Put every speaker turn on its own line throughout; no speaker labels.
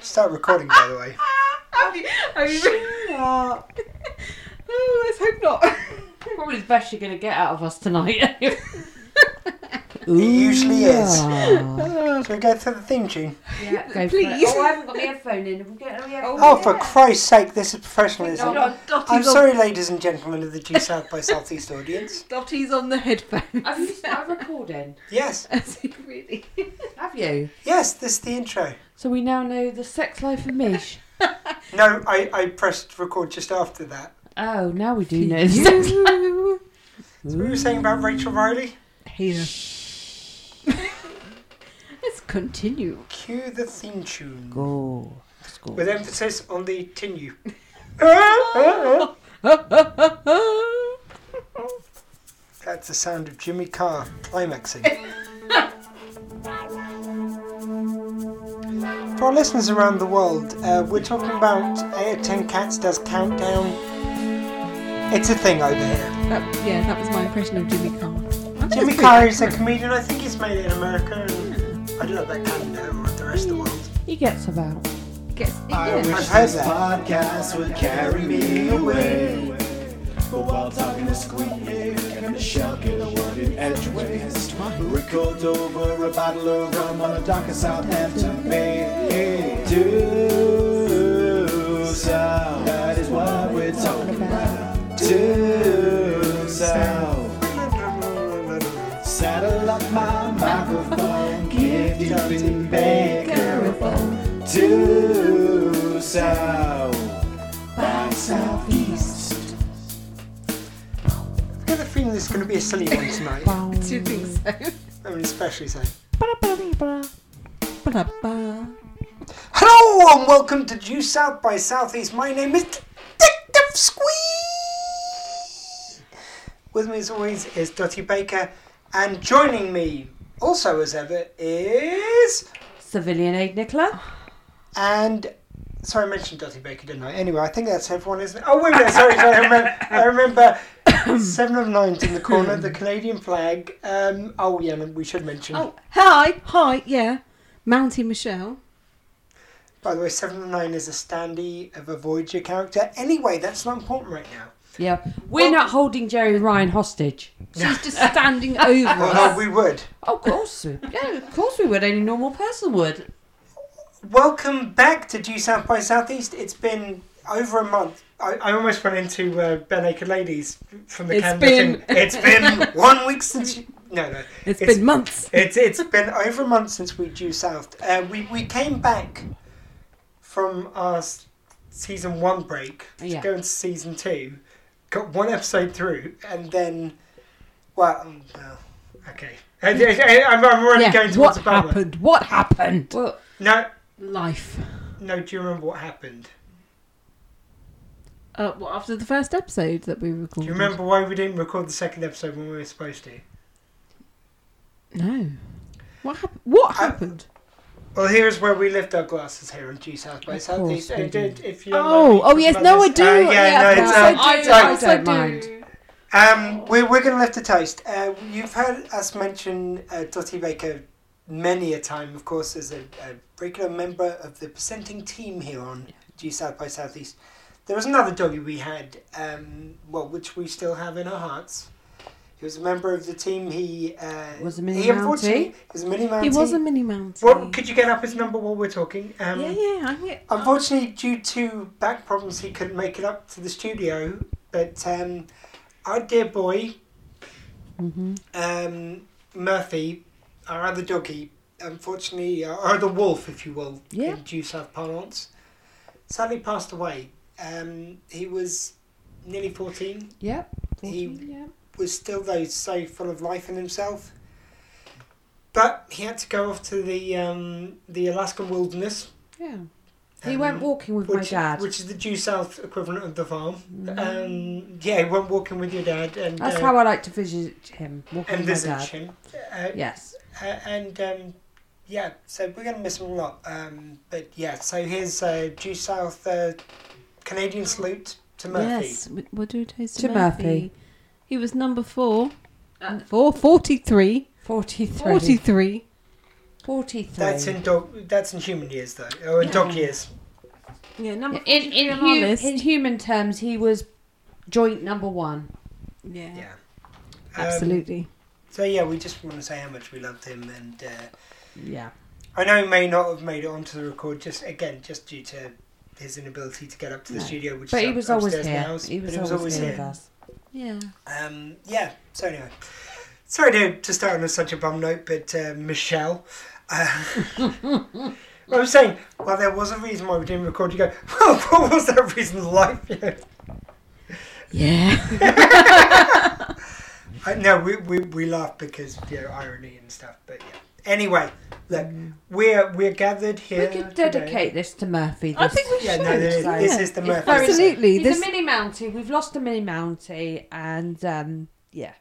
start recording, by the way.
Have you, have you... oh, let's hope not.
Probably the best you're going to get out of us tonight.
It usually is.
yeah,
So we go to the theme tune.
go
Please.
For it. Oh, I haven't got my headphone in. Have we got any headphone?
Oh, for Christ's sake, this is professionalism.
No,
Dot- Dotty's
I'm
on-
sorry, ladies and gentlemen of the G South by Southeast audience.
Dotty's on the
Have you
headphones.
started recording?
Yes,
Has he really?
Have you?
yes, this is the intro.
So we now know the sex life of Mish.
No, I, I pressed record just after that.
Oh, now we do know the sex life.
So we were saying about Rachel Riley.
Here. let's continue.
Cue the theme tune.
Go. Let's go.
With emphasis on the tinu. That's the sound of Jimmy Carr climaxing. For our listeners around the world, uh, we're talking about 8 of 10 Cats Does Countdown. It's a thing over here.
That, yeah, that was my impression of Jimmy Carr.
Jimmy Carr is a comedian, I think he's made it in America, and I don't know about Canada or the rest of the world.
He gets about.
Gets,
I
yeah.
wish
heard
this
that.
podcast would carry me away. But while talking to Squeak and the shell get a word in edgeways, record over a bottle of rum on the dock of Southampton Bay. Do south, that is what we're talking about. Do south. Saddle up my microphone, give Justin Baker a phone. To south, by southeast.
I've got a feeling this is going to be a silly one tonight.
Do you think so?
I mean, especially so. Hello and welcome to Due South by Southeast. My name is Detective Squee. With me as always is Dottie Baker, and joining me also as ever is
Civilian aid, Nicola.
and sorry I mentioned Dottie Baker, didn't I? Anyway, I think that's everyone, isn't it? Oh wait a minute, sorry, sorry, I remember, I remember Seven of Nines in the corner, the Canadian flag. Um, oh yeah, we should mention.
Oh, hi, hi, yeah. Mountie Michelle.
By the way, Seven of Nine is a standee of a Voyager character. Anyway, that's not important right now.
Yeah. We're not holding Jerry Ryan hostage.
She's just standing over
Although
us.
we would.
Oh, of course. yeah, of course we would. Any normal person would.
Welcome back to Due South by Southeast. It's been over a month. I, I almost went into uh, Ben Naked Ladies from the
It's
Canada
been-
thing. It's been one week since you... No, no.
it's been months.
It's, it's been over a month since we Due South. Uh, we, we came back from our s- season one break
Yeah.
to go into season two. Got one episode through and then... Well, um, well okay. I, am already going towards
what
the bad one.
happened? What happened?
Well,
No,
Life.
no, do you remember what happened?
Uh, well, after the first episode that we recorded.
Do you remember why we didn't record the second episode when we were supposed to?
No. What happened? What
I-
happened?
Well, here's where we lift our glasses here in G South by
Of
Southeast.
course we
I did, if you don't mind me
oh, oh
talking
yes.
about
No, I
this.
do.
Uh, yeah, no,
of
it's,
course
um,
I
do,
do,
of
I
course
don't
do.
mind.
Um, we're, we're going to lift the toast. Uh, you've heard us mention uh, Dottie Baker many a time, of course, as a, a regular member of the presenting team here on G South by Southeast. There was another doggy we had, um, well, which we still have in our hearts. He was a member of the team. He uh,
Was a mini
he unfortunately-
Mountie.
He was a mini mountie.
He was a mini mountain.
Well, could you get up his number while we're talking? Um,
yeah, yeah. I'm here.
Unfortunately, due to back problems, he couldn't make it up to the studio. But um, our dear boy, um, Murphy, our other doggy, unfortunately, our other wolf, if you will,
Yeah.
in due south parlance, sadly passed away. Um, he was nearly 14,
Yep.
He-
Yeah.
was still, though, so full of life in himself. But he had to go off to the um, the Alaskan wilderness.
Yeah. He
Um,
went walking with my
which,
dad. Mm. Mm-hmm.
which is the due south equivalent of the farm.
uh,
Um, yeah, he went walking with your dad and
That's
uh,
how I like to visit him. Walking with
envisage
my dad.
him. Uh,
Yes.
uh, and um, yeah, so we're gonna miss him a lot. Um, but yeah, so here's uh, due south uh, Canadian salute to Murphy.
Yes, we- we'll do a toast
To Murphy.
He was number four. Four Uh, forty-three.
43.
Forty-three.
Forty-three.
That's in dog. That's in human years though, or in dog
Yeah.
years.
Yeah, number
in,
43
in,
on our
hu-
list.
in human terms, he was joint number one.
yeah,
Yeah. Um,
absolutely.
So yeah, we just want to say how much we loved him, and uh,
Yeah.
I know he may not have made it onto the record, just again, just due to his inability to get up to the
No.
studio, which
But
is
he
up-
was always
upstairs in the
here.
house,
he
but
was always here with us.
Yeah.
Um, yeah. So anyway, sorry to, to start on such a bum note, but uh, Michelle. Uh, I was saying, well, there was a reason why we didn't record. You go, well, what was that reason like?
Yeah.
I, no, we, we, we laugh because you know, irony and stuff. But yeah. Anyway, look, we're we're gathered
Mm. we
here.
could
today.
dedicate this to Murphy. This.
I think we should.
Yeah, no, this,
so-
this is the
It's
Murphy.
very-
absolutely.
he's
This
a mini Mountie. We've lost a mini Mountie, and um, yeah,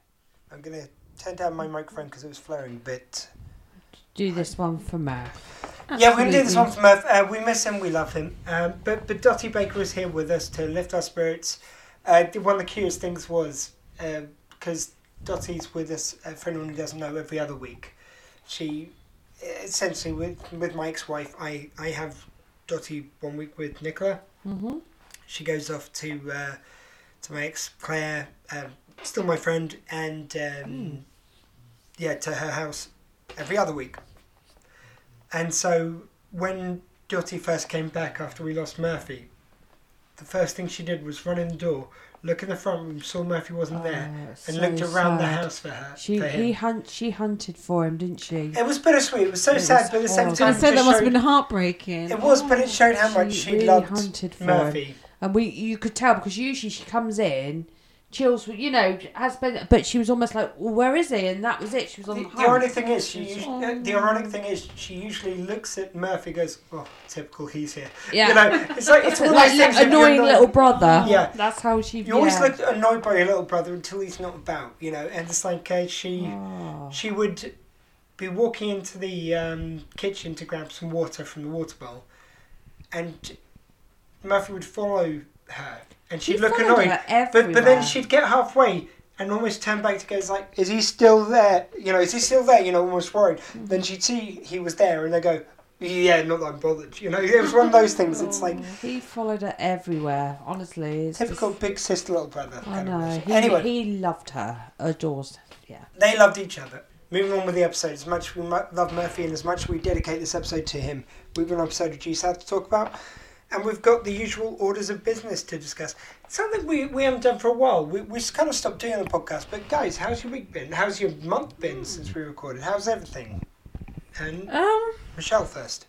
I'm gonna turn down my microphone because it was flaring a bit.
do this one for Murph.
Yeah, we're gonna do this
absolutely.
one for Murph. Uh, we miss him, we love him. Um, but but Dottie Baker is here with us to lift our spirits. Uh, the- one of the curious things was because Dottie's with us. Uh, for anyone who doesn't know, every other week, she essentially with with my ex-wife. I I have Dottie one week with Nicola.
Mm-hmm.
She goes off to uh, to my ex Claire, um, still my friend, and um,
Hmm.
yeah, to her house every other week. And so when Dottie first came back after we lost Murphy, the first thing she did was run in the door, look in the front room, saw Murphy wasn't there, and looked around the house for her.
Oh, Uh, She
for
he
him.
hunt she hunted for him, didn't she?
It was bittersweet. It was so
It
sad,
was
but at the same
horrible.
I
time,
was gonna say
it
that
just
must have been
showed-
heartbreaking.
it was, but it showed how much she,
really
loved
hunted for him.
Murphy.
and we you could tell because usually she comes in chills you know has been but she was almost like well, where is he and that was it she was on
The,
the,
the
hunt.
ironic thing is, she
She's-
usually, the ironic thing is, she usually looks at Murphy, and goes, "Oh, typical, he's here."
yeah
You know, it's like it's one of
like
those
li-
things. that you're
annoying
not-
little brother
Yeah.
that's how she
You always
yeah.
look annoyed by your little brother until he's not about, you know. And it's like uh, she
Oh.
she would be walking into the um, kitchen to grab some water from the water bowl, and Murphy would follow her, and she'd
She
look
followed
annoyed.
her
But but then
everywhere.
she'd get halfway and almost turn back to go it's like, is he still there? You know, is he still there? You know, almost worried. Then she'd see he was there, and they go, yeah, not that I'm bothered. You know, it was one of those things. It's like
he followed her everywhere honestly it's
typical
just-
big sister little brother.
I
kind of
know
relationship.
he,
Anyway,
he loved her adores her. yeah
they loved each other. Moving on with the episode, as much as we mu- love Murphy and as much as we dedicate this episode to him, we've got an episode of G South to talk about, and we've got the usual orders of business to discuss. Something we, we haven't done for a while. We, we kind of stopped doing the podcast, but guys, how's your week been? How's your month been since we recorded? How's everything? And
Um,
Michelle first.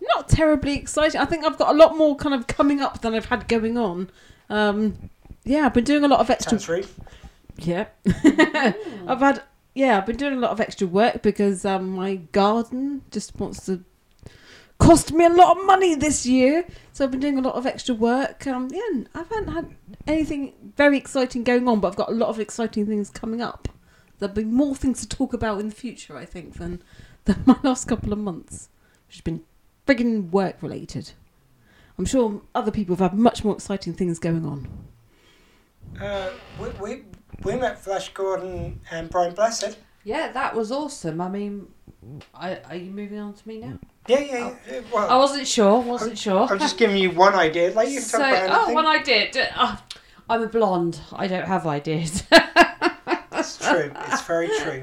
not terribly exciting. I think I've got a lot more kind of coming up than I've had going on. Um, yeah, I've been doing a lot of extra.
Sounds rude.
Yeah, I've had. Yeah, I've been doing a lot of extra work because um, my garden just wants to cost me a lot of money this year. So I've been doing a lot of extra work. Um, yeah, and I haven't had anything very exciting going on, but I've got a lot of exciting things coming up. There'll be more things to talk about in the future, I think, than than my last couple of months, which has been friggin' work related. I'm sure other people have had much more exciting things going on.
Uh, we, we, we met Flash Gordon and Brian Blessed.
yeah that was awesome I mean I, are you moving on to me now
Yeah, yeah, yeah. Well,
I wasn't sure wasn't sure
Oh. I'm just giving you one idea. Like you can
Oh. So,
talk about
oh,
anything.
when I did, oh, I'm a blonde. I don't have ideas.
It's true. It's very true.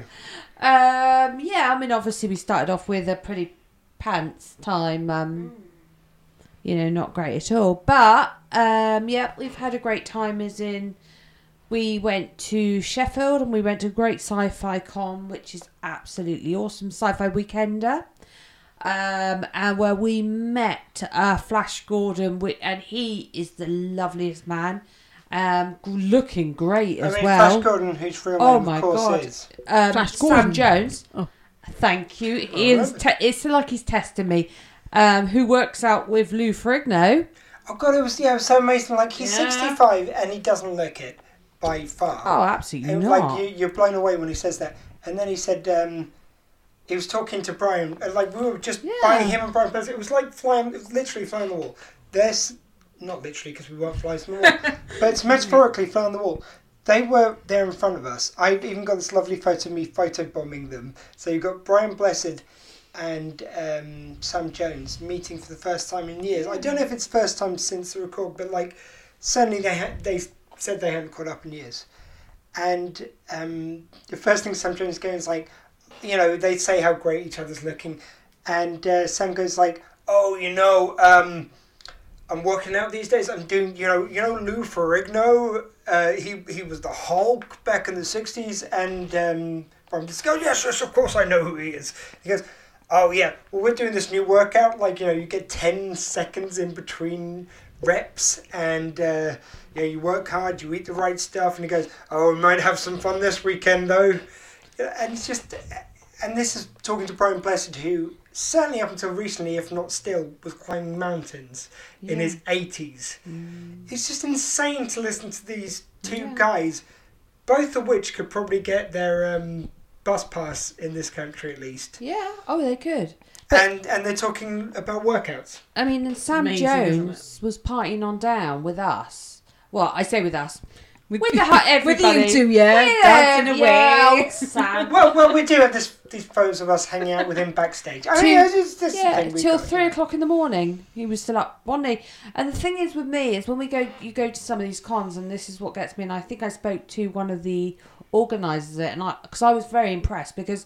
Um, yeah, I mean, obviously, we started off with a pretty pants time. Um, You know, not great at all. But um, yeah, we've had a great time. As in, we went to Sheffield and we went to Great Sci-Fi Con, which is absolutely awesome. Sci-Fi Weekender. Um, and where we met uh, Flash Gordon, wi- and he is the loveliest man, um, g- looking great
I
as
mean,
well.
Flash Gordon, whose real name,
Oh my
of course,
God.
is.
um,
Flash
Sam
Gordon.
Jones.
Oh.
Thank you.
Oh,
Ian's
lovely.
te- it's like he's testing me. Um, who works out with Lou Ferrigno?
Oh God, it was yeah, it was so amazing. Like he's
Yeah.
sixty-five and he doesn't look it by far.
Oh, absolutely
It-
not.
like you, you're blown away when he says that. And then he said um, he was talking to Brian. and, Like we were just
Yeah.
buying him and Brian. Blessed. It was like flying, it was literally flying the wall. There's not literally because we weren't flies on the wall, but it's metaphorically flying the wall. They were there in front of us. I've even got this lovely photo of me photobombing them. So you've got Brian Blessed and um, Sam Jones meeting for the first time in years. I don't know if it's first time since the record, but like certainly they ha- they said they hadn't caught up in years. And um, the first thing Sam Jones goes like, you know, they say how great each other's looking, and uh, Sam goes like, oh, you know, um, I'm working out these days. I'm doing, you know, you know, Lou Ferrigno. Uh, he he was the Hulk back in the '60s, and um, from just go, yes, yes, of course, I know who he is. He goes, oh yeah, well, we're doing this new workout. Like you know, you get ten seconds in between reps, and uh, yeah, you work hard, you eat the right stuff, and he goes, oh, we might have some fun this weekend though. Yeah, And it's just, and this is talking to Brian Blessed, who certainly up until recently, if not still, was climbing mountains in his 80s. It's just insane to listen to these two
Mm. Yeah.
guys, both of which could probably get their um, bus pass in this country at least.
Yeah. Oh, they could. But-
And and they're talking about workouts.
I mean, and Sam
Amazing, isn't
Jones was partying on down with us. Well, I say with us.
With,
With the hot
with
everybody.
you two, yeah,
With
dancing
them,
away.
yeah, old Sam.
Well, well, we do have this these photos of us hanging out with him backstage. I
Two-
mean, it's just this
Yeah,
thing we
till
got,
three
you know.
o'clock in the morning, he was still up. One day, and the thing is with me is when we go, you go to some of these cons, and this is what gets me. And I think I spoke to one of the organisers of it, and I because I was very impressed because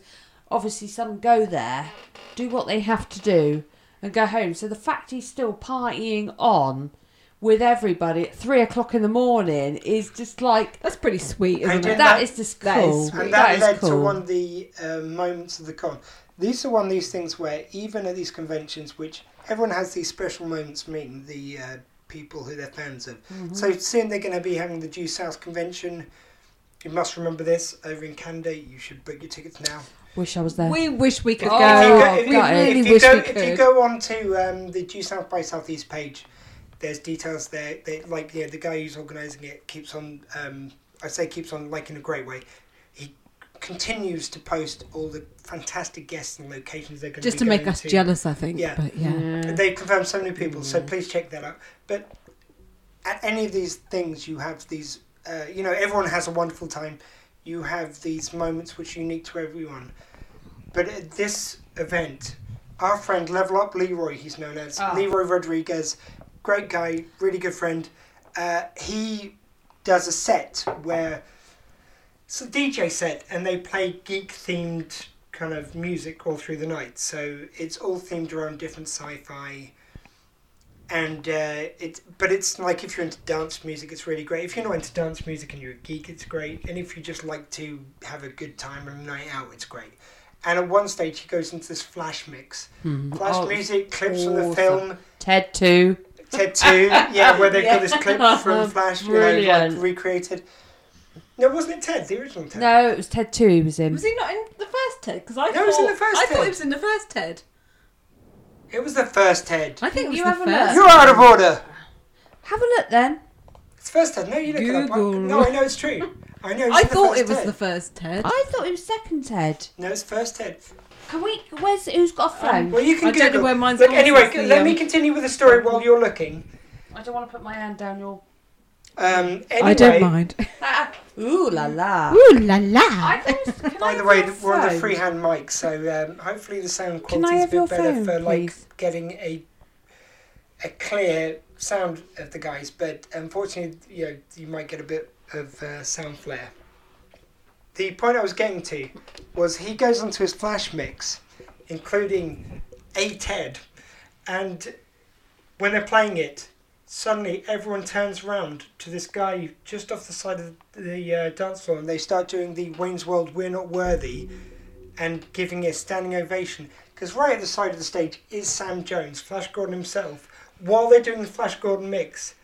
obviously some go there, do what they have to do, and go home. So the fact he's still partying on with everybody at three o'clock in the morning is just like
That's pretty sweet,
I
isn't
did
it?
that-
that is just
that is
cool.
sweet.
And that,
is
led to
cool.
one of the uh, moments of the con. These are one of these things where, even at these conventions, which everyone has these special moments meeting the uh, people who they're fans of.
Mm-hmm.
So, seeing they're going to be having the Due South convention, you must remember this over in Canada. You should book your tickets now.
Wish I was there.
We wish we could
Oh,
go.
if you
we
go- if
really
if you
wish
go,
we
if
could.
you go on to um, the Due South by Southeast page, there's details there. They, like yeah, the guy who's organising it keeps on. Um, I say keeps on like in a great way. He continues to post all the fantastic guests and locations they're going
Just
be
to make
going
us jealous, I think.
Yeah.
But yeah.
They've confirmed so many people, so please check that out. But at any of these things, you have these. Uh, you know, everyone has a wonderful time. You have these moments which are unique to everyone. But at this event, our friend Level Up Leroy, he's known as
Ah.
Leroy Rodriguez, great guy, really good friend. Uh, he does a set where it's a DJ set, and they play geek themed kind of music all through the night. So it's all themed around different sci-fi, and uh, it's but it's like if you're into dance music, it's really great. If you're not into dance music and you're a geek, it's great. And if you just like to have a good time and a night out, it's great. And at one stage, he goes into this flash mix, flash
Oh,
music clips from the
awesome.
film.
Ted too.
Ted 2, yeah, where they got this clip from Flash, you know, like
Brilliant.
recreated. No, wasn't it Ted, the original Ted?
No, it was Ted too. He was in.
Was he not in the first Ted? Because I
No, he
thought
was in the first
I
Ted.
thought he was in the first Ted.
It was the first Ted.
I think it was
You
the
have a
first.
You're out of order.
Have a look then.
It's first Ted. No, you look it up. I-
Google.
No, I know it's true. I know. It's
I
the
thought
first
it was
Ted.
the first Ted.
I thought it was second Ted.
No, it's first Ted.
Can we? Where's who's got a phone?
Well, you can
I
Google.
don't know where mine's
Look,
gone
anyway,
since
c-
the,
let me
um,
continue with the story while you're looking.
I don't want to put my hand down your.
Um, anyway,
I don't mind.
Ooh la la.
Ooh la la.
I can, can
By
I
the
have
way,
your
th- we're on the
phone?
freehand mic, so um, hopefully the sound
Can I
quality's a
have your
bit better
phone,
for like
please?
getting a a clear sound of the guys. But unfortunately, you know, you might get a bit of uh, sound flare. The point I was getting to was he goes onto his flash mix, including a Ted, and when they're playing it, suddenly everyone turns round to this guy just off the side of the uh, dance floor and they start doing the Wayne's World We're Not Worthy and giving it a standing ovation. Because right at the side of the stage is Sam Jones, Flash Gordon himself, while they're doing the Flash Gordon mix.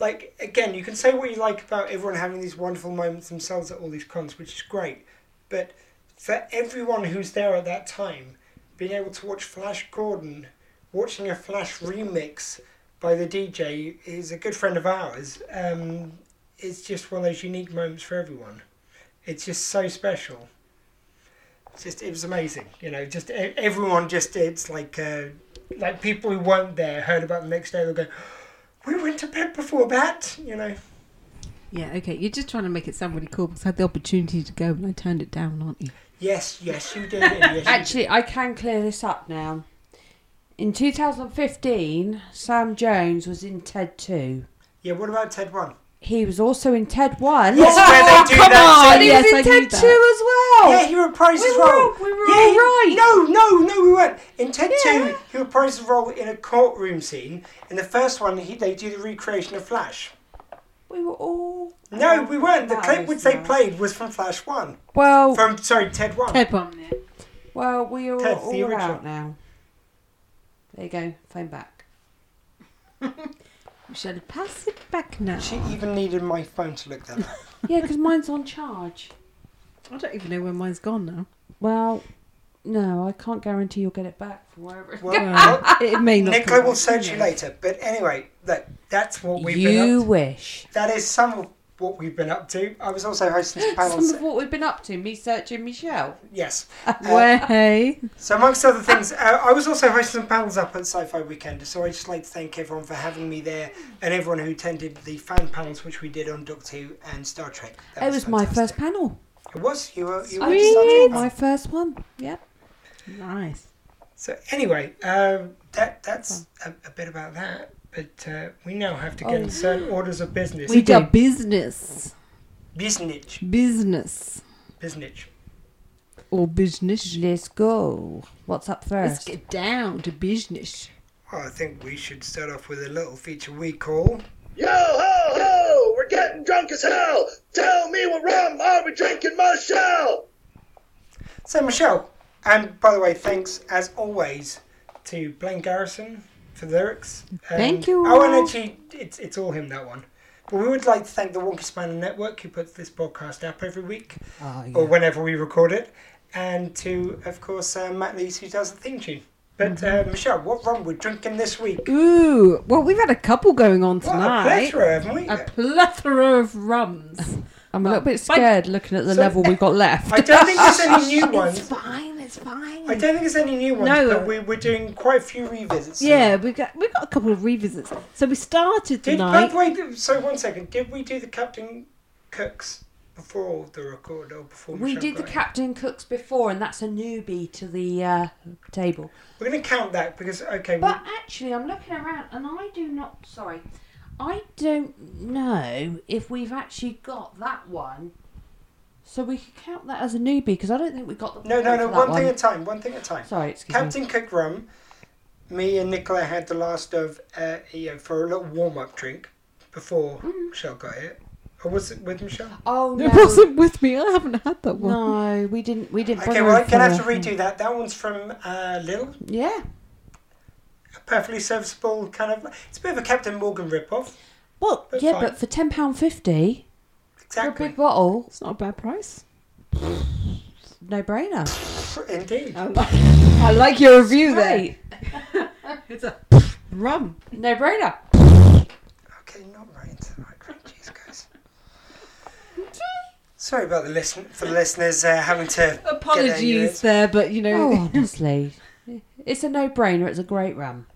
Like, again, you can say what you like about everyone having these wonderful moments themselves at all these cons, which is great. But for everyone who's there at that time, being able to watch Flash Gordon watching a Flash remix by the DJ is a good friend of ours. Um, it's just one of those unique moments for everyone. It's just so special. It's Just it was amazing, you know. Just e- everyone, just it's like uh, like people who weren't there heard about the next day. They'll go, "We went to bed before that," you know.
Yeah, okay. You're just trying to make it sound really cool because I had the opportunity to go and I turned it down, aren't you?
Yes, yes, you did. and yes, you
Actually, I can clear this up now. In 2015, Sam Jones was in TED 2.
did. Yeah, what about Ted 1?
He was also in TED 1.
Yes, where they do
come
that
on!
And he
yes,
was in
I knew
TED
that.
2 as well.
Yeah, he reprised
Oh, we
his
were
role.
all- we were
yeah,
all
he-
right.
No, no, no, we weren't. In Ted
Yeah.
2, he reprised his role in a courtroom scene. In the first one, he, they do the recreation of Flash.
We were all.
No, we weren't. The
That
clip
is
which they
nice.
played was from Flash 1.
Well,
From, sorry, Ted 1.
Ted Bundy.
well, we are
Ted,
all,
the
all
original.
out now. There you go. Phone back.
We shall pass it back now.
She even needed my phone to look that up.
Yeah, because mine's on charge.
I don't even know where mine's gone now.
Well, no, I can't guarantee you'll get it back from wherever. it's-
Well,
Well, it may not.
Nicola
come
will
back.
search you later. But anyway, that, that's what we've been
You
up to.
wish.
That is some of what we've been up to. I was also hosting some panels.
Some of what we've been up to, me searching Michelle.
yes.
Way.
So, amongst other things, uh, I was also hosting some panels up at Sci Fi Weekend, so I'd just like to thank everyone for having me there and everyone who attended the fan panels which we did on Doctor Who and Star Trek. That
it was my first
fantastic.
panel.
It was? You were, you were at the Star Trek
Really?
panel.
My first one. Yep.
Nice.
So, anyway, um, that that's a, a bit about that, but uh, we now have to get
Oh.
certain orders of business.
We
We
do
do.
business,
business.
business,
Business.
or business.
Let's go. What's up
Let's
first?
get down to business.
Well, I think we should start off with a little feature we call.
Yo ho ho! We're getting drunk as hell! Tell me what rum are we drinking, Michelle?
So, Michelle, and by the way, thanks as always to Blaine Garrison for the lyrics. And-
Thank you.
Oh, and actually, it's, it's all him, that one. But we would like to thank the Wonky Spanner Network who puts this podcast up every week,
Ah,
or whenever we record it, and to, of course, uh, Matt Lees who does the theme tune. But,
Mm-hmm.
uh, Michelle, what rum we're drinking this week?
Ooh, well, we've had a couple going on
What a
tonight.
plethora, haven't we?
A plethora of rums.
I'm a little bit
Bye.
scared looking at the
So-
level we've got left.
I don't think there's any new
it's
ones.
fine. It's fine.
I don't think there's any new ones,
No.
but we, we're doing quite a few revisits.
yeah, we got we got a couple of revisits. So we started
Did by
tonight.
the way, th- so one second, did we do the Captain Cooks before the record or before
we
Michelle
did the
got in?
Captain Cooks before, and that's a newbie to the uh, table.
We're going to count that because okay, we-
But actually, I'm looking around, and I do not. Sorry, I don't know if we've actually got that one. So we could count that as a newbie because I don't think we got the.
no, no,
for
no.
that
One, thing at a time. One thing at a time.
Sorry, excuse me.
Captain Cook rum. Me and Nicola had the last of uh, you know, for a little warm up drink before Michelle got it. Or was it with Michelle?
Oh
It
no,
wasn't with me. I haven't had that one.
no, we didn't. We didn't.
Okay,
bother
well I'm
for
gonna have to
the-
redo that. That one's from uh, Little,
Yeah.
a perfectly serviceable kind of. It's a bit of a Captain Morgan ripoff.
Well,
But
yeah,
fine.
but for ten pound fifty for a
Exactly.
big bottle,
It's not a bad price.
no brainer.
Indeed.
I like, I like your review
Right.
It's a rum.
No brainer.
Okay, not right. Right, great, jeez, guys. Sorry about the listen for the listeners uh, having to get their
Apologies
units.
there, but you know.
Oh, honestly, it's a no brainer. It's a great rum.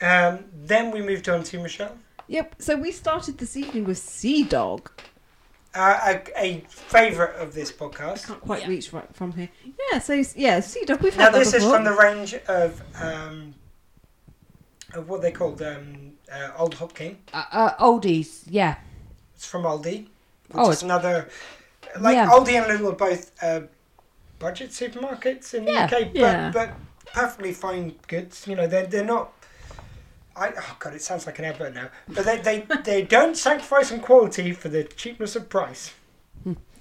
Um, then we moved on to Michelle,
Yep. So we started this evening with Sea Dog.
uh, a, a favourite of this podcast.
Can't quite reach right from here. Yeah. So yeah, Sea Dog. We've
Now
had that
this is
before.
from the range of um, of what they called um, uh, Old Hop King.
Uh, uh, oldies, yeah.
It's from Aldi, which
Oh,
is another like
Yeah.
Aldi and Lidl are both uh, budget supermarkets in
Yeah,
the UK, but,
yeah.
but perfectly fine goods. You know, they're they're not. I, oh god, it sounds like an advert now. But they, they, they don't sacrifice on quality for the cheapness of price.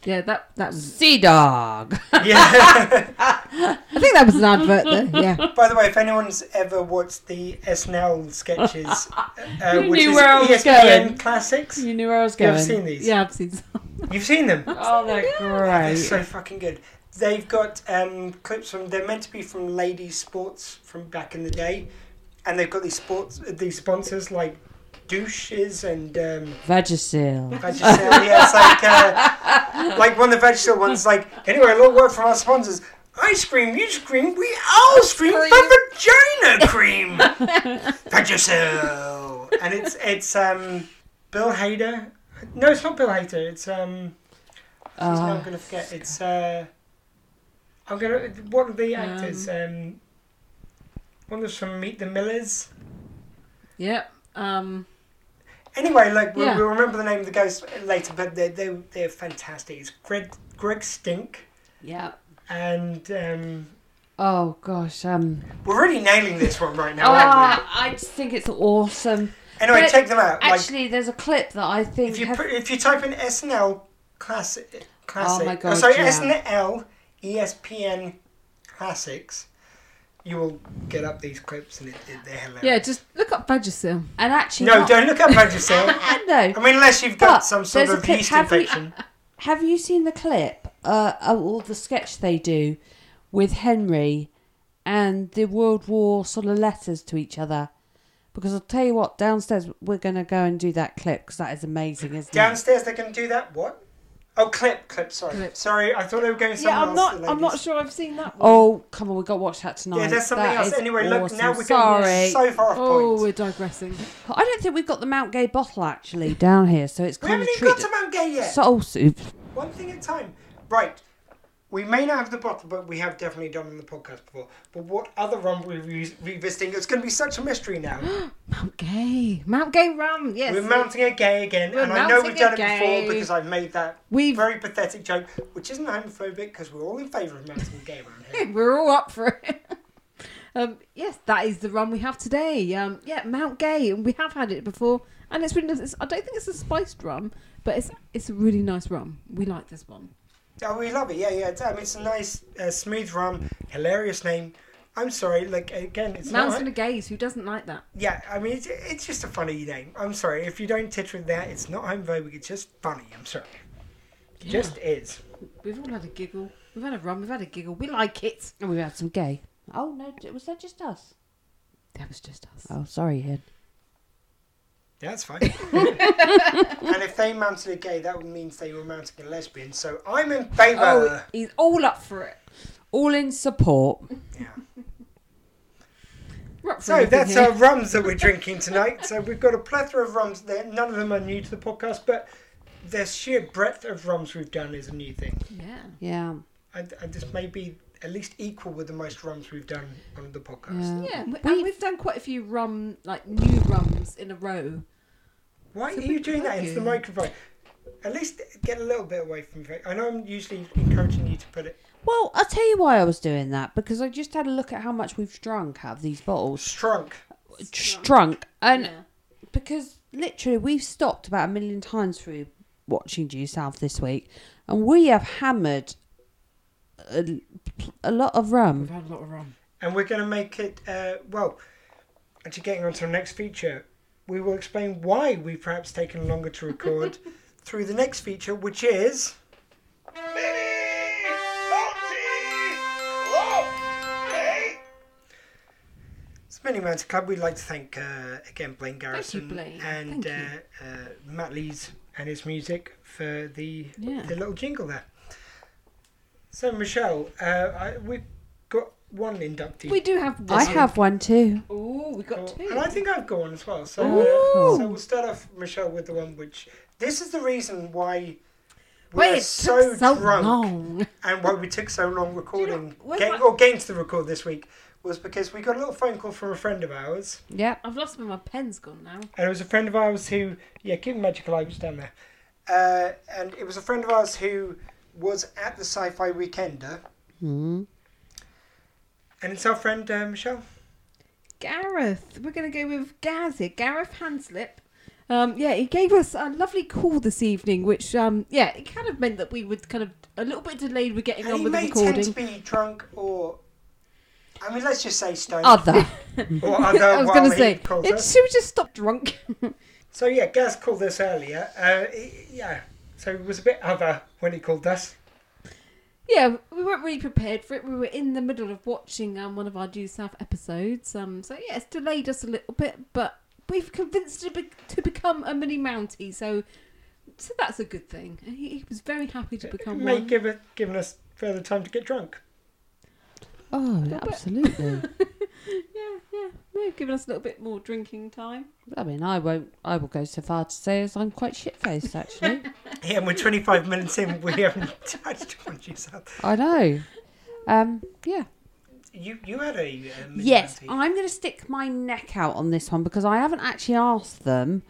Yeah. That that was.
Sea dog.
Yeah.
I think that was an advert there. Yeah.
By the way, if anyone's ever watched the SNL sketches, uh,
You
which
knew
is
where I was
ESPN
going.
classics,
you knew where I was
you've seen these.
Yeah. I've seen. Some.
You've seen them.
Oh, they're
They're
great.
so fucking good. They've got um, clips from. They're meant to be from ladies' sports from back in the day, and they've got these sports these sponsors like douches and um,
Vagisil.
Vagisil. yeah, it's like uh, like one of the Vagisil ones. Like anyway, a little word from our sponsors. Ice cream, you scream, we all scream for vagina cream. Vagisil, and it's it's um, Bill Hader. No, it's not Bill Hader. It's um. He's
Uh,
not gonna forget. It's uh, I'm gonna. What are the actors? Um, one was from Meet the Millers.
Yep. Um,
Anyway, like we'll,
Yeah.
we'll remember the name of the ghost later, but they're they they're fantastic. It's Greg Greg Stink
Yeah.
and um,
Oh gosh. Um.
we're really nailing this one right now, aren't
Ah, I just think it's awesome.
we? Anyway,
but
check them out. Like
Actually, there's a clip that I think.
if you
have-
put, if you type in SNL classic classic,
my
oh,
God,
sorry
yeah.
SNL E ESPN classics, you will get up these clips and it, it, they're hilarious.
yeah, just look up Vagisil.
and actually,
No,
not-
don't look up about yourself.
no.
I mean, unless you've got
But
some sort
there's a
of
clip,
yeast
have we-
infection.
Have you seen the clip uh, of all the sketch they do with Henry and the World War sort of letters to each other? Because I'll tell you what, downstairs we're going to go and do that clip because that is amazing, isn't it?
Downstairs, they can do that. What? Oh, clip, clip. Sorry,
Clip.
sorry. I thought they were going somewhere
Yeah, I'm
else,
not.
the
I'm not
ladies.
sure I've seen that. One.
Oh, come on, we've got to watch that tonight.
Yeah, there's something
That
else.
is
Anyway, look. Now
awesome.
we're
Sorry.
going so far off
Oh,
point.
we're digressing.
I don't think we've got the Mount Gay bottle actually down here, so it's
We
kind
haven't
of
even got
treated. oh,
to Mount Gay yet.
Soul soup.
One thing at a time. Right. We may not have the bottle, but we have definitely done on the podcast before. But what other rum we're re- revisiting? It's going to be such a mystery now.
Mount Gay. Mount Gay rum. Yes.
we're mounting a gay again,
We're
and I know
mounting
we've done
a
it before
gay.
because I made that
We've-
very pathetic joke, which isn't homophobic because we're all in favour of mounting a gay around here.
We're all up for it. um, yes, that is the rum we have today. Um, yeah, Mount Gay, and we have had it before, and it's really. It's, I don't think it's a spiced rum, but it's it's a really nice rum. We like this one.
Oh, we love it. Yeah, yeah. It's, um, it's a nice, uh, smooth rum. Hilarious name. I'm sorry. Like again, it's not.
Mountain of Gays. Who doesn't like that?
Yeah, I mean, it's, it's just a funny name. I'm sorry if you don't titter with that. It's not homophobic. It's just funny. I'm sorry. It Just is.
We've all had a giggle. We've had a rum. We've had a giggle. We like it.
And we've had some gay. Oh, no, d- was that just us?
That was just us.
Oh, sorry, Ian.
Yeah, that's fine. and if they mounted a gay, that would mean they were mounting a lesbian. So I'm in
Oh,
favour.
he's all up for it. All in support.
Yeah.
We're up for
So
anything
that's um,
here.
our rums that we're drinking tonight. So we've got a plethora of rums there. None of them are new to the podcast, but the sheer breadth of rums we've done is a new thing.
yeah.
Yeah.
and, and this may be at least equal with the most rums we've done on the podcast.
Yeah.
Yeah, we- and
We've-
we've done quite a few rum, like new rums in a row.
Why
So
are you
we-
doing that into the
yeah.
microphone? At least get a little bit away from it. I know I'm usually encouraging you to put it
Well, I'll tell you why I was doing that because I just had a look at how much we've drunk out of these bottles.
strunk.
Drunk. And
Yeah.
because literally we've stopped about a million times through watching due south this week and we have hammered a, a lot of
We've
rum
had a lot of rum.
And we're going to make it, uh, well, actually getting on to our next feature, we will explain why we've perhaps taken longer to record through the next feature, which is.
Mini Monty Club. Hey,
Spinning Mountain Club, we'd like to thank uh, again Blaine Garrison
Blaine.
and
Thank you.
uh, uh, Matt Lees and his music for the,
Yeah.
the little jingle there. So Michelle, uh, I, we've got one inductee.
We do have.
i have one too
Oh, we got
Oh,
two.
and I think I've got one as well. So,
Ooh.
uh, so we'll start off Michelle with the one which this is the reason why
Wait,
we're
it
so,
took so
drunk
long.
and why we took so long recording
where's
getting,
my-
or getting to the record this week was because we got a little phone call from a friend of ours.
yep
I've lost where my pen's gone now.
And it was a friend of ows who, yeah, keep the magical items down there. Uh, and it was a friend of ours who was at the sci fi weekender.
mm.
And it's our friend uh, Michelle.
Gareth. We're going to go with Gaz here. Gareth Hanslip. Um, yeah, he gave us a lovely call this evening, which, um, yeah, it kind of meant that we were kind of a little bit delayed with getting
And
on
he
with the
may tend to
recording.
be drunk or, I mean, let's just say stoned.
other
or other
I was
while
going to
he
say,
calls
it,
us.
should we just stop drunk?
So, yeah, Gaz called us earlier. Uh, he- yeah, so it was a bit other when he called us.
yeah, we weren't really prepared for it. We were in the middle of watching um, one of our due south episodes, um, so yeah, it's delayed us a little bit, but we've convinced him to, be- to become a mini Mountie, so so that's a good thing. And He, he was very happy to
It
become
may
one.
give it, given us further time to get drunk.
oh absolutely
Yeah, yeah, they've given us a little bit more drinking time.
i mean i won't i will go so far to say as i'm quite shit-faced actually
Yeah, and we're 25 minutes in, we haven't touched on Giselle.
i know Um, yeah.
You you had a um,
Yes, I'm going to stick my neck out on this one because I haven't actually asked them.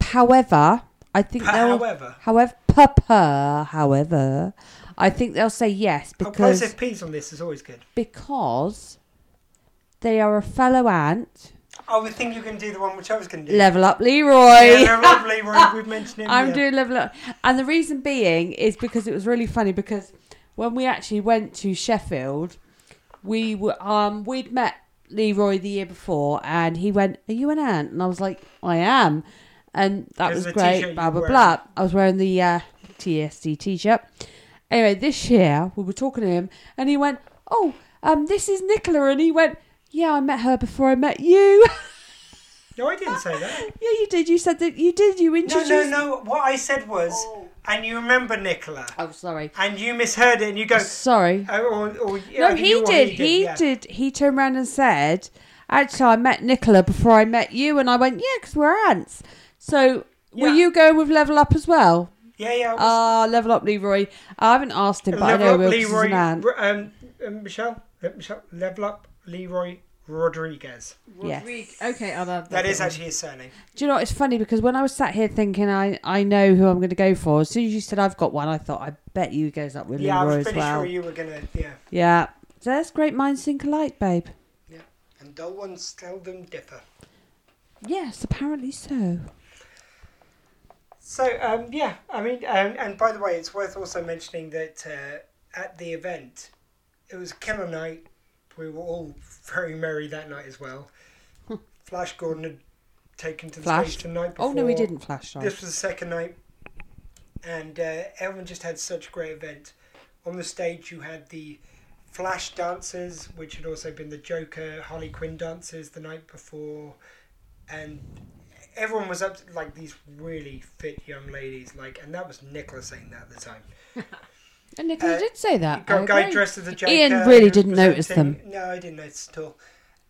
However, I think they'll.
However,
However, papa, however, I think they'll say yes
a
because
positive P's on this is always good.
because they are a fellow ant.
I would Oh, think you can do the one which I was going to do.
Level up, Leroy.
Yeah, lovely. Roy, We've mentioned him.
I'm
yeah.
doing level up, and the reason being is because it was really funny because when we actually went to Sheffield, we were um we'd met Leroy the year before, and he went, "Are you an ant?" And I was like, "I am," and that
Because
was
of the t-shirt
great.
you
Blah blah
were
blah. I was wearing the uh, TSC t-shirt. Anyway, this year we were talking to him, and he went, "Oh, um, this is Nicola," and he went, "Yeah, I met her before I met you."
No, I didn't say that.
yeah, you did. You said that you did. You
No,
introduced.
no, no. What I said was, and you remember Nicola,
Oh, sorry.
and you misheard it, and you go,
Sorry.
oh, or, or,
No,
or
he
you, or
did. He did. He,
yeah.
turned around and said, "Actually, I met Nicola before I met you," and I went, "Yeah, because we're ants." So, were
Yeah.
you going with Level Up as well?
Yeah, yeah. I was-
Ah, Level Up, Leroy. I haven't asked him, but I know Wilkes is an ant.
Ro- um, um, Michelle, uh, Michelle, level up, Leroy Rodriguez.
Yes.
Rodrigue- Okay, I'll have
That
that
is
one.
actually his surname.
Do you know what? It's funny because when I was sat here thinking I, I know who I'm going to go for, as soon as you said I've got one, I thought I bet you goes up with
Yeah, I
Leroy
was
as
pretty
well.
sure you were gonna. Yeah,
Yeah. So that's great minds think alike, babe.
and no one seldom differ.
Yes, apparently so.
So um, yeah, I mean, um, and by the way, it's worth also mentioning that uh, at the event, it was a killer night. We were all very merry that night as well. Flash Gordon had taken to the
Flashed.
stage the night before.
Hmm. Oh no, we didn't flash. Sorry.
This was the second night, and uh, everyone just had such a great event. On the stage, you had the Flash dancers, which had also been the Joker, Harley Quinn dancers the night before, and everyone was up to, like these really fit young ladies, like, and that was Nicola saying that at the time.
And Nicola
Uh,
did say that.
Got
I
a guy
agree.
dressed as a Joker.
Ian really
who
didn't
was
notice
presenting- No, I didn't notice at all.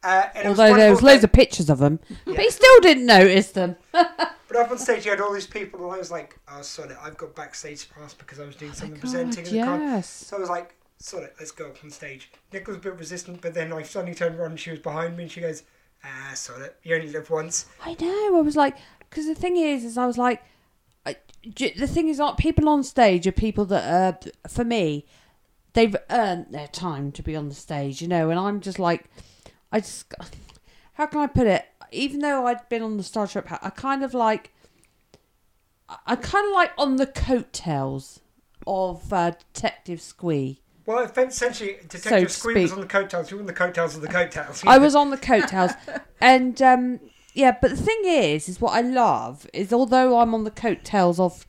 Uh, and it was
Although there was
wonderful
loads
that-
of pictures of them, but
Yeah.
he still didn't notice them.
But up on stage, you had all these people, and I was like, "Oh, sorry, I've got backstage pass because I was doing something presenting in the con."
yes.
So I was like, sod it, let's go up on stage. Nick was a bit resistant, but then I suddenly turned around and she was behind me and she goes, ah, sod it, you only live once.
I know. I was like, because the thing is, is I was like, I, j- the thing is, like, people on stage are people that are, for me, they've earned their time to be on the stage, you know. And I'm just like, I just, how can I put it? Even though I'd been on the Star Trek, pa- I kind of like, I- I kind of like on the coattails of uh, Detective Squee.
Well, essentially, Detective
to
Squeak was
speak.
on the coattails. You were on the coattails of the coattails.
I was on the coattails, and um, yeah. But the thing is, is what I love is although I'm on the coattails of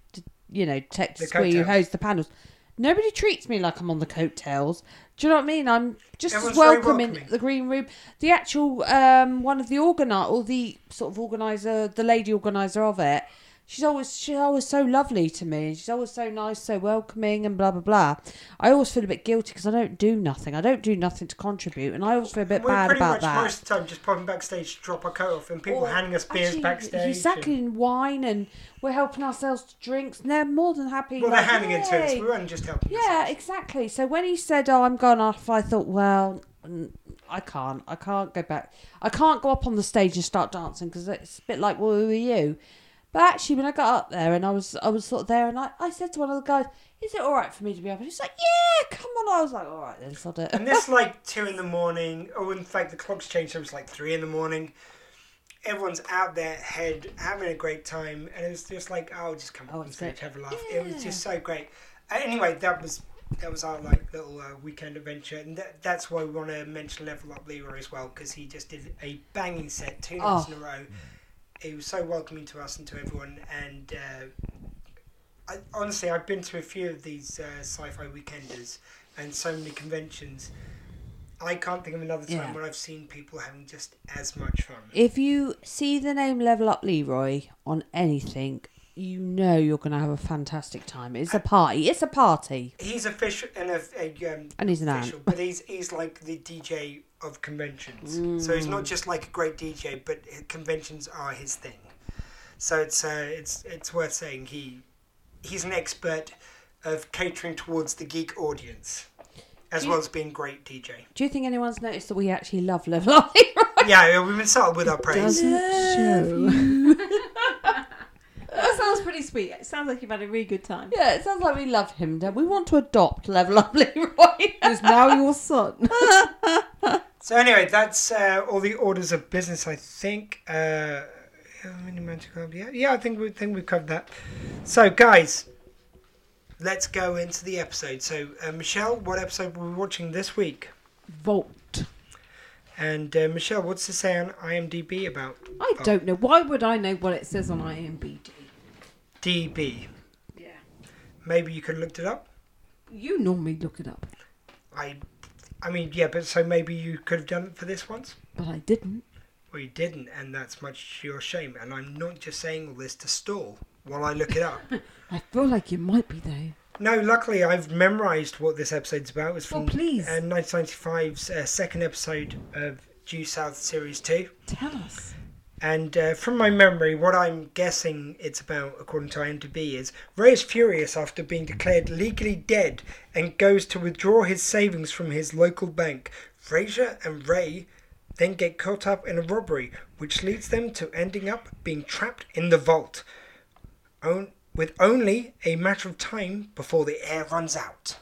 you know
The
Detective Squee who
coattails.
hosts the panels, nobody treats me like I'm on the coattails. Do you know what I mean? I'm just as
Everyone's very
welcome in
welcoming.
the green room. The actual um, one of the organi or the sort of organizer, the lady organizer of it. She's always she's always so lovely to me. She's always so nice, so welcoming, and blah blah blah. I always feel a bit guilty because I don't do nothing. I don't do nothing to contribute, and I always feel a bit
we were
bad
pretty
about
much
that.
most of the time just popping backstage to drop our coat off and people
Or
handing us beers
actually,
backstage.
Exactly,
and-
and wine, and we're helping ourselves to drinks, and they're more than happy.
well, they're
like,
handing it to us.
"Yay."
We weren't just helping
Yeah,
ourselves.
exactly. So when he said, "Oh, I'm going off," I thought, "Well, mm, I can't. I can't go back. I can't go up on the stage and start dancing because it's a bit like, well, who are you?" But actually, when I got up there and I was, I was sort of there, and I, I said to one of the guys, "Is it all right for me to be up?" And he's like, "Yeah, come on." I was like, "All right then, sod it."
And this like two in the morning. Oh, in fact, the clocks changed, so it was like three in the morning. Everyone's out there, head having a great time, and it was just like, oh, just come
Oh,
on
it's
stage,
great.
have a laugh. It was just so great. Uh, Anyway, that was that was our like little uh, weekend adventure, and that, that's why we want to mention Level Up Leroy as well because he just did a banging set two nights
Oh.
in a row. He was so welcoming to us and to everyone, and. Uh, I, honestly, I've been to a few of these uh, sci-fi weekenders and so many conventions. I can't think of another time
Yeah.
when I've seen people having just as much fun.
If you see the name Level Up Leroy on anything, you know you're going to have a fantastic time. It's a party. It's a party.
He's official and a, a um,
And he's an ant.
official, but he's he's like the DJ of conventions. So he's
Mm.
not just like a great DJ, but h- conventions are his thing. So it's uh, it's it's worth saying he he's an expert of catering towards the geek audience. as well as being great DJ.
Do you think anyone's noticed that we actually love Love Live?
Yeah, we've been started with our praise.
Doesn't show. that sounds pretty sweet. It sounds like you've had a really good time.
yeah, it sounds like we love him. Don't we want to adopt Love Love Leroy?
Who's now your son?
So anyway, that's uh, all the orders of business. I think. Uh, Mini Magic Club, yeah, yeah. I think we think we covered that. So guys, let's go into the episode. So uh, Michelle, what episode were we watching this week?
Vault.
And uh, Michelle, what's to say on IMDb about
I don't know. Why would I know what it says on IMBD?
DB?
Yeah.
Maybe you could have looked it up.
You normally look it up,
I, I mean, yeah, but so maybe you could have done it for this once.
but I didn't.
Well, you didn't, and that's much to your shame. And I'm not just saying all this to stall while I look it up.
I feel like you might be though.
no, luckily I've memorised what this episode's about. It's
Oh,
from
please.
Uh, 1995's uh, second episode of Due South Series 2.
Tell us.
And uh, from my memory, what I'm guessing it's about, according to IMDb, is Ray is furious after being declared legally dead and goes to withdraw his savings from his local bank. Fraser and Ray then get caught up in a robbery, which leads them to ending up being trapped in the vault, on- with only a matter of time before the air runs out.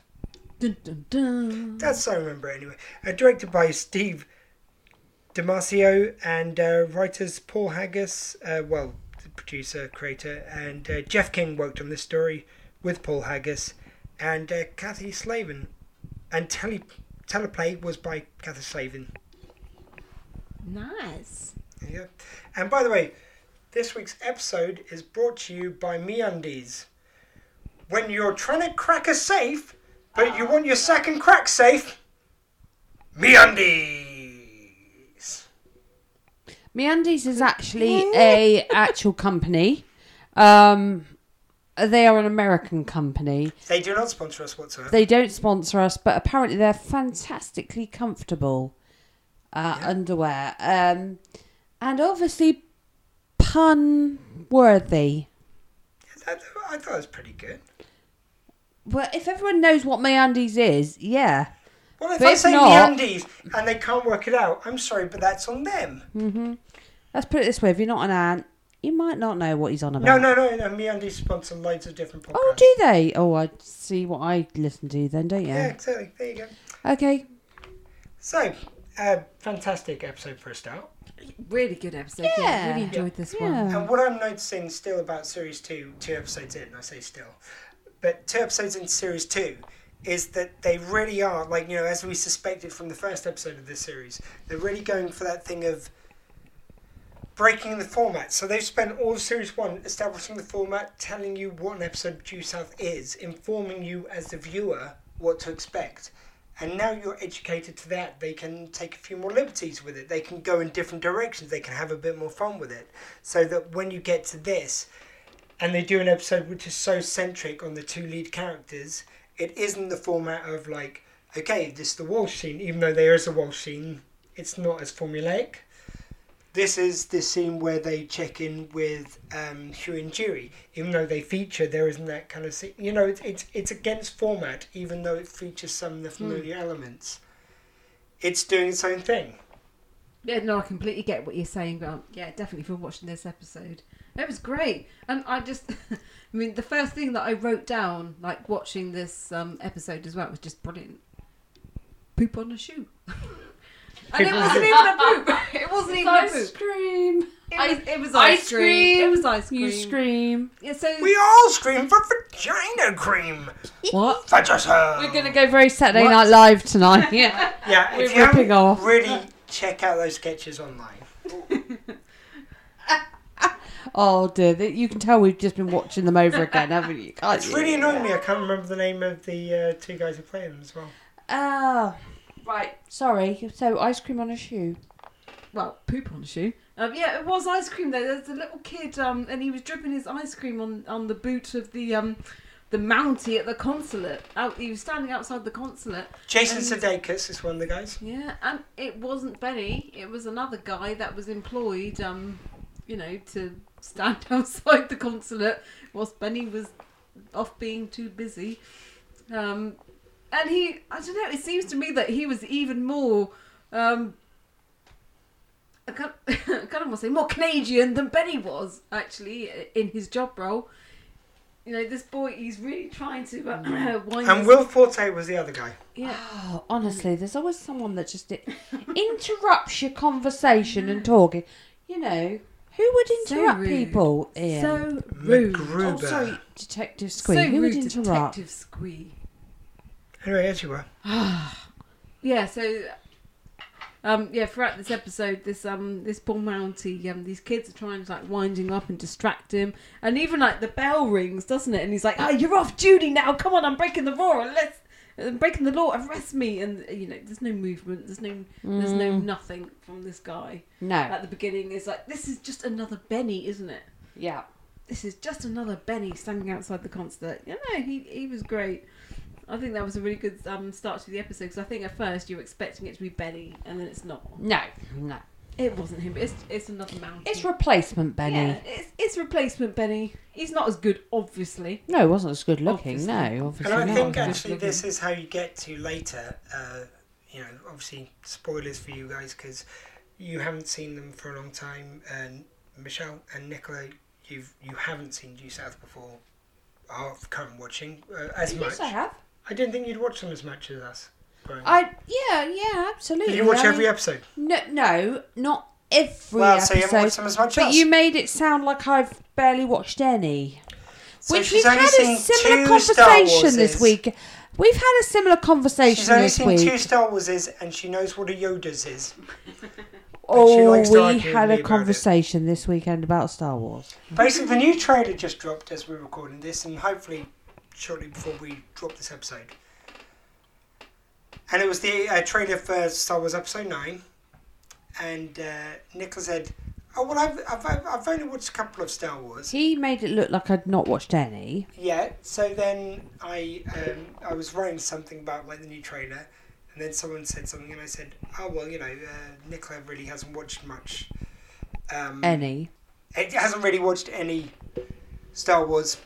Dun, dun, dun.
That's I remember anyway. Uh, directed by Steve DiMasio and uh, writers Paul Haggis, uh, well, the producer, creator, and uh, Jeff King worked on this story with Paul Haggis and uh, Kathy Slavin. And tele- teleplay was by Kathy Slavin.
Nice.
There you go. And by the way, this week's episode is brought to you by MeUndies. When you're trying to crack a safe, but you want your second crack safe, MeUndies.
MeUndies is actually a actual company. Um, they are an American company.
They do not sponsor us whatsoever.
They don't sponsor us, but apparently they're fantastically comfortable uh, underwear, um, and obviously pun worthy.
That- I thought it was pretty good.
Well, if everyone knows what MeUndies is, yeah.
Well, if
But
I
if
say
not-
MeUndies and they can't work it out, I'm sorry, but that's on them.
Mm. Let's put it this way: if you're not an ant, you might not know what he's on about.
No, no, no, no. MeUndies sponsor loads of different podcasts.
Oh, do they? Oh, I see what I listen to then, don't you?
Yeah, exactly. There you go.
Okay.
So, uh, fantastic episode for a start.
Really good episode. Yeah.
Yeah.
Really enjoyed this one.
Yeah.
And what I'm noticing still about series two, two episodes in, I say still, but two episodes in series two, is that they really are, like, you know, as we suspected from the first episode of this series, they're really going for that thing of breaking the format. So they've spent all of series one establishing the format, telling you what an episode of Due South is, informing you as the viewer what to expect. And now you're educated to that, they can take a few more liberties with it. They can go in different directions. They can have a bit more fun with it. So that when you get to this, and they do an episode which is so centric on the two lead characters, it isn't the format of like, okay, this is the Walsh scene, even though there is a Walsh scene, it's not as formulaic. This is the scene where they check in with um, Hugh and Dewey. Even though they feature, there isn't that kind of scene. You know, it's, it's, it's against format, even though it features some of the familiar elements. It's doing its own thing.
Yeah, no, I completely get what you're saying, but um, yeah, definitely for watching this episode. It was great. And I just, I mean, the first thing that I wrote down, like watching this um, episode as well, was just brilliant. Poop on a shoe. and it wasn't even a poop. It wasn't even a poop.
cream.
It was, it was
Ice
ice, cream.
cream.
It was ice cream.
You scream.
Yeah, so
We all scream for vagina cream.
What?
Fudge us home.
We're gonna go very Saturday
What?
Night Live tonight. yeah.
Yeah,
We're
if you haven't
ripping off.
really check out those sketches online.
Oh dear, th- you can tell we've just been watching them over again, haven't you? Can't
It's
you?
really annoying me. I can't remember the name of the uh, two guys who play them as well.
Oh, right. Sorry. So ice cream on a shoe.
well, poop on a shoe. Um, yeah, it was ice cream though. There's a little kid, um, and he was dripping his ice cream on, on the boot of the um, the Mountie at the consulate. Out, he was standing outside the consulate.
Um,
Jason
And-
Sudeikis is one of the guys.
Yeah, and it wasn't Benny. It was another guy that was employed, um, you know, to stand outside the consulate whilst Benny was off being too busy. Um, and he, I don't know. It seems to me that he was even more. Um, I can't, I can't almost say more Canadian than Benny was actually in his job role. You know, this boy, he's really trying to uh, wind.
And
this-
Will Forte was the other guy.
yeah,
Oh, honestly, there's always someone that just i- interrupts your conversation and talking. You know, who would
So
interrupt
rude.
people? Ian?
so rude.
McGruber.
Oh, sorry, Detective
So
Squee. who would
rude,
interrupt?
Detective Squee.
Anyway, yes, you were.
Yeah, so um yeah, throughout this episode this um this Paul Mounty, um these kids are trying to like wind him up and distract him. And even like the bell rings, doesn't it? And he's like, Oh, you're off duty now, come on, I'm breaking the law and let's I'm breaking the law, arrest me and you know, there's no movement, there's no there's
Mm.
no nothing from this guy.
No.
At the beginning it's like this is just another Benny, isn't it?
Yeah.
this is just another Benny standing outside the concert. You know, he, he was great. I think that was a really good um, start to the episode because I think at first you were expecting it to be Benny and then it's not.
No. No.
It wasn't him. It's it's another mountain.
It's replacement Benny.
yeah, it's, it's replacement Benny. He's not as good, obviously.
No, it wasn't as good looking.
Obviously.
No,
And
obviously
I
not.
think
no, I'm
actually
just
this is how you get to later. Uh, you know, obviously spoilers for you guys because you haven't seen them for a long time, and Michelle and Nicola, you've you haven't seen Due South before. Are current watching uh, as
Yes,
much.
I have.
I didn't think you'd watch them as much as us. growing up.
I yeah yeah absolutely.
Did you watch
I
every
mean,
episode?
No, no, not every
Well, so
episode.
you haven't watched them as much
but
as-
you made it sound like I've barely watched any.
So
Which
she's
we've
only
had a
seen
similar
two Star
conversation this
Warses.
week. We've had a similar conversation
She's only
this
seen
week.
two Star Warses, and she knows what a Yoda's is. she
oh,
likes to
we
argue with
had
me
a
about it.
conversation this weekend about Star Wars.
Basically, the new trailer just dropped as we're recording this, and hopefully, shortly before we drop this episode. And it was the uh, trailer for Star Wars Episode 9. And uh, Nicola said, Oh, well, I've, I've, I've- I've only watched a couple of Star Wars.
He made it look like I'd not watched any.
Yeah, so then I, um, I was writing something about like the new trailer, and then someone said something, and I said, Oh, well, you know, uh, Nicola really hasn't watched much. Um,
Any.
it hasn't really watched any Star Wars,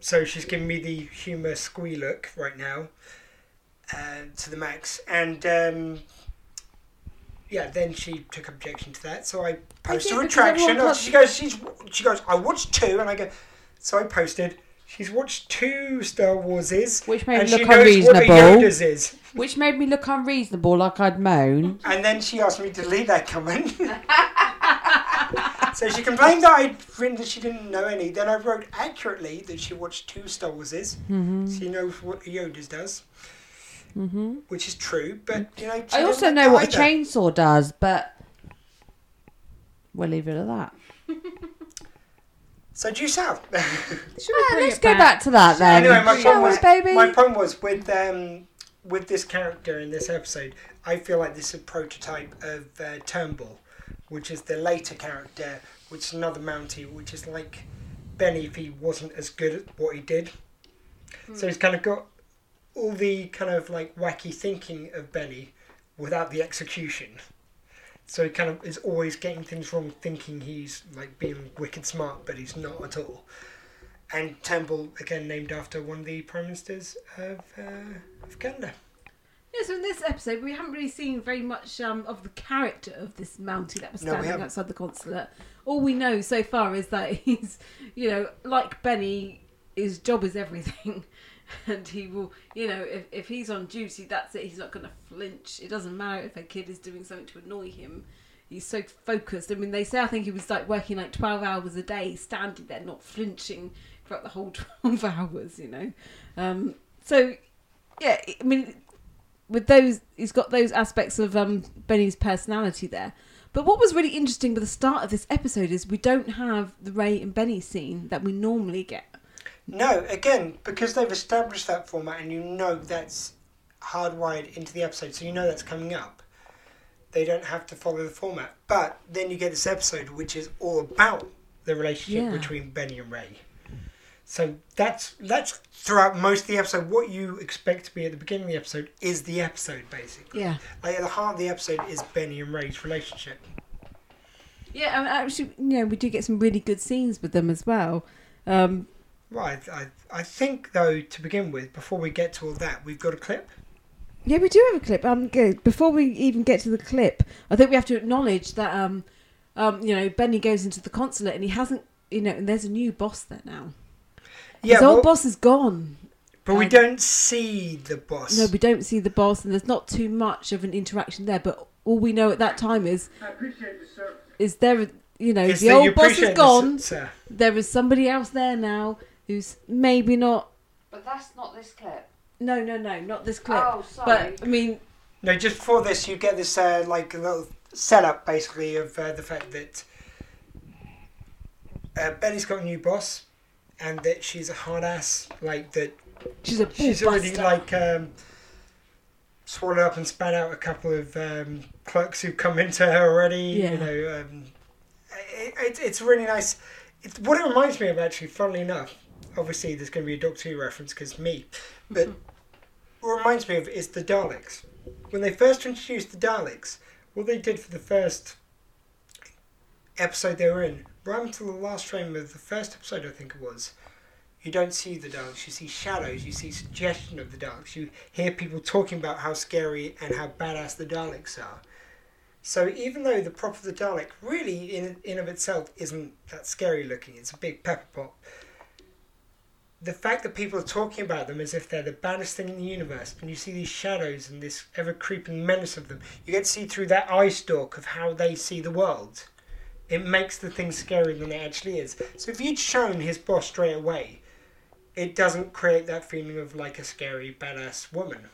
so she's giving me the humour squee look right now uh, to the max. And um, yeah, then she took objection to that, so I posted
did,
a
because
retraction.
everyone
Oh,
was-
she goes, she's she goes, I watched two, and I go, so I posted. She's watched two Star Warses,
Which made
and she
it look
knows
unreasonable.
what a Yoda's is.
Which made me look unreasonable, like I'd moan.
And then she asked me to delete that comment. so she complained that I'd written that she didn't know any. Then I wrote accurately that she watched two Star Warses.
Mm-hmm.
She knows what Yoda's does. Mm-hmm. Which is true, but you know. she
I
didn't
also
like
know
that
what a
either.
chainsaw does, but we'll leave it at that.
So due south.
Should
Ah, let's go back to that then.
anyway, my
Um, Shall
point was
we, baby.
my point was with um with this character in this episode, I feel like this is a prototype of uh, Turnbull, which is the later character, which is another Mountie, which is like Benny if he wasn't as good at what he did. So
Hmm.
he's kind of got all the kind of like wacky thinking of Benny without the execution. So he kind of is always getting things wrong, thinking he's like being wicked smart, but he's not at all. And Turnbull, again named after one of the prime ministers of, uh, of Canada.
Yeah, so in this episode, we haven't really seen very much um, of the character of this Mountie that was
No, we
standing
haven't.
outside the consulate. All we know so far is that he's, you know, like Benny, his job is everything. And he will, you know, if, if he's on duty, that's it. He's not going to flinch. It doesn't matter if a kid is doing something to annoy him. He's so focused. I mean, they say I think he was like working like 12 hours a day, standing there, not flinching throughout the whole 12 hours, you know. Um, so, yeah, I mean, with those he's got those aspects of um, Benny's personality there. But what was really interesting with the start of this episode is we don't have the Ray and Benny scene that we normally get.
No, again, because they've established that format and you know that's hardwired into the episode, so you know that's coming up. They don't have to follow the format. But then you get this episode, which is all about the relationship
Yeah.
between Benny and Ray. So that's that's throughout most of the episode. What you expect to be at the beginning of the episode is the episode, basically.
Yeah.
Like at the heart of the episode is Benny and Ray's relationship.
Yeah, and actually, you know, we do get some really good scenes with them as well. Um,
Right, I, I think though to begin with, before we get to all that, we've got a clip.
Yeah, we do have a clip. Um, g- before we even get to the clip, I think we have to acknowledge that um, um, you know, Benny goes into the consulate and he hasn't, you know, and there's a new boss there now. His old
well,
boss is gone.
but we
um,
don't see the boss.
No, we don't see the boss, and there's not too much of an interaction there. But all we know at that time is
I appreciate the service.
is there, you know,
It's
the
that you
old boss
appreciate
is
this,
gone.
sir.
there is somebody else there now who's maybe not.
But that's not this clip.
No, no, no, not this clip.
Oh, sorry.
But I mean,
No, just before this, you get this uh, like a little setup basically of uh, the fact that uh, Benny's got a new boss, and that she's a hard ass. Like that,
she's a
she's
bullbuster.
already like um, swallowed up and spat out a couple of um, clerks who've come into her already.
Yeah.
You know, um, it, it, it's really nice. It's what it reminds me of actually. Funnily enough, obviously there's going to be a Doctor Who reference because me, but what it reminds me of is the Daleks. When they first introduced the Daleks, what they did for the first episode they were in, right until the last frame of the first episode, I think it was, you don't see the Daleks, you see shadows, you see suggestion of the Daleks, you hear people talking about how scary and how badass the Daleks are. So even though the prop of the Dalek really in in of itself isn't that scary looking, it's a big pepper pot. The fact that people are talking about them as if they're the baddest thing in the universe, and you see these shadows and this ever creeping menace of them, you get to see through their eye stalk of how they see the world. It makes the thing scarier than it actually is. So if you'd shown his boss straight away, it doesn't create that feeling of like a scary badass woman.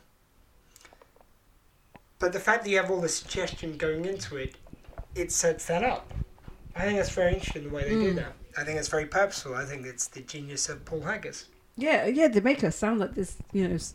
But the fact that you have all the suggestion going into it, it sets that up. I think that's very interesting the way they do that. I think it's very purposeful. I think it's the genius of Paul Haggis.
Yeah, yeah, they make her sound like this, you know, s-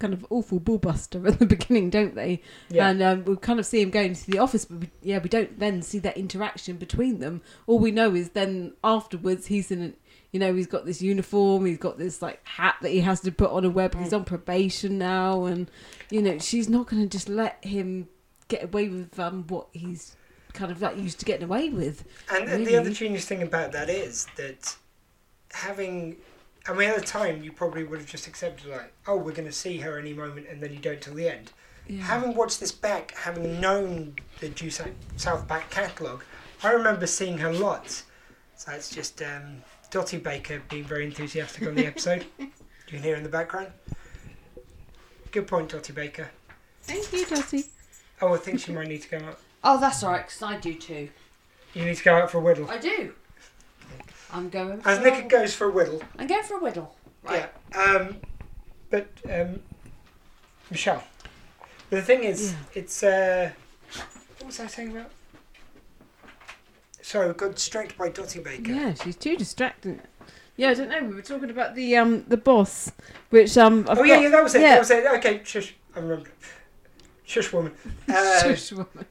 kind of awful bullbuster at the beginning, don't they?
Yeah.
And um, we kind of see him going to the office, but we, yeah, we don't then see that interaction between them. All we know is then afterwards he's in, an, you know, he's got this uniform, he's got this like hat that he has to put on a web. He's on probation now, and you know she's not going to just let him get away with um, what he's kind of like used to getting away with.
And and the
Really?
other genius thing about that is that having, I mean, at the time you probably would have just accepted like, oh, we're going to see her any moment, and then you don't till the end.
Yeah.
Having watched this back, having known the Due South- South back catalogue, I remember seeing her lots. So that's just um, Dottie Baker being very enthusiastic on the episode. you can hear in the background. Good point, Dottie Baker.
Thank you, Dottie.
Oh, I think she might need to go out.
Oh, that's alright, because I do too.
You need to go out for a whittle.
I do. I'm going for
As
a
Nick
whittle.
goes for a whittle.
I'm going for a whittle.
Yeah. Um, but um, Michelle, the thing is, it's uh, what was I saying about? Sorry, we got distracted by Dottie Baker.
Yeah, she's too distracting. Yeah, I don't know. We were talking about the um the boss, which um I've
Oh yeah,
got-
yeah, that was it.
Yeah.
That was it. Okay, shush. I remember. Shush, woman. Uh,
Shush, woman.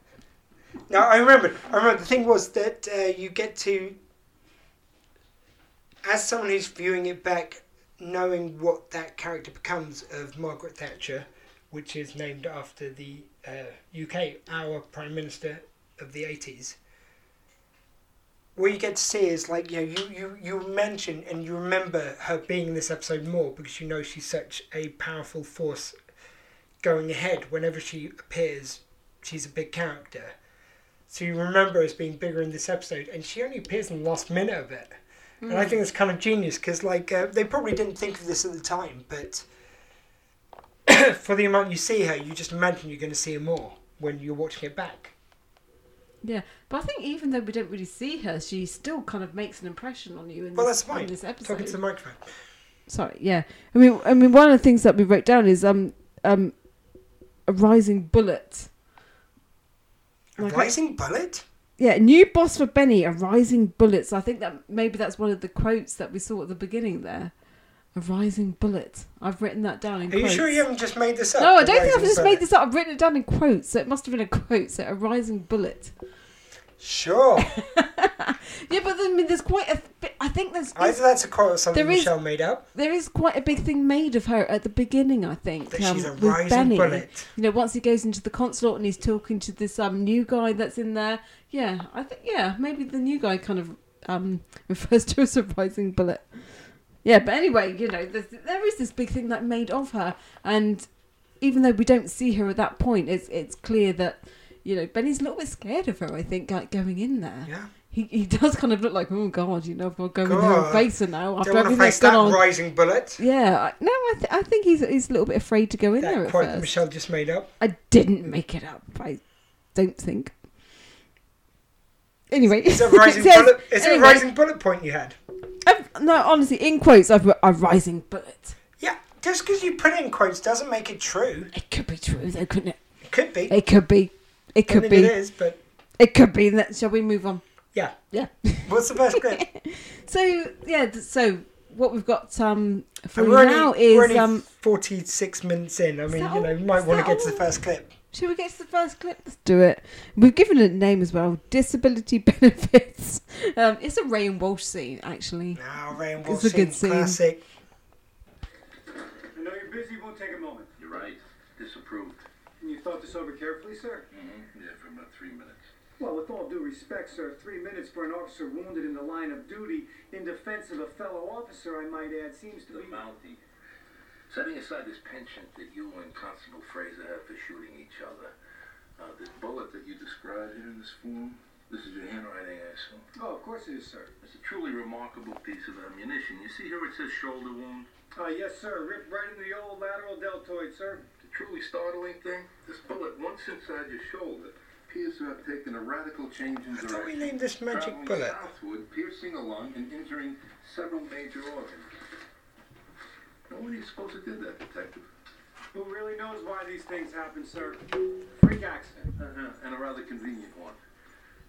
no, I remembered. I remember. The thing was that uh, you get to, as someone who's viewing it back, knowing what that character becomes of Margaret Thatcher, which is named after the uh, UK, our Prime Minister of the 80s. What you get to see is like you know you, you you mention and you remember her being in this episode more because you know she's such a powerful force going ahead. Whenever she appears, she's a big character. So you remember her as being bigger in this episode, and she only appears in the last minute of it. And
Hmm.
I think it's kind of genius because, like, uh, they probably didn't think of this at the time, but for the amount you see her, you just imagine you're going to see her more when you're watching it back.
Yeah, but I think even though we don't really see her, she still kind of makes an impression on you in,
Well, that's
this,
fine.
on this episode.
Talking to the microphone.
Sorry, yeah. I mean, I mean, one of the things that we wrote down is um um a rising bullet.
A
Like,
Rising bullet?
Yeah, new boss for Benny, a rising bullet. So I think that maybe that's one of the quotes that we saw at the beginning there. A rising bullet. I've written that down in
Are you
quotes.
sure you haven't just made this up?
No, I
A
don't think I've
rising
just made
bullet?
this up. I've written it down in quotes, so it must have been a quote. So a rising bullet.
Sure.
Yeah, but I mean, there's quite a. bit- I think there's
Either that's a quote or something
There is-
Michelle made up.
there is quite a big thing made of her at the beginning. I think um,
That she's a
with
rising bullet.
You know, once he goes into the consulate and he's talking to this um new guy that's in there. Yeah, I think yeah, maybe the new guy kind of um refers to her as a rising bullet. Yeah, but anyway, you know, there's, there is this big thing like made of her, and even though we don't see her at that point, it's it's clear that you know Benny's a little bit scared of her. I think like going in there,
Yeah.
he he does kind of look like oh god, you know, if I go in there
God.
and face her now after
Don't want to
everything
face
that's
that
gone on.
rising bullet.
Yeah, I- no, I th- I think he's he's a little bit afraid to go in there
That
at
quote
first.
Michelle just made up.
I didn't make it up. I don't think. Anyway,
Is that a rising
Yes,
bullet? Is it a
anyway,
rising bullet point you had?
I've- no, honestly, in quotes, I've put a rising bullet.
Yeah. Just because you put it in quotes doesn't make it true.
It could be true, though, couldn't it?
It could be.
It could be. It
I don't think
could be.
it is, but
It could be. That shall we move on?
yeah.
Yeah.
What's the best clip?
so yeah. th- So what we've got um for
And
you
we're only,
now
we're
is
only
um.
46 minutes in. I mean,
that
you know,
all?
you might
Is
want to
that
get to the
all?
first clip.
Should we get to the first clip? Let's do it. We've given it a name as well. Disability benefits. Um, it's a Ray and Walsh scene actually.
Now, Rain
It's a
Wilson,
good scene.
classic.
I know you're busy, won't take a moment.
You're right. Disapproved.
And you thought this over carefully, sir?
Mm-hmm. Yeah, for about three minutes.
Well, with all due respect, sir, three minutes for an officer wounded in the line of duty in defense of a fellow officer, I might add, seems to
The
be.
bounty. Setting aside this penchant that you and Constable Fraser have for shooting each other, uh, this bullet that you described here in this form, this is your handwriting, I assume.
Oh, of course it is, sir.
It's a truly remarkable piece of ammunition. You see here it says shoulder wound.
Uh, yes, sir. Ripped right into the old lateral deltoid, sir.
The truly startling thing, this bullet, once inside your shoulder, appears to have taken a radical change in
I
direction.
thought we named this magic bullet.
traveling Southward, piercing a lung and injuring several major organs. Nobody's supposed to did that, detective.
Who really knows why these things happen, sir? Freak accident.
Uh-huh. And a rather convenient one.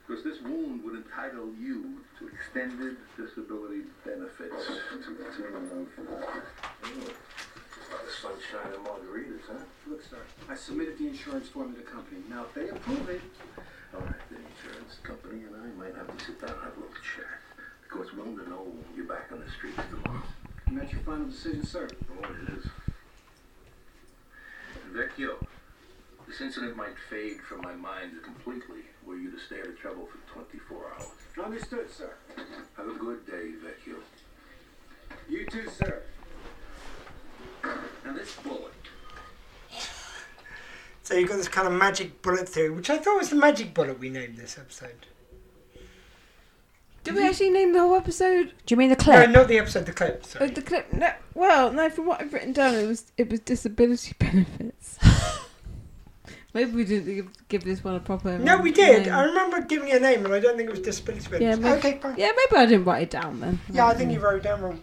Because this wound would entitle you to extended disability benefits. To the tune of, uh, a lot of sunshine and margaritas, huh?
Look, sir, I submitted the insurance form to the company. Now, if they approve it,
All right, the insurance company and I might have to sit down and have a little chat. Because when to know you're back on the streets tomorrow.
and that's your final decision, sir.
Oh, it is. Vecchio, this incident might fade from my mind completely were you to stay out of trouble for 24 hours.
Understood, sir.
Have a good day, Vecchio.
You too, sir.
Now this bullet.
So you've got this kind of magic bullet theory, which I thought was the magic bullet we named this episode. Mm-hmm.
Did we actually name the whole episode?
Do you mean the
No,
clip?
not the episode, the clip.
Oh,
Sorry.
the clip? No. Well, no. From what I've written down, it was it was disability benefits. Maybe we didn't give, give this one a proper.
No, we did.
name.
I remember giving it a name, and I don't think it was disability
Yeah,
benefits.
maybe-
okay, fine. Yeah.
Yeah, maybe I didn't write it down then.
I think you wrote it down wrong.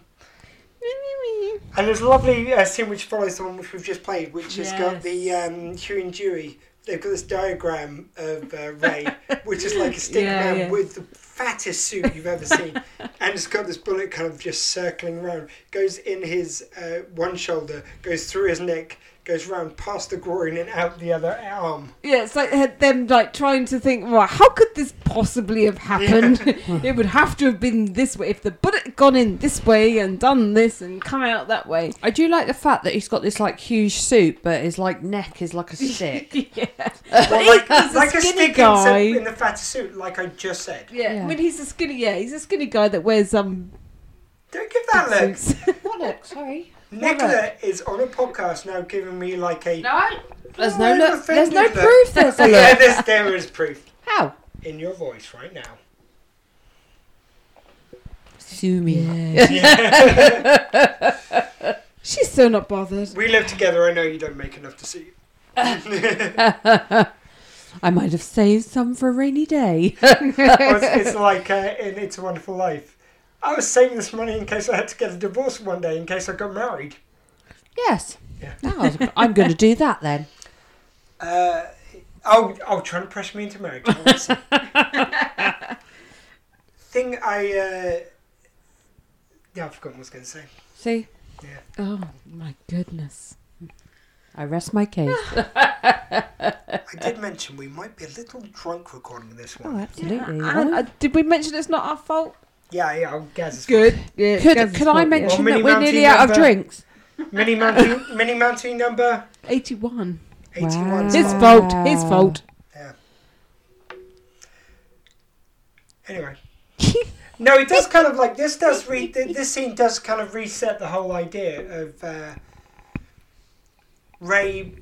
And there's a lovely uh, scene which follows the one which we've just played, which has got
Yes.
the um, Hugh and Dewey. They've got this diagram of uh, Ray, which is like a stick
Yeah,
man
yeah.
with the fattest suit you've ever seen, and it's got this bullet kind of just circling around, goes in his uh, one shoulder, goes through his neck, goes round past the groin and out the other arm.
Yeah, it's like had them like trying to think, well, how could this possibly have happened? it would have to have been this way. If the bullet had gone in this way and done this and come out that way.
I do like the fact that he's got this like huge suit, but his like neck is like a stick.
yeah.
Well, like,
he's a
like a
skinny
stick in,
guy.
some- in the fattest suit, like I just said.
yeah,
Yeah.
I mean he's a skinny yeah, he's a skinny guy that wears um
Don't give that look.
suits.
what look? Sorry.
Nicola is on a podcast now giving me like a.
No. There's no
I'm
look. There's no
offended, look.
proof. There's a
Yeah,
look.
this, there is proof
How?
in your voice right now.
Sue me.
She's so not bothered.
We live together, I know you don't make enough to see.
I might have saved some for a rainy day.
it's, it's like uh, in It's a Wonderful Life. I was saving this money in case I had to get a divorce one day, in case I got married.
yes.
Yeah.
No, I'm going to do that then.
Uh, oh, oh, trying to press me into marriage. I wanna see. Thing I. Uh, yeah, I've forgotten what I was going to say.
See,
Oh my goodness.
I rest my case.
Ah, I did mention we might be a little drunk recording this
oh,
one.
absolutely. Oh.
And, uh, did we mention it's not our fault?
Yeah, yeah, oh, I'll guess it's
Good. Yeah,
could could I mention
Mini
that we're
Mountain
nearly out of
number.
drinks?
Mini Mountain, Mini Mountain number
eighty one?
81.
Wow.
It's
His
on-
fault. His fault.
Anyway, No, it does kind of like this. Does re- th- this scene does kind of reset the whole idea of uh, Ray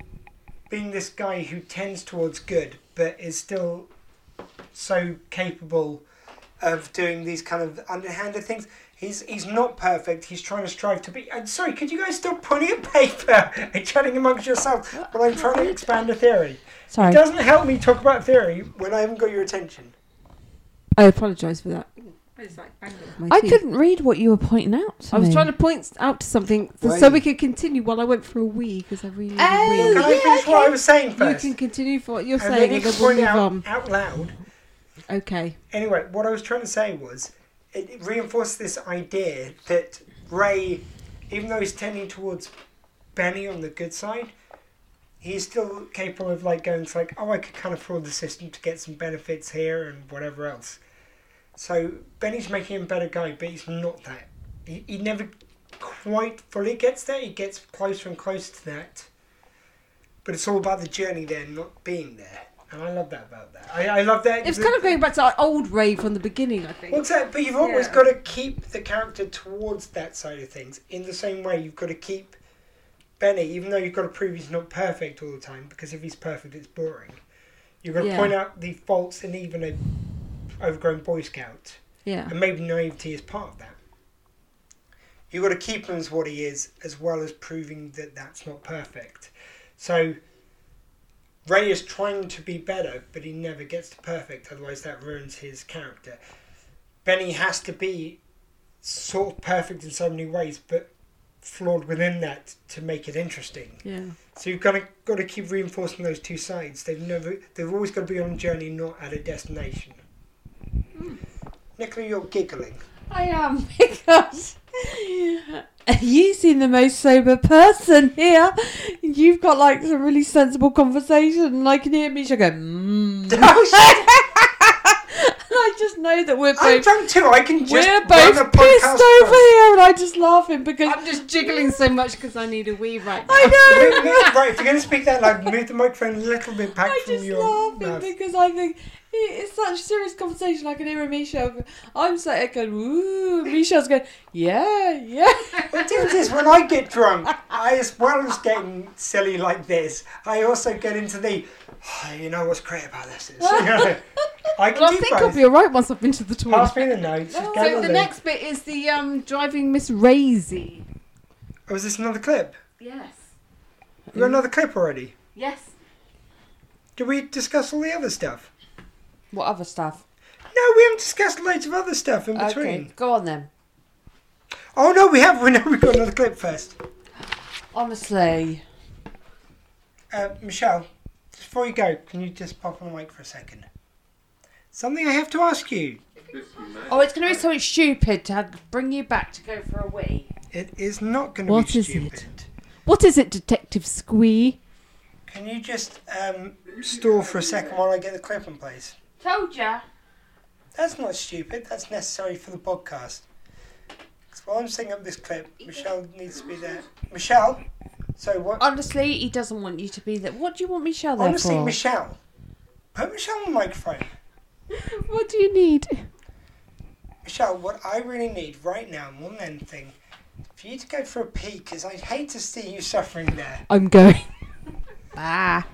being this guy who tends towards good, but is still so capable of doing these kind of underhanded things. He's he's not perfect. He's trying to strive to be. I'm sorry. Could you guys stop pointing at paper and chatting amongst yourselves while I'm trying to expand a theory? It
Sorry.
doesn't help me talk about theory when I haven't got your attention.
I apologise for that. My
I
teeth.
couldn't read what you were pointing out. To
I was
me.
trying to point out to something so, so
Wait.
we could continue while I went for a wee because I really need
Oh,
a wee.
Can I
Yeah,
finish what I
okay.
was saying
You
first?
can continue for what you're
and then
saying
you
and then
can
we'll
point
move
out
on.
out loud.
Okay.
Anyway, what I was trying to say was it it reinforced this idea that Ray, even though he's tending towards Benny on the good side, he's still capable of like going to like, oh, I could kind of fraud the system to get some benefits here and whatever else. So Benny's making him a better guy, but he's not that. He, he never quite fully gets there. He gets closer and closer to that. But it's all about the journey there, not being there. And I love that about that. I, I love that.
It's
the-
kind of going back to our old Ray from the beginning, I
well,
think.
exactly, but you've always
Yeah.
got to keep the character towards that side of things. In the same way, you've got to keep Benny, even though you've got to prove he's not perfect all the time, because if he's perfect, it's boring. You've got to
Yeah.
point out the faults in even a overgrown Boy Scout,
Yeah.
and maybe naivety is part of that. You've got to keep him as what he is, as well as proving that that's not perfect. So. Ray is trying to be better, but he never gets to perfect, otherwise, that ruins his character. Benny has to be sort of perfect in so many ways, but flawed within that to make it interesting.
Yeah.
So you've got to got to keep reinforcing those two sides. They've never they've always got to be on a journey, not at a destination. Nicola, you're giggling.
I am because you seem the most sober person here. You've got like some really sensible conversation, and I can hear Misha go. Mm. and
Oh, shit.
I just know that we're
I'm
both
drunk too. I can just
we're
run a
both
podcast.
pissed over
from-
here, and I'm just laughing because
I'm just jiggling so much because I need a wee right now.
I know.
Move- move- right, if you're going to speak that loud, move the microphone a little bit back
I
from
just
your
laughing
mouth.
because I think it- it's such serious conversation. I can hear Misha. I'm sat here going, "Ooh," Misha's going, "Yeah, yeah."
The thing is, when I get drunk, I, as well as getting silly like this, I also get into the, "Oh, you know what's great about this is. You know, I can
Well, I
do
think I'll
both.
be alright once I've been to the toilet.
Pass me the notes. just go
So
with
the
it.
next bit is the um, driving Miss Raisy.
Oh, is this another clip?
Yes.
We got another clip already.
Yes.
Did we discuss all the other stuff?
What other stuff?
No, we haven't discussed loads of other stuff in between.
Okay, go on then.
Oh no, we have. We know we've got another clip first.
Honestly.
Uh, Michelle, just before you go, can you just pop on the mic for a second? Something I have to ask you.
It's mad.
Oh, it's going to be something stupid to have, bring you back to go for a wee.
It is not going to
What
be
is it?
stupid.
What is it, Detective Squee?
Can you just um, stall for a second while I get the clip in place?
Told ya.
That's not stupid. That's necessary for the podcast. 'Cause while I'm setting up this clip, Michelle needs to be there. Michelle. So what?
Honestly, he doesn't want you to be there. What do you want Michelle there
Honestly,
for?
Michelle. Put Michelle on the microphone.
What do you need?
Michelle, what I really need right now, more than anything, for you to go for a pee, because I hate to see you suffering there.
I'm going.
ah.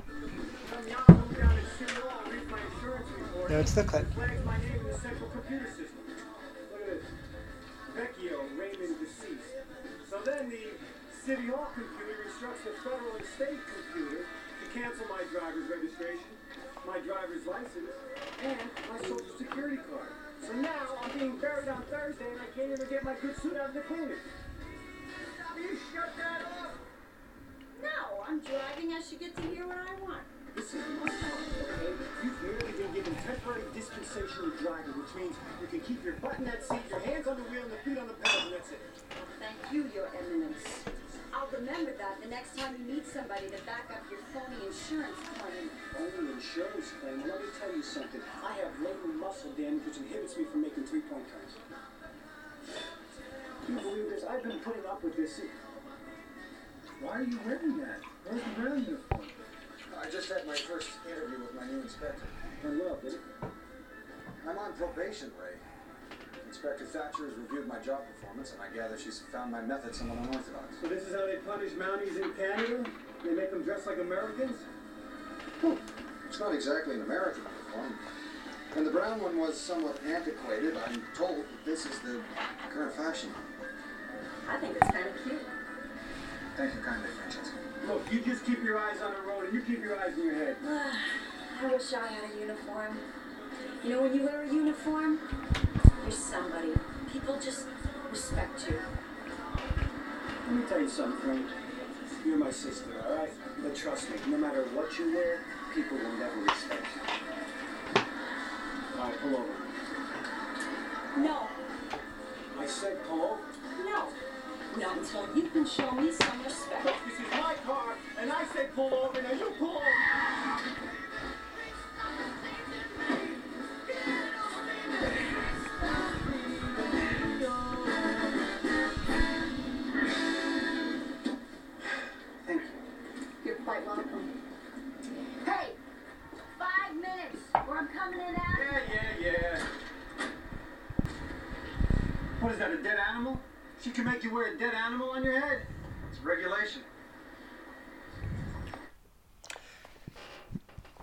I'm now going down to Sinwar and read my insurance report.
No, it's the clip.
Flags my name in the central computer system. Look at this. Vecchio, Raymond deceased. So then the city hall computer instructs the federal and state computer to cancel my driver's registration, my driver's license, and my social security card. So now I'm being buried on Thursday and I can't even get my good suit out of the cleaner. You shut that off!
No, I'm driving. I should get to hear what I want.
This is my fault, okay? You've merely been given temporary dispensation of driving, which means you can keep your butt in that seat, your hands on the wheel, and your feet on the pedal, and that's it.
Thank you, Your Eminence. I'll remember that the next time you need somebody to back up your phony insurance claim.
Only insurance claim. Well, let me tell you something. I have latent muscle damage, which inhibits me from making three-point turns. Can you believe this? I've been putting up with this. Why are you wearing that? Where's the brown uniform?
I just had my first interview with my new inspector.
I love it.
I'm on probation, Ray. Inspector Thatcher has reviewed my job performance, and I gather she's found my methods somewhat unorthodox.
So this is how they punish Mounties in Canada? They make them dress like Americans?
Hmm. It's not exactly an American uniform. And the brown one was somewhat antiquated. I'm told that this is the current fashion.
I think it's kind of cute.
Thank you kindly, Francesca.
Look, you just keep your eyes on the road and you keep your eyes in your head.
I wish I had a uniform. You know, when you wear a uniform, you're somebody. People just respect you.
Let me tell you something, Frank. You're my sister, all right? But trust me, no matter what you wear, people will never respect you. All right, pull over.
No,
I said pull.
no, not until you can show me some respect.
Look, this is my car, and I said pull over, and you pull over.
Thank you.
You're quite welcome. Hey, five minutes, or I'm coming in after.
Yeah, yeah, yeah. What is that, a dead animal? She can make you wear a dead animal on your head?
It's regulation.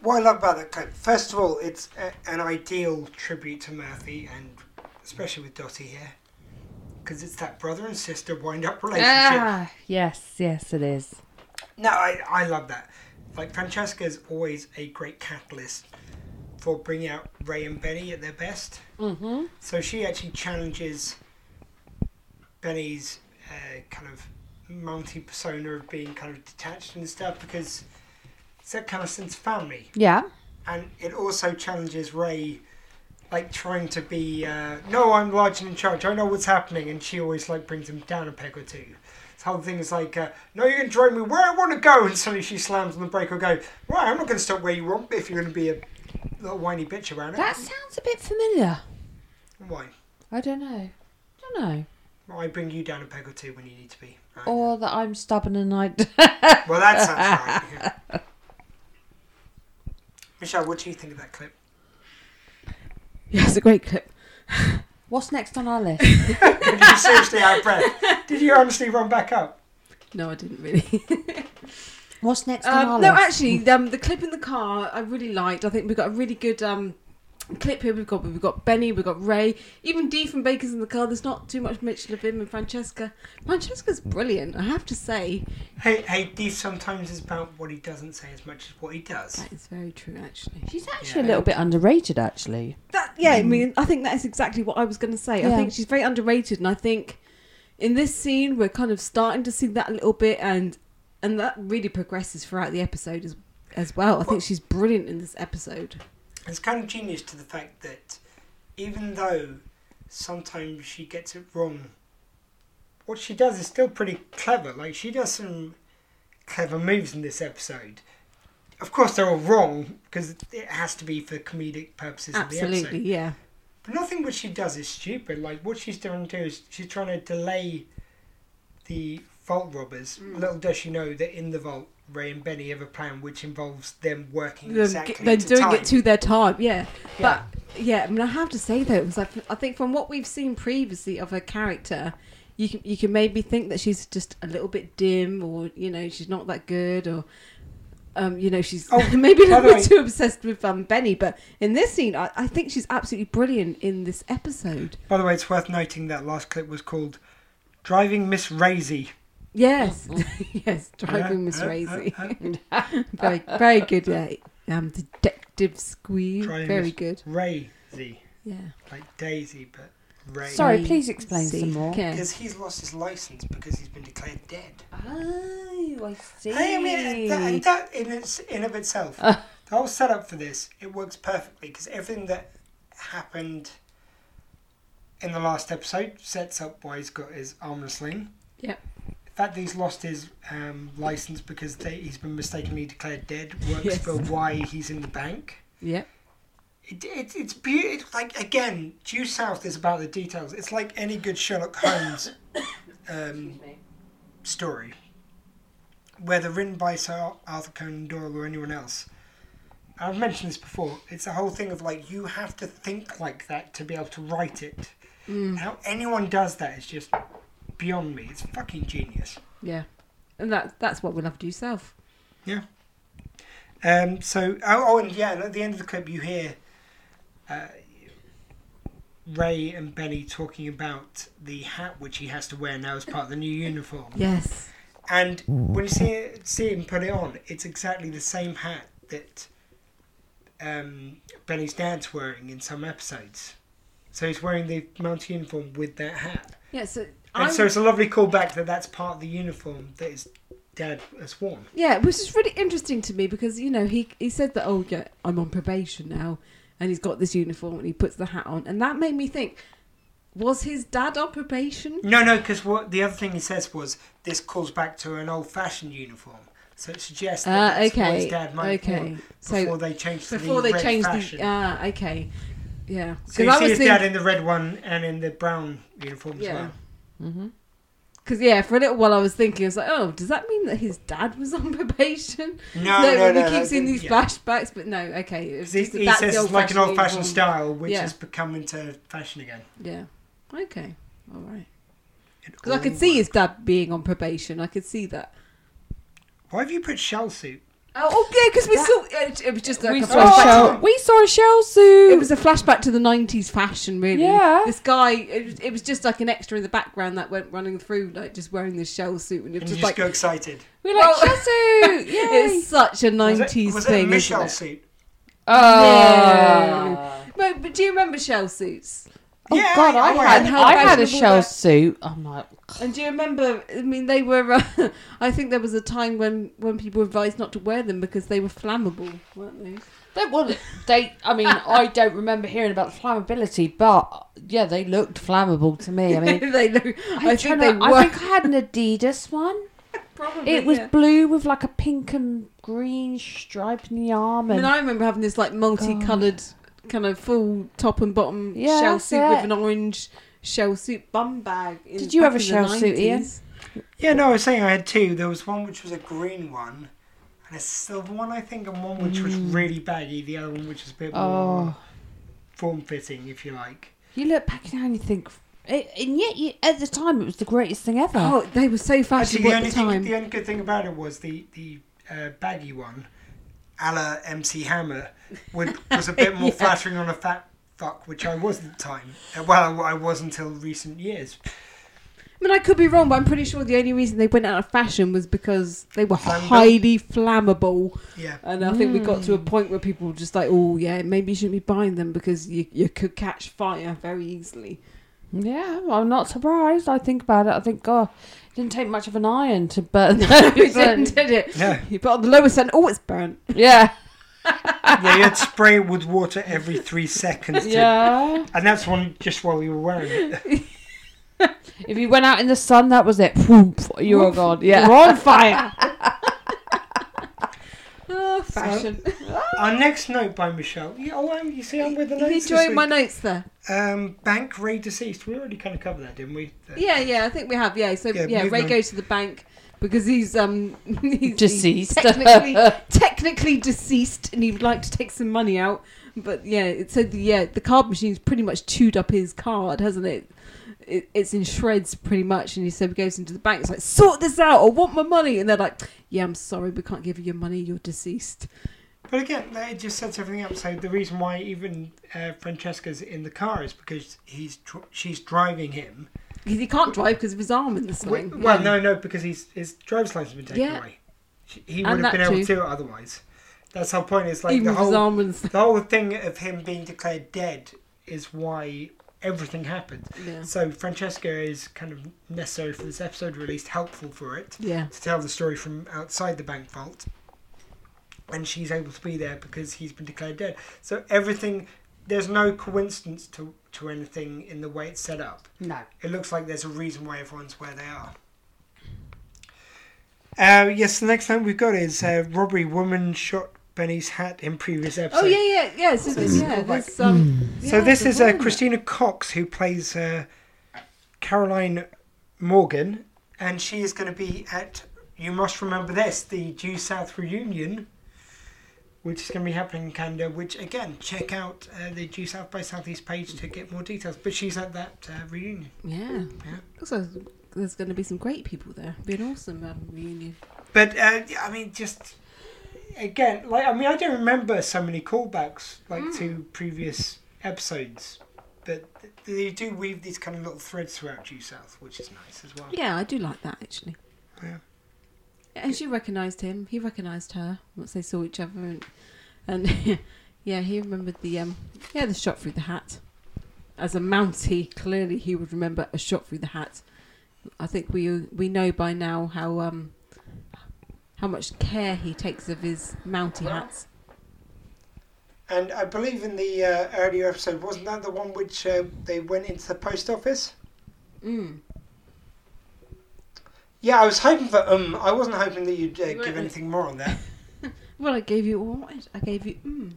What I love about that clip, first of all, it's a, an ideal tribute to Murphy, and especially with Dottie here, because it's that brother and sister wind up relationship.
Ah, yes, yes, it is.
No, I, I love that. Like, Francesca is always a great catalyst for bringing out Ray and Benny at their best.
Mm-hmm.
So she actually challenges Benny's uh, kind of multi persona of being kind of detached and stuff because it's that kind of sense of family.
Yeah.
And it also challenges Ray, like trying to be, uh, no, I'm large and in charge. I know what's happening. And she always like brings him down a peg or two. This whole thing is like, uh, no, you can drive me where I want to go. And suddenly she slams on the brake or go, right, I'm not going to stop where you want me if you're going to be a little whiny bitch about it.
That sounds a bit familiar.
Why?
I don't know. don't know.
Well, I bring you down a peg or two when you need to be. Right.
Or that I'm stubborn and I.
Well, that sounds right. yeah. Michelle, what do you think of that clip?
Yeah, it's a great clip.
What's next on our list?
Did you seriously out of breath? Did you honestly run back up?
No, I didn't really.
What's next on our
Um, no,
list?
actually, um, the clip in the car I really liked. I think we got a really good um, clip here. We've got we've got Benny, we've got Ray, even Dee from Baker's in the car. There's not too much mention of him and Francesca. Francesca's brilliant, I have to say.
Hey, hey, Dee sometimes is about what he doesn't say as much as what he does.
That is very true, actually. Mm.
She's actually a little bit underrated, actually.
That yeah, I mean, I think that is exactly what I was going to say. I
Yeah.
think she's very underrated, and I think in this scene we're kind of starting to see that a little bit, and and that really progresses throughout the episode as as well. I think she's brilliant in this episode.
It's kind of genius to the fact that even though sometimes she gets it wrong, what she does is still pretty clever. Like, she does some clever moves in this episode. Of course, they're all wrong because it has to be for comedic purposes of the episode.
Absolutely, yeah.
But nothing what she does is stupid. Like what she's trying to do is she's trying to delay the vault robbers. Little does she know that in the vault, Ray and Benny have a plan which involves them working
them
exactly.
get- they're
to
doing
time.
it to their time, yeah. But yeah, I mean, I have to say though, because I, I think from what we've seen previously of her character, you can you can maybe think that she's just a little bit dim, or you know, she's not that good, or um, you know, she's
Oh,
maybe a
by
little
the
bit
way-
too obsessed with um Benny. But in this scene, I, I think she's absolutely brilliant in this episode.
By the way, it's worth noting that last clip was called "Driving Miss Raisy."
Yes,
Mm,
yes, driving Miss
Uh, uh,
Raisy,
uh,
very very good. Yeah, um, detective squeal,
Driving
very
Miss-
good.
Raisy,
Yeah.
like Daisy, but Ray.
Sorry, please explain
See,
some more.
yeah.
Because he's lost his license because he's been declared dead.
Oh, I see.
I mean, that, and that in its in of itself, the whole setup for this it works perfectly because everything that happened in the last episode sets up why he's got his armor sling.
Yep.
The fact that he's lost his um, license because they, he's been mistakenly declared dead works
Yes.
for why he's in the bank.
Yep.
It, it, it's beautiful. Like again, due south is about the details. It's like any good Sherlock Holmes um, story, whether written by Sir Arthur Conan Doyle or anyone else. I've mentioned this before. It's the whole thing of like you have to think like that to be able to write it. How anyone does that is just beyond me. It's fucking genius.
Yeah. And that that's what we love to yourself.
Um, so, oh, oh, and yeah, and at the end of the clip, you hear uh, Ray and Benny talking about the hat which he has to wear now as part of the new uniform.
Yes.
And when you see it, see him put it on, it's exactly the same hat that um, Benny's dad's wearing in some episodes. So he's wearing the mountain uniform with that hat.
Yeah, so
And
I'm,
so it's a lovely callback that that's part of the uniform that his dad has worn.
yeah, which is really interesting to me because you know he he said that oh yeah I'm on probation now, and he's got this uniform and he puts the hat on, and that made me think, was his dad on probation?
No, no, because what the other thing he says was this calls back to an old-fashioned uniform, so it suggests
Ah,
that that's what his
okay,
dad might have
okay.
worn
So
before they changed to
Before
the
they
red
changed
fashion.
the ah okay, yeah.
so you see his dad in the red one and in the brown uniform as
Yeah.
well.
Because yeah, for a little while I was thinking, I was like, oh, does that mean that his dad was on probation?
No, no,
we
no,
keep
no,
seeing
no,
these
yeah.
flashbacks, but no, okay. It was
'Cause He,
just that
he
that's
says
the
it's like an old-fashioned
uniform.
style, which
Yeah.
has become into fashion again.
Yeah. Okay. All right.
An
Because I could
old
see
one.
his dad being on probation. I could see that.
Why have you put shell suit?
Oh, oh yeah, because we saw. It, it was just like
We
a
saw, a
flashback.
shell, we saw a shell suit.
It was a flashback to the '90s fashion, really.
Yeah.
This guy, it, was- it was just like an extra in the background that went running through, like just wearing this shell suit, and it
And
was
you
just
just
like
go excited.
we like
Well-
shell suit. Yay.
it's such a
Was it-
'90s
was it,
thing.
a
isn't
Michelle
it?
suit?
Oh.
But, but do you remember shell suits?
Oh
Yeah,
God, I,
I
had,
had-
I had a
fashionable
shell
that-
suit. I'm like,
And do you remember? I mean, they were. Uh, I think there was a time when when people were advised not to wear them because they were flammable, weren't they?
they were they. I mean, I don't remember hearing about flammability, but yeah, they looked flammable to me. I mean,
they look,
I'm
I
trying
think they
to-
were.
I think I had an Adidas one.
probably,
It was
yeah.
blue with like a pink and green stripe in the arm,
I
and
mean, I remember having this like multicolored kind of full top and bottom
Oh, Yeah,
shell
that's
suit
it.
with an orange shell suit bum bag. in-
Did you
back
have a
in the
shell suit, Ian?
90s.
Yeah, no, I was saying I had two. There was one which was a green one, and a silver one, I think, and one which was really baggy. The other one which was a bit more
oh,
form fitting, if you like.
you look back now and you think, it, and yet you, at the time it was the greatest thing ever.
Oh, they were so
Actually,
fashionable
the
at
only
the
thing,
time.
the only good thing about it was the the uh, baggy one, a la MC Hammer, would, was a bit more
Yeah.
flattering on a fat fuck, which I was at the time. Uh, Well, I was until recent years.
I mean, I could be wrong, but I'm pretty sure the only reason they went out of fashion was because they were
Flammable.
highly flammable.
Yeah,
And I think we got to a point where people were just like, oh, yeah, maybe you shouldn't be buying them because you, you could catch fire very easily.
Yeah, well, I'm not surprised. I think about it. I think, God, it didn't take much of an iron to burn those.
You didn't, did it?
No.
You put on the lowest end, oh, it's burnt.
Yeah,
yeah, you had to spray it with water every three seconds, to,
yeah.
and that's one just while we were wearing it.
if you went out in the sun, that was it. Whoomp, you were gone. Yeah,
You're on fire. oh, fashion.
Our next note by Michelle. Yeah, oh, um, you see, I'm with the
you
notes.
enjoying
this
my
week.
notes there?
Um, bank Ray deceased. We already kind of covered that, didn't we? Uh, The-
Yeah, yeah, I think we have. Yeah, so
Yeah,
yeah,
move
Ray
on.
goes to the bank because he's um he's- he's
Deceased.
technically technically deceased, and he would like to take some money out. But yeah, it, so the yeah the card machine's pretty much chewed up his card, hasn't it? it? It's in shreds pretty much, and he so he goes into the bank. It's like sort this out. I want my money, and they're like, yeah, I'm sorry, we can't give you your money. You're deceased.
But again, that- it just sets everything up. So the reason why even uh, Francesca's in the car is because he's dr- she's driving him.
Because he can't drive because of his arm in the
Well,
sling.
well,
Yeah.
no, no, because he's, his driver's license has been taken
Yeah.
away. She- He
And
would have
that
been able
too.
to do it otherwise. That's our point. It's like
even
the
with his
whole
arm in the sling.
the whole thing of him being declared dead is why everything happened.
Yeah.
So Francesca is kind of necessary for this episode, or at least helpful for it.
Yeah.
to tell the story from outside the bank vault. And she's able to be there because he's been declared dead. So everything, there's no coincidence to, to anything in the way it's set up.
no.
It looks like there's a reason why everyone's where they are. Uh, yes, the next one we've got is uh, robbery woman shot Benny's hat in previous episode.
Oh yeah, yeah, yeah. So, this, yeah,
like-
this, um,
So
yeah,
this
the
is uh,
woman.
Christina Cox who plays uh, Caroline Morgan, and she is going to be at. You must remember this: the Due South reunion which is going to be happening in Canada. Which again, check out uh, the due south by southeast page to get more details. But she's at that uh, reunion.
Yeah.
Yeah.
Also, there's going to be some great people there. Be an awesome um, reunion.
But uh, I mean, just again, like I mean, I don't remember so many callbacks like to
Mm.
previous episodes, but th- they do weave these kind of little threads throughout due south, which is nice as well.
Yeah, I do like that actually.
Yeah.
And she recognised him. He recognised her once they saw each other, and, and yeah, he remembered the um, yeah, the shot through the hat. As a Mountie, clearly he would remember a shot through the hat. I think we we know by now how um, how much care he takes of his Mountie hats.
And I believe in the uh, earlier episode, wasn't that the one which uh, they went into the post office?
Mm.
Yeah, I was hoping for um. I wasn't hoping that you'd uh,
You
give
weren't.
anything more on that.
Well, I gave you all. I wanted. I gave you. Mm.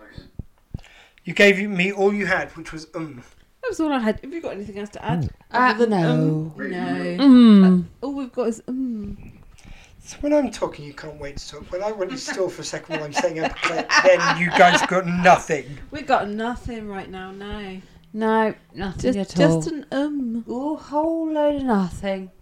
Nice.
You gave you- me all you had, which was um.
That was all I had. Have you got anything else to add?
Uh,
Other than,
no.
um, no.
Mm.
All we've got is mm.
So when I'm talking, you can't wait to talk. When I went still for a second while I'm saying up, then you guys got nothing.
We've got nothing right now, no.
No, nothing
Just,
at all.
just an um.
Oh, whole load of nothing.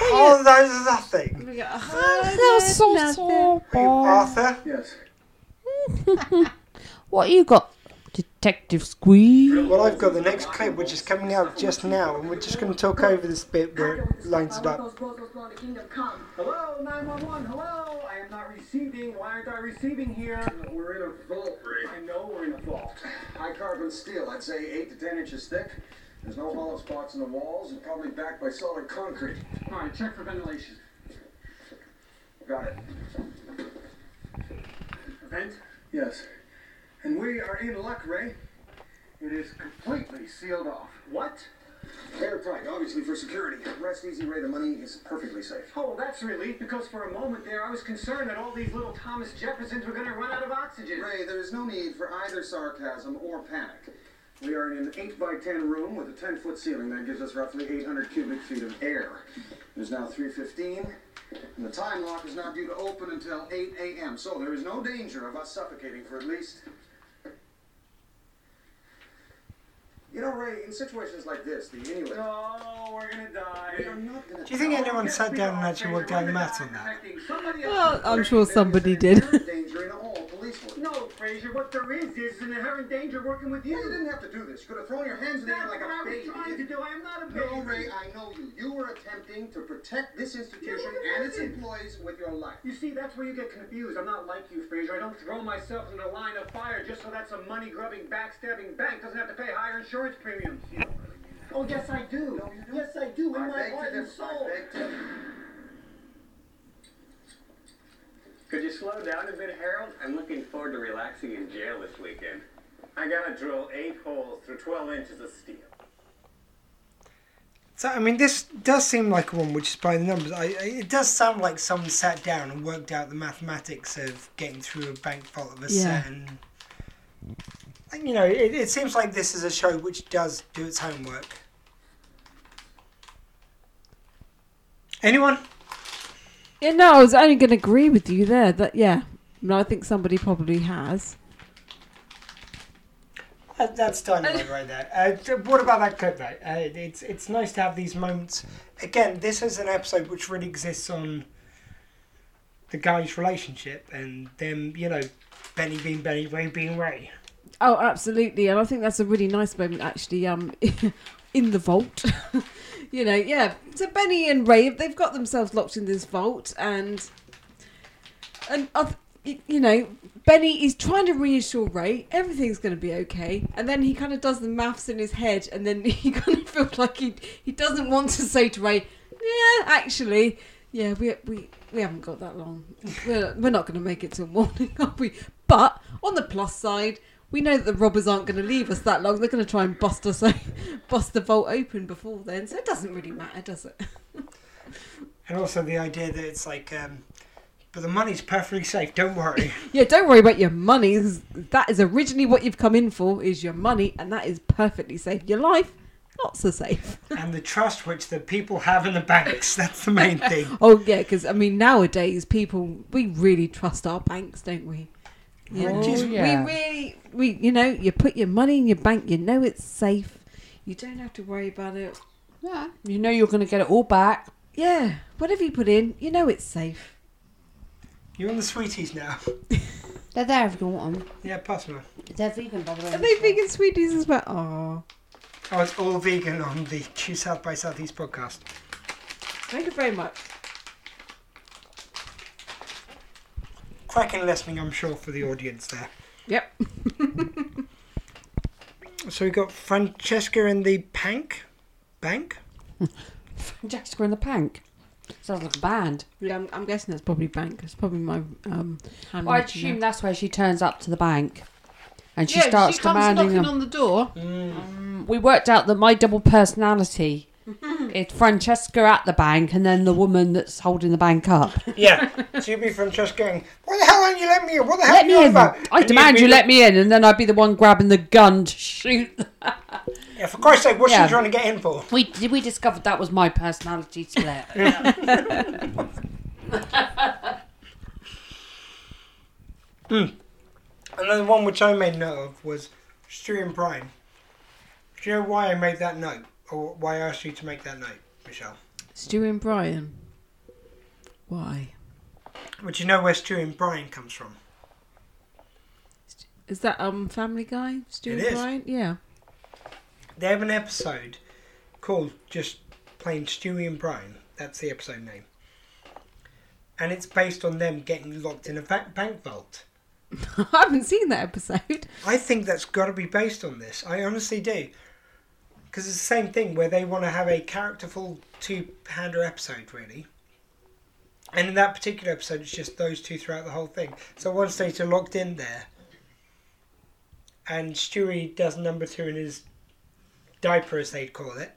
Oh, that is nothing.
We got a
Hey, Arthur,
Yes.
What you got, Detective Squeak?
well, I've got the next clip which is coming out just now, and we're just going to talk over this bit where it lines it up.
Hello, 911. Hello, I am not receiving. Why aren't I receiving here?
We're in a vault, Rick.
I know we're in a vault.
High carbon steel, I'd say 8 to 10 inches thick. There's no hollow spots in the walls and probably backed by solid concrete.
All right, check for ventilation.
Got it.
Vent.
Yes.
And we are in luck, Ray. It is completely sealed off. What?
Airtight, obviously for security. Rest easy, Ray. The money is perfectly safe.
Oh, that's relief because for a moment there I was concerned that all these little Thomas Jeffersons were going to run out of oxygen.
Ray, there is no need for either sarcasm or panic. We are in an 8 by 10 room with a 10 foot ceiling. That gives us roughly 800 cubic feet of air. There's now 315, and the time lock is not due to open until 8 a.m., so there is no danger of us suffocating for at least. You know, Ray, in situations like this, the anyway.
No, we're going to die.
We are not gonna
Do you think anyone sat down and actually worked out the maths on that?
Well,
that?
I'm sure somebody did.
danger in all police work.
No, Fraser, what there is is an inherent danger working with
You
you.
didn't have to do this. You could have thrown your hands in the air
That's
like
what I
a
was
baby.
trying to do. I am not a
No, Ray,
baby.
I know you. You were attempting to protect this institution
Yeah,
and its
yeah, yeah.
employees with your life.
You see, that's where you get confused. I'm not like you, Fraser. I don't throw myself into the line of fire just so that some money-grubbing, backstabbing bank doesn't have to pay higher insurance premiums. Oh, yes, I do.
No, you don't.
Yes, I do. In
I
my
beg to
heart and
differ. I
soul.
beg to differ.
Could you slow down a bit, Harold? I'm looking forward to relaxing in jail this weekend. I gotta drill eight holes through 12 inches of steel.
So I mean, this does seem like one which is by the numbers. I, I, it does sound like someone sat down and worked out the mathematics of getting through a bank vault of a
Yeah.
certain. And, you know, it, it seems like this is a show which does do its homework. Anyone?
Yeah, no, I was only going to agree with you there. That yeah, no, I think somebody probably has.
That, Uh, that's dynamite right there. Uh, th- what about that clip though? Uh, it's it's nice to have these moments. Again, this is an episode which really exists on the guys' relationship and them, you know, Benny being Benny, Ray being Ray.
Oh, absolutely, and I think that's a really nice moment actually. Um, in the vault, you know, yeah. So Benny and Ray, they've got themselves locked in this vault, and and I th- y- you know, Benny is trying to reassure Ray everything's going to be okay, and then he kind of does the maths in his head, and then he kind of feels like he he doesn't want to say to Ray, yeah, actually, yeah, we we we haven't got that long. We're we're not going to make it till morning, are we? But on the plus side. We know that the robbers aren't going to leave us that long. They're going to try and bust us, bust the vault open before then. So it doesn't really matter, does it?
And also the idea that it's like, um, but the money's perfectly safe. Don't worry.
Yeah, don't worry about your money. 'cause That is originally what you've come in for is your money, and that is perfectly safe. Your life, not so safe.
and the trust which the people have in the banks. That's the main thing.
Oh yeah, because I mean nowadays people we really trust our banks, don't we? You
Oh,
know,
yeah.
we really, we, you know, you put your money in your bank, you know it's safe, you don't have to worry about it.
Yeah. You know you're going to get it all back.
Yeah, whatever you put in, you know it's safe.
You're on the sweeties now.
They're there if you want them.
Yeah, pass me.
They're vegan, by the way.
Are they vegan sweeties as well? Oh,
Oh, it's all vegan on the Q South by Southeast podcast.
thank you very much.
Cracking listening, I'm sure, for the audience there.
Yep.
So we got Francesca and the Pank. Bank?
Jessica and the Pank. Sounds like a band.
Yeah, I'm, I'm guessing that's probably bank. It's probably my um. handwriting
Well, I assume
there.
that's where she turns up to the bank. And she
yeah,
starts
she comes
demanding
knocking
them.
on the door.
We worked out that my double personality is Francesca at the bank and then the woman that's holding the bank up.
Yeah. so you'd be Francesca going, Why the hell aren't you letting me in? What the hell
Let
are
me
you on
in.
about?
I
And
demand
you'd
you
be-
let me in, and then I'd be the one grabbing the gun to shoot.
Yeah, for Christ's sake, what's
Yeah.
she trying to get in for?
We we discovered that was my personality split.
And then the one which I made note of was Stu and Prime. Do you know why I made that note? Or why I asked you to make that note, Michelle?
Stu and Brian. Why?
Would you know where Stu and Brian comes from?
Is that um Family Guy? Stu
It
and
is.
Brian? Yeah.
They have an episode called just plain Stewie and Brian. That's the episode name. And it's based on them getting locked in a va- bank vault.
I haven't seen that episode.
I think that's got to be based on this. I honestly do. Because it's the same thing where they want to have a characterful two-hander episode, really. And in that particular episode, it's just those two throughout the whole thing. So at one stage, they're locked in there. And Stewie does number two in his diaper, as they'd call it.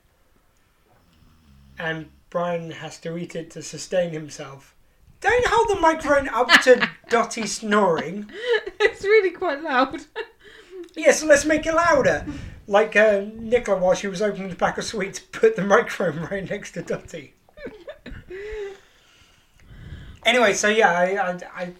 And Brian has to eat it to sustain himself. Don't hold the microphone up to Dottie snoring.
it's really quite loud.
Yeah, so let's make it louder. Like uh, Nicola, while she was opening the pack of sweets, put the microphone right next to Dotty. anyway, so yeah, I, I, I,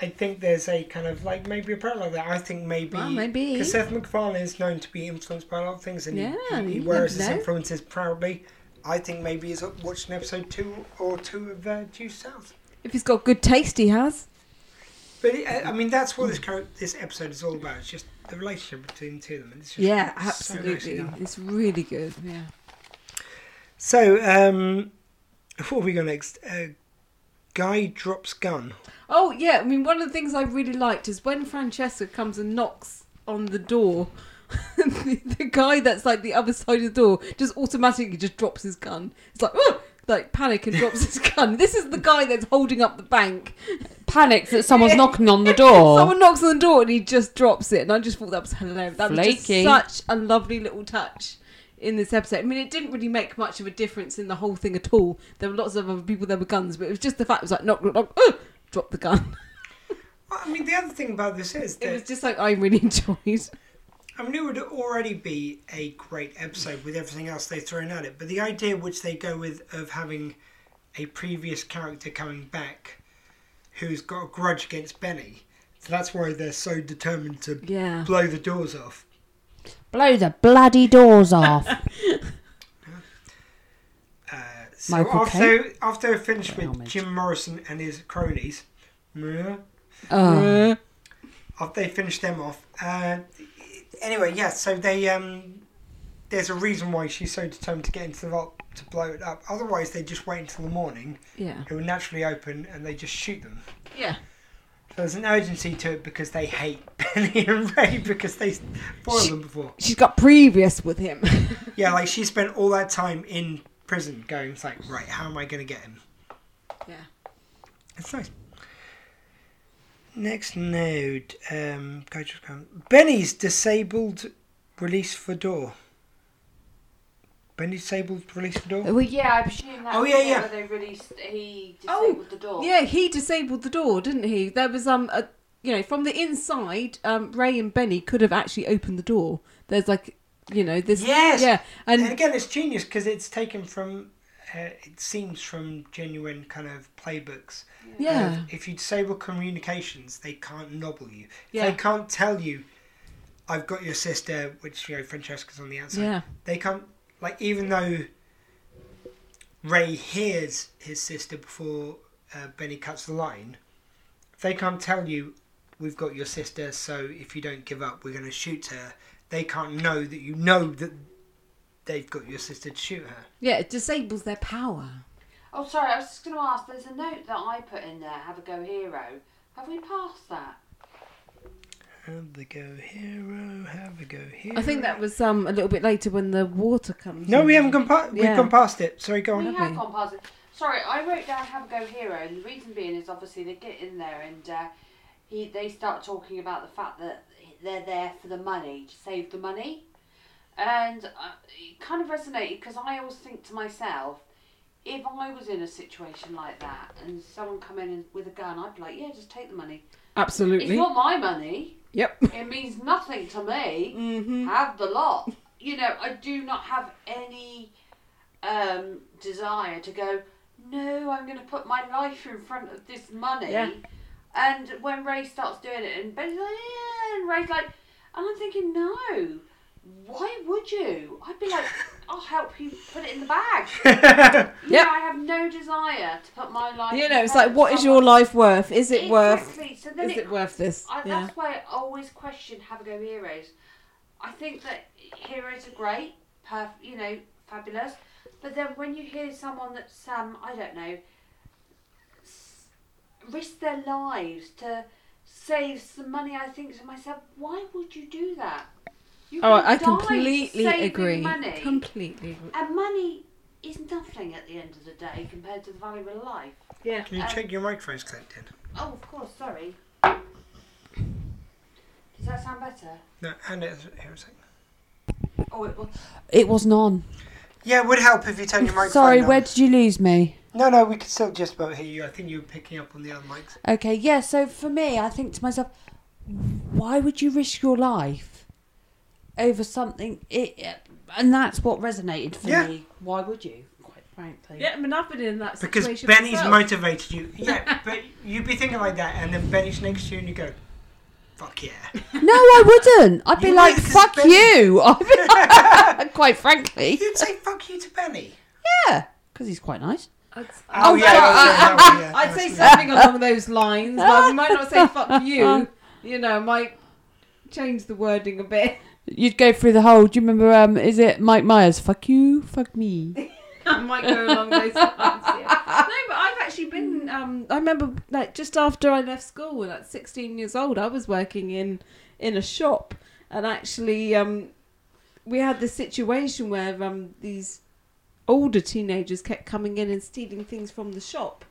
I think there's a kind of like maybe a parallel there. I think maybe
Well, maybe.
because Seth MacFarlane is known to be influenced by a lot of things, and he-
Yeah,
he, he
you
wears
never
his
know.
influences proudly. I think maybe he's watching episode two or two of uh, Due South.
If he's got good taste, he has.
But it, I I mean, that's what this character, this episode is all about. It's just the relationship between the two of them. And it's just
Yeah,
so nicely
absolutely.
done.
it's really good. Yeah.
So, um, what have we got next? Uh, guy drops gun.
Oh yeah, I mean one of the things I really liked is when Francesca comes and knocks on the door. the, the guy that's like the other side of the door just automatically just drops his gun. It's like oh, like panic and drops his gun. This is the guy that's holding up the bank.
Panicked that someone's
Yeah.
knocking on the door.
Someone knocks on the door and he just drops it, and I just thought that was hilarious. That was
Flaky.
just such a lovely little touch in this episode. I mean, it didn't really make much of a difference in the whole thing at all. There were lots of other people there were guns, but it was just the fact it was like knock, knock, knock, oh, drop the gun.
Well, I mean, the other thing about this is
It
that
was just like I really enjoyed.
I mean, it would already be a great episode with everything else they've thrown at it. But the idea which they go with of having a previous character coming back who's got a grudge against Benny. So that's why they're so determined to
Yeah.
blow the doors off.
Blow the bloody doors off.
Uh, so
Michael
after after I finished with
Helmet.
Jim Morrison and his cronies, yeah,
Oh.
after they finished them off. Uh, anyway, yeah, so they um, there's a reason why she's so determined to get into the vault to blow it up. Otherwise, they just wait until the morning.
Yeah.
It will naturally open and they just shoot them.
Yeah.
So there's an urgency to it because they hate Benny and Ray because they foiled them before.
She's got previous with him.
Yeah, like she spent all that time in prison going, it's like, right, how am I going to get him?
Yeah.
It's nice. Next note, um, guy just come- Benny's disabled release for door. Benny's disabled release for door.
Well, yeah, I presume that.
Oh, yeah, yeah.
They released, he
Oh,
the door.
Yeah, he disabled the door, didn't he? There was um a you know, from the inside, um, Ray and Benny could have actually opened the door. There's like you know, this
Yes!
yeah.
And
And
again, it's genius because it's taken from uh, it seems from genuine kind of playbooks.
Yeah.
of if you disable communications, they can't nobble you.
Yeah.
They can't tell you, I've got your sister, which, you know, Francesca's on the outside.
Yeah.
They can't, like, even though Ray hears his sister before uh, Benny cuts the line, they can't tell you, we've got your sister, so if you don't give up, we're going to shoot her. They can't know that you know that they've got your sister to shoot her.
Yeah, it disables their power.
Oh, sorry, I was just going to ask. There's a note that I put in there. Have a go, hero. Have we passed that?
Have the go hero, have a go hero.
I think that was um a little bit later when the water comes.
No,
in.
we haven't gone past.
Yeah.
We've gone past it. Sorry, go on.
we Oh, have gone past it. Sorry, I wrote down Have a Go Hero, and the reason being is obviously they get in there and uh, he they start talking about the fact that they're there for the money, to save the money. And uh, it kind of resonated because I always think to myself, if I was in a situation like that and someone come in and, with a gun, I'd be like, yeah, just take the money. It's
Absolutely.
not my money.
Yep.
It means nothing to me.
Mm-hmm.
Have the lot. You know, I do not have any um, desire to go, no, I'm going to put my life in front of this money.
Yeah.
And when Ray starts doing it, and Ben's like, yeah, and Ray's like, and I'm thinking, no, why would you? I'd be like, I'll help you put it in the bag. You
Yep.
know, I have no desire to put my life.
You
in
know, it's
front
like,
of
what is your
someone.
life worth? Is it worth?
Exactly. So then
Is it worth this?
I,
Yeah.
That's why I always question Have a Go Heroes. I think that heroes are great, perf- you know, fabulous. But then when you hear someone that's, um, I don't know, s- risk their lives to save some money, I think to myself, why would you do that? You
Oh,
could
I
die
completely
saving
agree.
Money.
Completely. agree.
and money is nothing at the end of the day compared to the value of life.
Yeah.
Can you check your microphone's clicked in?
Oh, of course, sorry. Does that sound better?
No, and it's here a second.
Oh, it was.
It wasn't on.
Yeah, it would help if Oh, you turn your microphone.
Sorry,
on.
where did you lose me?
No, no, we could still just about hear you. I think you were picking up on the other mics.
Okay, yeah, so for me, I think to myself, why would you risk your life over something? It, and that's what resonated for
Yeah.
me. Why would you, quite frankly?
Yeah, I mean, I've been in that
Because
situation.
Benny's
myself.
motivated you. Yeah, but you'd be thinking like that, and then Benny's next to you, and you go, "Fuck yeah."
No, I wouldn't. I'd be
You
like,
would, 'cause
fuck
Benny-
you. I'd be- quite frankly.
You'd say "fuck you" to Benny.
Yeah, because he's quite nice.
I'd,
Oh, yeah, yeah, yeah, yeah,
I'd say
that's-
something along those lines. But I might not say fuck you. You know, might change the wording a bit.
You'd go through the whole, do you remember, um, is it Mike Myers? Fuck you, fuck me.
I might go along those lines. Yeah. No, but I've actually been. Um, I remember like just after I left school, at 16 years old, I was working in in a shop, and actually, um, we had this situation where um, these older teenagers kept coming in and stealing things from the shop,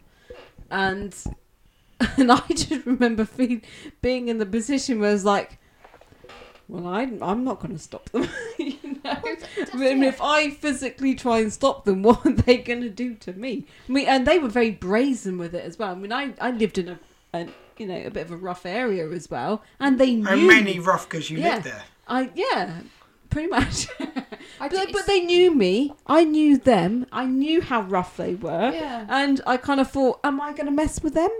and and I just remember feeling, being in the position where I was like. Well, I, I'm not going to stop them. you know? I mean, if I physically try and stop them, what are they going to do to me? I mean, and they were very brazen with it as well. I mean, I, I lived in a, an you know a bit of a rough area as well, and they knew.
And mainly rough because you
Yeah.
live there.
I yeah, pretty much.
I
but,
did-
but they knew me. I knew them. I knew how rough they were.
Yeah.
And I kind of thought, am I going to mess with them?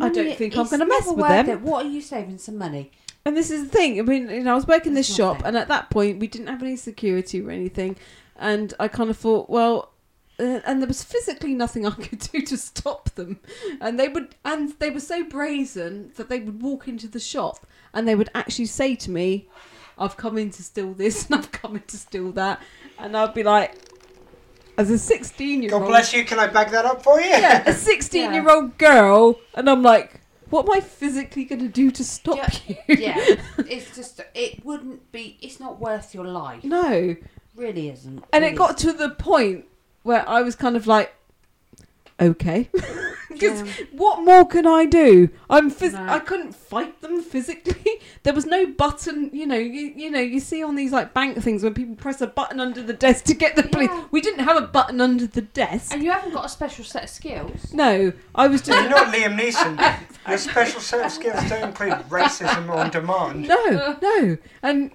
I don't think I'm
It's
going to mess
never
with
worth
them.
it. What are you saving some money?
And this is the thing. I mean, you know, I was working this
It's
shop,
nothing.
and at that point, we didn't have any security or anything, and I kind of thought, well, uh, and there was physically nothing I could do to stop them, and they would, and they were so brazen that they would walk into the shop and they would actually say to me, "I've come in to steal this, and I've come in to steal that," and I'd be like, as a sixteen-year-old,
God bless you. Can I bag that up for you?
yeah, a sixteen-year-old girl, and I'm like, what am I physically going to do to stop
Yeah,
you?
yeah. it's just, it wouldn't be, it's not worth your life.
No.
really isn't.
And
Really
it got to the point where I was kind of like, okay. Because what more can I do? I'm phys-
No.
I couldn't fight them physically. there was no button, you know. You, you know, you see on these like bank things when people press a button under the desk to get the police.
Yeah.
We didn't have a button under the desk.
And you haven't got a special set of skills.
No, I was
You're
just
not Liam Neeson. Your special set of skills don't include racism on demand.
no, no. And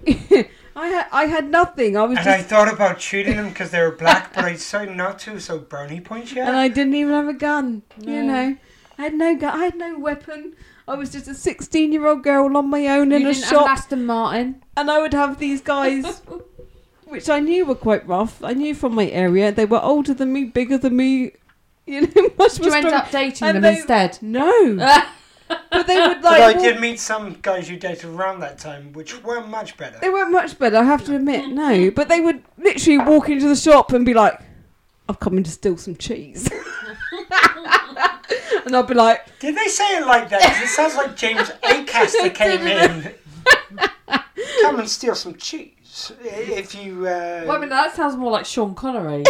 I had I had nothing. I was
And
just
I thought about shooting them because they were black, but I decided not to, so brownie points, yeah.
and I didn't even have a gun.
No.
You know, I had no gun. I had no weapon. I was just a sixteen-year-old girl on my own in
You
a
didn't have
shop.
an Aston Martin,
and I would have these guys, which I knew were quite rough. I knew from my area they were older than me, bigger than me. You know, much
Did
more
you end
strong-
up dating
and
them
they-
instead?
No, but they would like.
but I
walk-
did meet some guys who dated around that time, which were much better.
They weren't much better, I have to admit, no. But they would literally walk into the shop and be like, I've come in to steal some cheese. and I'd be like,
Did they say it like that? 'Cause it sounds like James Acaster came in. Come and steal some cheese. i- If you. Uh,
Well, I mean, that sounds more like Sean Connery.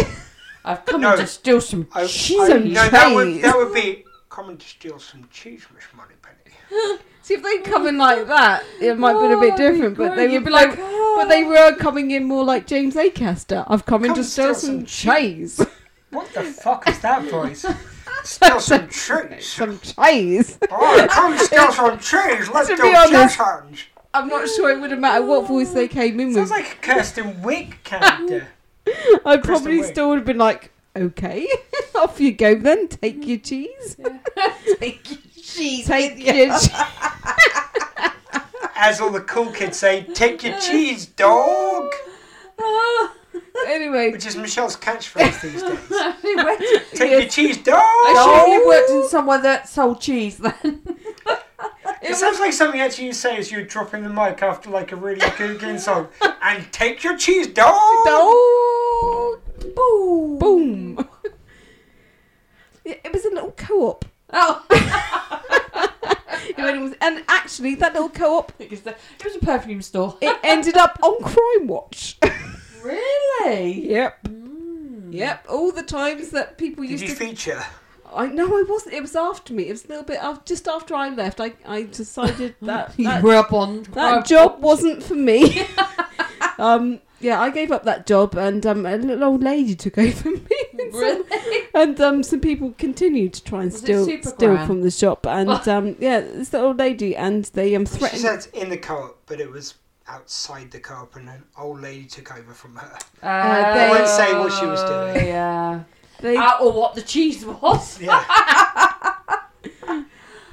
I've come
No.
in to steal some
I- I-
cheese.
no, that would, that would be. Come and steal some cheese, Miss Moneypenny.
See, if they'd come in like that, it might have been a bit
Oh, that'd be
different. But
great.
they
You'd
would
be
Oh, be like,
like,
but they were coming in more like James Acaster. I've come, in
Come
to steal, some, cheese.
What the fuck is that voice? Steal some cheese.
some cheese.
Oh, come steal some cheese. Let's
To
do
be honest-
cheese hands.
I'm not sure it would have mattered what voice they came in
Sounds
with.
like a Kirsten Wig character.
I
Kristen
probably
Wiig.
still would have been like, okay, off you go then. Take your cheese.
Take your cheese.
Take your cheese.
As all the cool kids say, take your cheese, dog.
anyway,
Which is Michelle's catchphrase these days.
She went to-
Take your cheese, dog.
I should have worked in somewhere that sold cheese then.
It sounds like something actually you say as you're dropping the mic after like a really good good song. And take your cheese, dog.
Dog.
Boom.
Boom. Yeah, It was a little co-op.
Oh,
You know, and it was- and actually, that little co-op,
it was a- it was a perfume store.
it ended up on Crime Watch.
really? Hmm.
yep. Yep. All the times that people
Did
used
you
to.
feature?
I no, I wasn't. It was after me. It was a little bit after, just after I left. I I decided that
You
that,
grew up on
that job wasn't for me. um. Yeah, I gave up that job, and um, a little old lady took over me. And some-
Really?
and um, some people continued to try and
Was it
steal
Supergran?
steal from the shop. And um, yeah, this little lady, and they um
She
threatened.
said in the co-op, but it was outside the co-op, and an old lady took over from her.
Uh, they-
I won't say what she was doing.
Uh, Yeah.
They
Ah, or what the cheese was.
Yeah,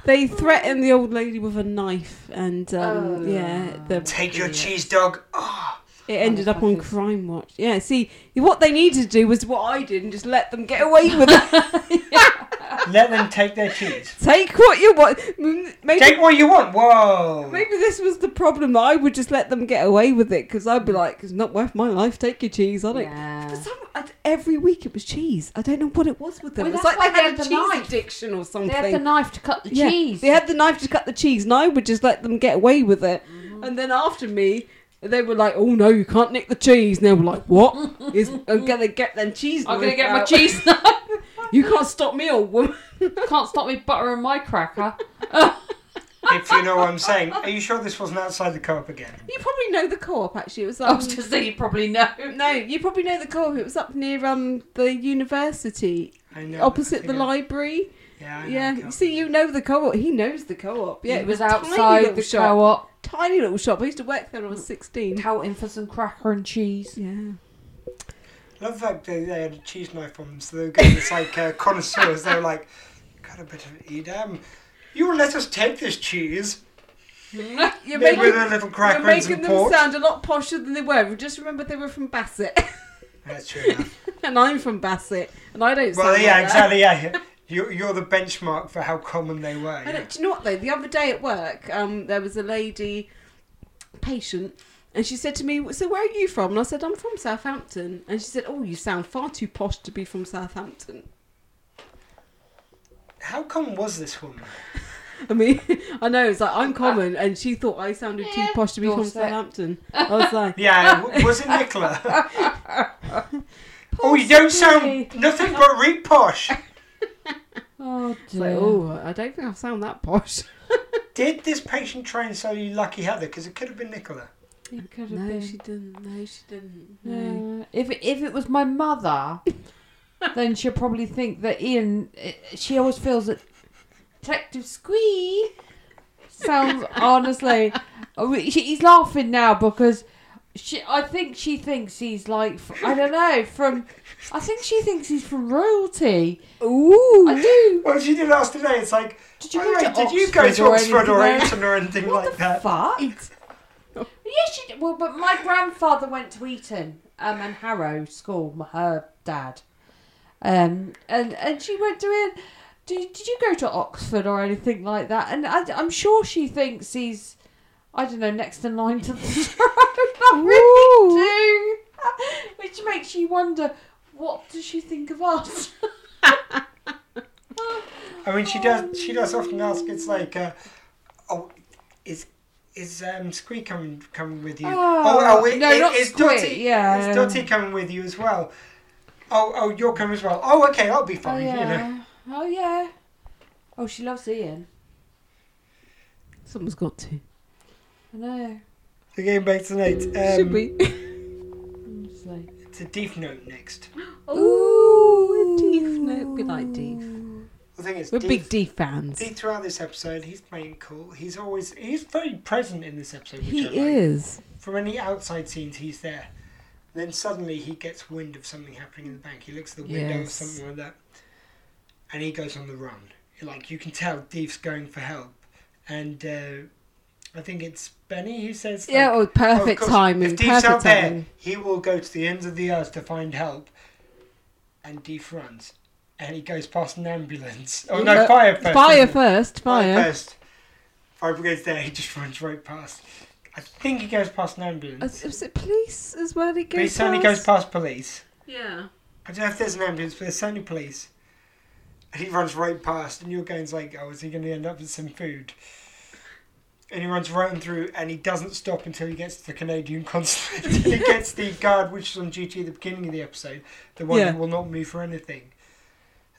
they threatened the old lady with a knife, and
Oh.
um, yeah, the,
take your cheese, dog. Oh,
it ended up on Crime Watch. Yeah, see, what they needed to do was what I did, and just let them get away with it.
let them take their cheese.
Take what you want. M- Maybe
Take what you want. Whoa.
Maybe this was the problem that I would just let them get away with it because I'd be like, it's not worth my life. Take your cheese. I don't.
Yeah.
For some, I- every week it was cheese. I don't know what it was with them.
Well,
it's
that's
like
why
they had
they
a
had the
cheese
knife.
addiction or something.
They had the knife to cut the
Yeah,
cheese.
They had the knife to cut the cheese, and I would just let them get away with it. And then after me, they were like, "Oh no, you can't nick the cheese." And they were like, "What? Is I'm gonna get them cheese?
I'm
knife
gonna get my
out.
cheese.
you can't stop me, old woman."
Can't stop me buttering my cracker.
If you know what I'm saying. Are you sure this wasn't outside the co-op again?
you probably know the co-op. Actually, it was
I
um,
was to say you probably know.
No, you probably know the co-op. It was up near um the university,
I know.
opposite the
Yeah.
library.
Yeah. I know
Yeah,
the co-op.
see, you know the co-op. He knows the co-op. Yeah,
it was
a tiny
outside
little
the
shop.
co-op,
Tiny little shop. I used to work there when I was sixteen.
pouting for some cracker and cheese.
Yeah,
Love the fact that they had a cheese knife on them, so they were getting this like uh, connoisseurs. They were like, got a bit of Edam. um, You will let us take this cheese.
you're
Maybe
making,
with a little
you're
cracker and some
making them
pork.
sound a lot posher than they were. Just remember they were from Bassett,
That's true. Enough.
and I'm from Bassett, and I don't.
Well,
sound
yeah,
like
exactly. Yeah, you're, you're the benchmark for how common they were.
That. I
Yeah.
don't, do you know what though? The other day at work, um, there was a lady patient. And she said to me, "So where are you from?" And I said, "I'm from Southampton." And she said, "Oh, you sound far too posh to be from Southampton."
How common was this woman?
I mean, I know it's like I'm common, and she thought I sounded too posh to be from
Dorset.
Southampton. I was like,
Yeah, w- was it Nicola? oh, you don't sound nothing but re posh.
Oh
it's like, oh, I don't think I sound that posh.
Did this patient try and sell you Lucky Heather? Because it could have been Nicola.
It could have
No,
been.
she didn't. No, she didn't. No.
Yeah. If it, if it was my mother, then she'll probably think that Ian. eh, She always feels that Detective Squee sounds honestly. oh, he- He's laughing now because She, I think she thinks he's like f- I don't know from. I think she thinks he's from royalty.
Ooh,
I do.
Well, she did ask today. It's like,
Did you
by
go
the way,
to
did you go
Oxford
to Oxford
or
or
anything?
Eton or anything like that?
Fuck. Yeah, she. Well, but my grandfather went to Eton um, and Harrow School. m- Her dad, um, and and she went to it. Did, did you go to Oxford or anything like that? And I, I'm sure she thinks he's, I don't know, next in line to the throne. I really do. Which makes you wonder, what does she think of us?
I mean, she does. She does often ask. It's like, uh, oh, is is um, Squee coming coming with you?
Oh,
oh, it-
no,
it-
not
is
Squee,
Dotty,
yeah.
Is Dotty coming with you as well? Oh, oh, you're coming as well. Oh, okay, I'll be fine. You know.
Oh yeah. Oh, she loves Ian.
someone's got to.
I know.
So getting back to Nate. Um,
Should we?
Honestly.
It's a deep note next.
Ooh, a Deef note. We like Deef.
The thing is,
We're
Deef-
big Deef fans.
Deep throughout this episode, he's playing cool. He's always he's very present in this episode. Which
He
I like.
is.
From any outside scenes, he's there. Then suddenly he gets wind of something happening in the bank. He looks at the window
Yes.
or something like that, and he goes on the run. Like you can tell, Deep's going for help, and uh, I think it's Benny who says, like,
Yeah, oh,
"Oh, of
perfect
course,
timing.
If Deep's
Perfect
out there,
timing.
he will go to the ends of the earth to find help." And Deep runs, and he goes past an ambulance. Oh no,
Yeah.
fire first.
Fire
isn't it?
first. Fire.
First, fire brigade's there. He just runs right past. I think he goes past an ambulance.
Is, is it police as well? He
But he
goes.
certainly goes past police.
Yeah.
I don't know if there's an ambulance, but there's certainly police. And he runs right past, and you're going it's like, oh, is he going to end up with some food? And he runs right on through, and he doesn't stop until he gets to the Canadian consulate. and he gets the guard, which is on duty at the beginning of the episode, the one
Yeah.
who will not move for anything.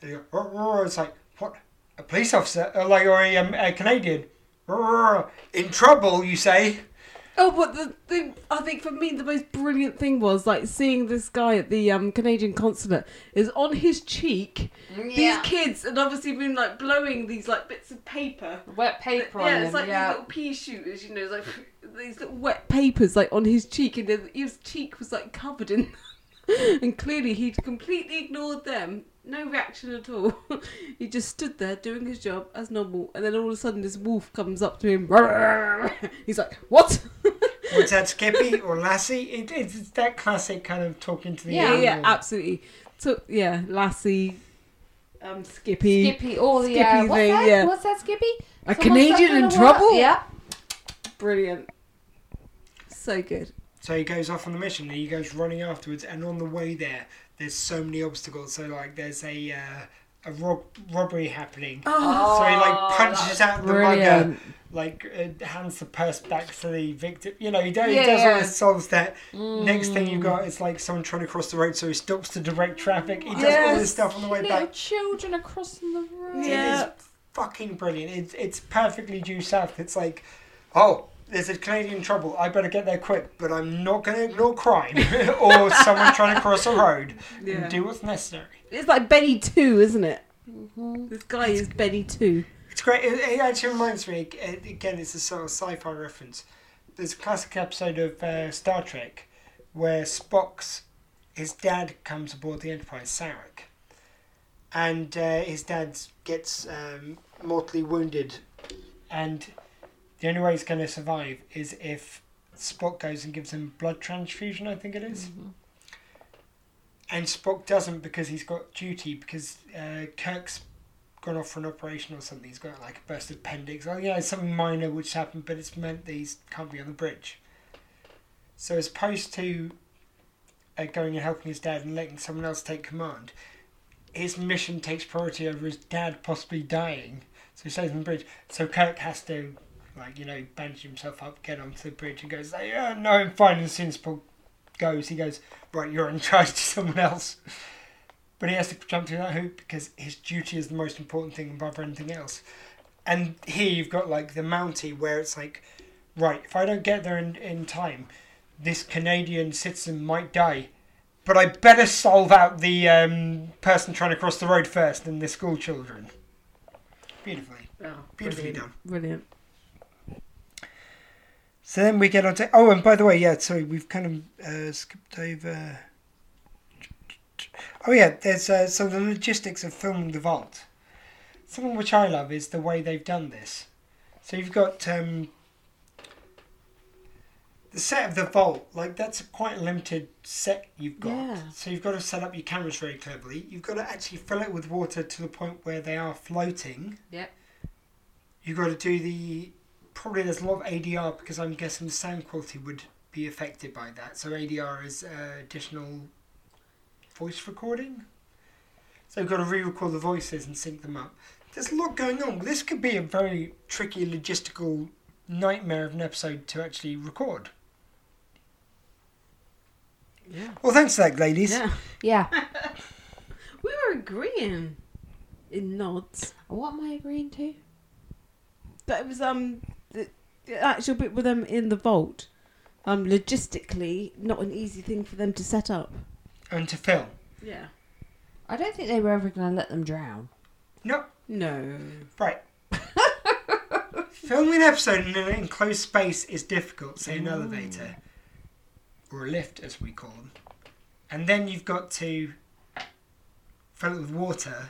And he goes, "Roar, roar," it's like, what? A police officer? Or like, or a, um, a Canadian? "Roar, roar." In trouble, you say?
Oh, but the thing I think for me the most brilliant thing was like seeing this guy at the um, Canadian consulate is on his cheek. These kids had obviously been like blowing these like bits of paper.
Wet paper
yeah,
on
it's
him.
like
yeah.
these little pea shooters, you know, it's like these little wet papers like on his cheek, and then his cheek was like covered in. and clearly he'd completely ignored them. No reaction at all. he just stood there doing his job as normal, and then all of a sudden this wolf comes up to him. He's like, "What?"
What's that, Skippy or Lassie? It, it's, it's that classic kind of talking to the
Yeah, yeah,
animal.
absolutely. So yeah, Lassie, um, Skippy,
Skippy, all the
Skippy
uh, what's
thing,
that?
yeah.
What's that, Skippy?
a
Someone's
Canadian in
stuck a wa-
trouble.
Yeah.
brilliant. So good.
So he goes off on the mission and he goes running afterwards. And on the way there, there's so many obstacles. So like, there's a uh, a rob- robbery happening.
Oh,
so he like punches out the mugger,
brilliant.
like uh, hands the purse back to the victim. You know, he, do-
Yeah,
he does all
yeah. Mm.
this, solves that. Next thing you got is like someone trying to cross the road, so he stops to direct traffic. He does all
Yes.
this stuff on the way
Little
back.
children are crossing the road.
It
yeah.
is fucking brilliant. It's it's perfectly due south. It's like, oh, there's a Canadian trouble. I better get there quick. But I'm not going to ignore crime or someone trying to cross a road.
Yeah.
Do what's necessary.
It's like Benny Two, isn't it? This guy is Benny Two.
It's great. It, it actually reminds me. a- Again, it's a sort of sci-fi reference. There's a classic episode of uh, Star Trek where Spock's his dad comes aboard the Enterprise, Sarek, and uh, his dad gets um, mortally wounded, and the only way he's going to survive is if Spock goes and gives him blood transfusion. I think it is. And Spock doesn't because he's got duty because uh, Kirk's gone off for an operation or something. He's got like a burst appendix. Oh yeah, something minor which happened, but it's meant that he can't be on the bridge. So as opposed to uh, going and helping his dad and letting someone else take command, his mission takes priority over his dad possibly dying. So he stays on the bridge. So Kirk has to, like you know, bandage himself up, get onto the bridge, and goes, "Oh, "Yeah, no, I'm fine." And as soon as Paul goes, he goes, "Right, you're in charge to someone else." but he has to jump through that hoop because his duty is the most important thing above anything else. And here you've got like the Mountie, where it's like, right, if I don't get there in, in time, this Canadian citizen might die. But I better solve out the um, person trying to cross the road first than the school children. Beautifully,
Oh,
beautifully done.
Brilliant.
So then we get on to. Oh, and by the way, yeah, sorry, we've kind of uh, skipped over. Oh, yeah, there's uh, so the logistics of filming the vault. Something which I love is the way they've done this. So you've got um, the set of the vault, like that's a quite limited set you've got.
Yeah.
So you've got to set up your cameras very cleverly. You've got to actually fill it with water to the point where they are floating.
Yep.
You've got to do the probably there's a lot of ADR because I'm guessing the sound quality would be affected by that. So ADR is uh, additional voice recording. So you've got to re-record the voices and sync them up. There's a lot going on. This could be a very tricky logistical nightmare of an episode to actually record.
Yeah.
Well, thanks for that, ladies.
Yeah.
Yeah.
We were agreeing in nods.
What am I agreeing to?
That it was um the, the actual bit with them in the vault. Um, logistically, not an easy thing for them to set up.
And to film.
Yeah.
I don't think they were ever going to let them drown.
No,
No.
right. Filming an episode in an enclosed space is difficult, say an elevator or a lift, as we call them. And then you've got to fill it with water.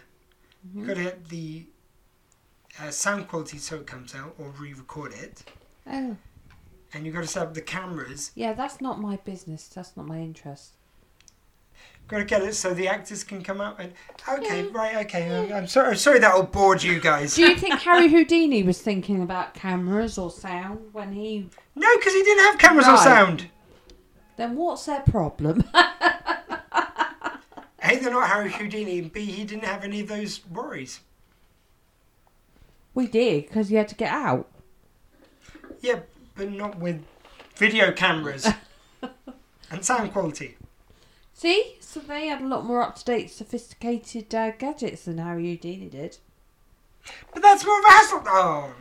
Mm-hmm.
You've got to get the uh, sound quality so it comes out or re record it.
Oh,
And you've got to set up the cameras.
yeah. That's not my business. That's not my interest.
Got to get it so the actors can come out and okay, right, okay. I'm, I'm sorry, I'm sorry that'll bored you guys.
Do you think Harry Houdini was thinking about cameras or sound when he?
No, because he didn't have cameras or
Right.
sound.
Then what's their problem?
A, they're not Harry Houdini, and B, he didn't have any of those worries.
we did because he had to get out.
Yeah, but not with video cameras and sound quality.
See, so they had a lot more up to date, sophisticated uh, gadgets than Harry Houdini did.
But that's more of a hassle. Oh.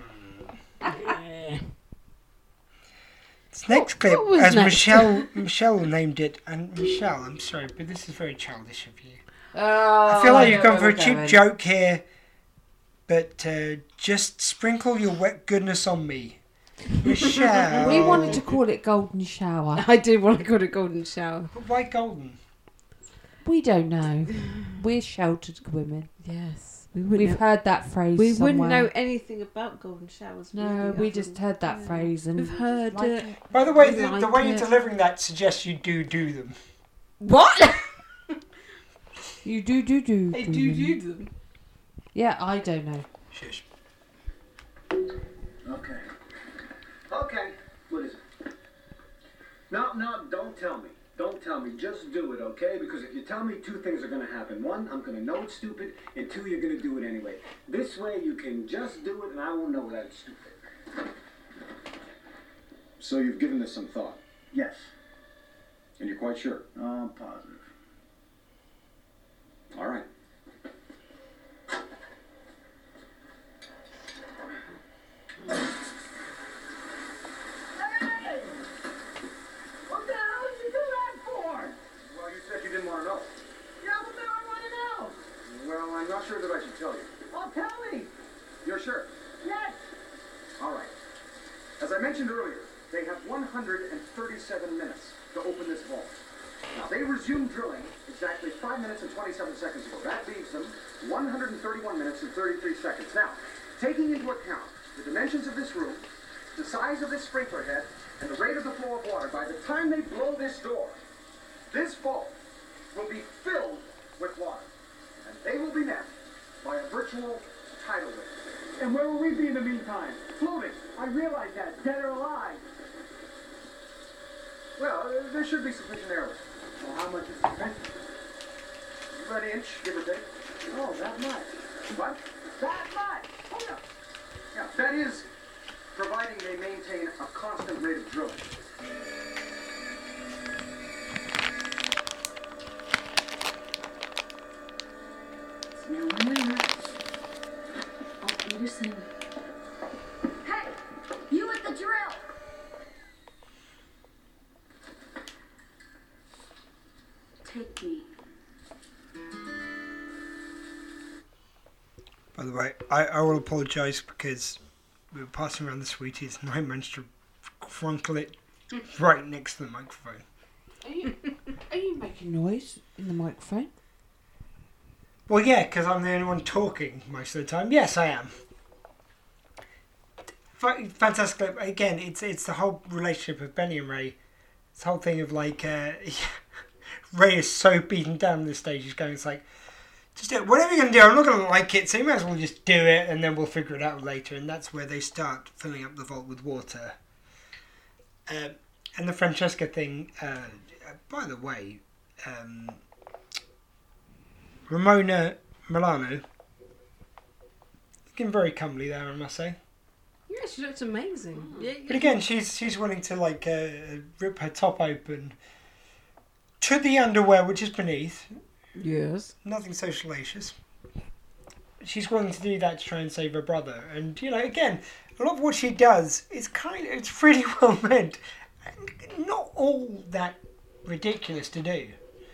This next clip,
what was
as
next?
Michelle Michelle named it, and Michelle, I'm sorry, but this is very childish of you.
Uh,
I feel like you've gone for a cheap joke here, but uh, just sprinkle your wet goodness on me, Michelle.
We wanted to call it Golden Shower.
I did want to go to Golden Shower.
But why golden?
We don't know. We're sheltered women.
Yes. We
We've
wouldn't. Know,
heard that phrase.
we wouldn't
somewhere.
know anything about Golden Showers.
No, we just heard that phrase and
We've heard
Like
it.
By the way, the, the
Like
way you're
it.
delivering that suggests you do do them.
What? you do do do.
They do do them.
Yeah, I don't know.
Shush.
Okay. Okay. What is it? No, no, don't tell me. Don't tell me. Just do it, okay? Because if you tell me, two things are going to happen. One, I'm going to know it's stupid, and two, you're going to do it anyway. This way, you can just do it, and I won't know that it's stupid.
So you've given this some thought,
Yes.
and you're quite sure.
I'm positive.
All right.
What the hell did you do that for?
Well, you said you didn't want to know.
Yeah, but now I want
Well, I'm not sure that I should tell you.
to know. Oh, tell me.
You're sure?
Yes.
All right. As I mentioned earlier, they have 137 minutes to open this vault. Now, they resumed drilling exactly 5 minutes and 27 seconds ago. That leaves them 131 minutes and 33 seconds. Now, taking into account the dimensions of this room, the size of this sprinkler head, and the rate of the flow of water, by the time they blow this door, this vault will be filled with water. And they will be met by a virtual tidal wave.
And where will we be in the meantime?
Floating.
I realize that, dead or alive.
Well, uh, there should be sufficient air.
Well, how much is it?
About an inch, give or take.
Oh, that much.
What?
That much. Hold up.
Yeah, that is providing they maintain a constant rate of drilling.
It's now or never.
Oh,
I'll Peterson.
Hey, you at the drill.
Take me.
By the way, I, I will apologise because we were passing around the sweeties and I managed to Fronkle it right next to the microphone.
Are you, are you making
noise in the microphone?
Well, yeah, because I'm the only one talking most of the time. Yes, I am. Fa- Fantastic clip. Again, it's it's the whole relationship of Benny and Ray. This whole thing of like, uh, Ray is so beaten down on this stage. He's going, it's like, just do it. Whatever you're going to do, I'm not going to like it, so you might as well just do it, and then we'll figure it out later. And that's where they start filling up the vault with water. Um, and the Francesca thing, uh, by the way, um, Ramona Milano, looking very comely there, I must say.
Yeah, she looked amazing. Yeah, yeah.
But again, she's she's willing to like uh, rip her top open to the underwear, which is beneath.
Yes.
Nothing so salacious. She's willing to do that to try and save her brother, and you know, again, a lot of what she does is kind of it's really well meant, and not all that ridiculous to do.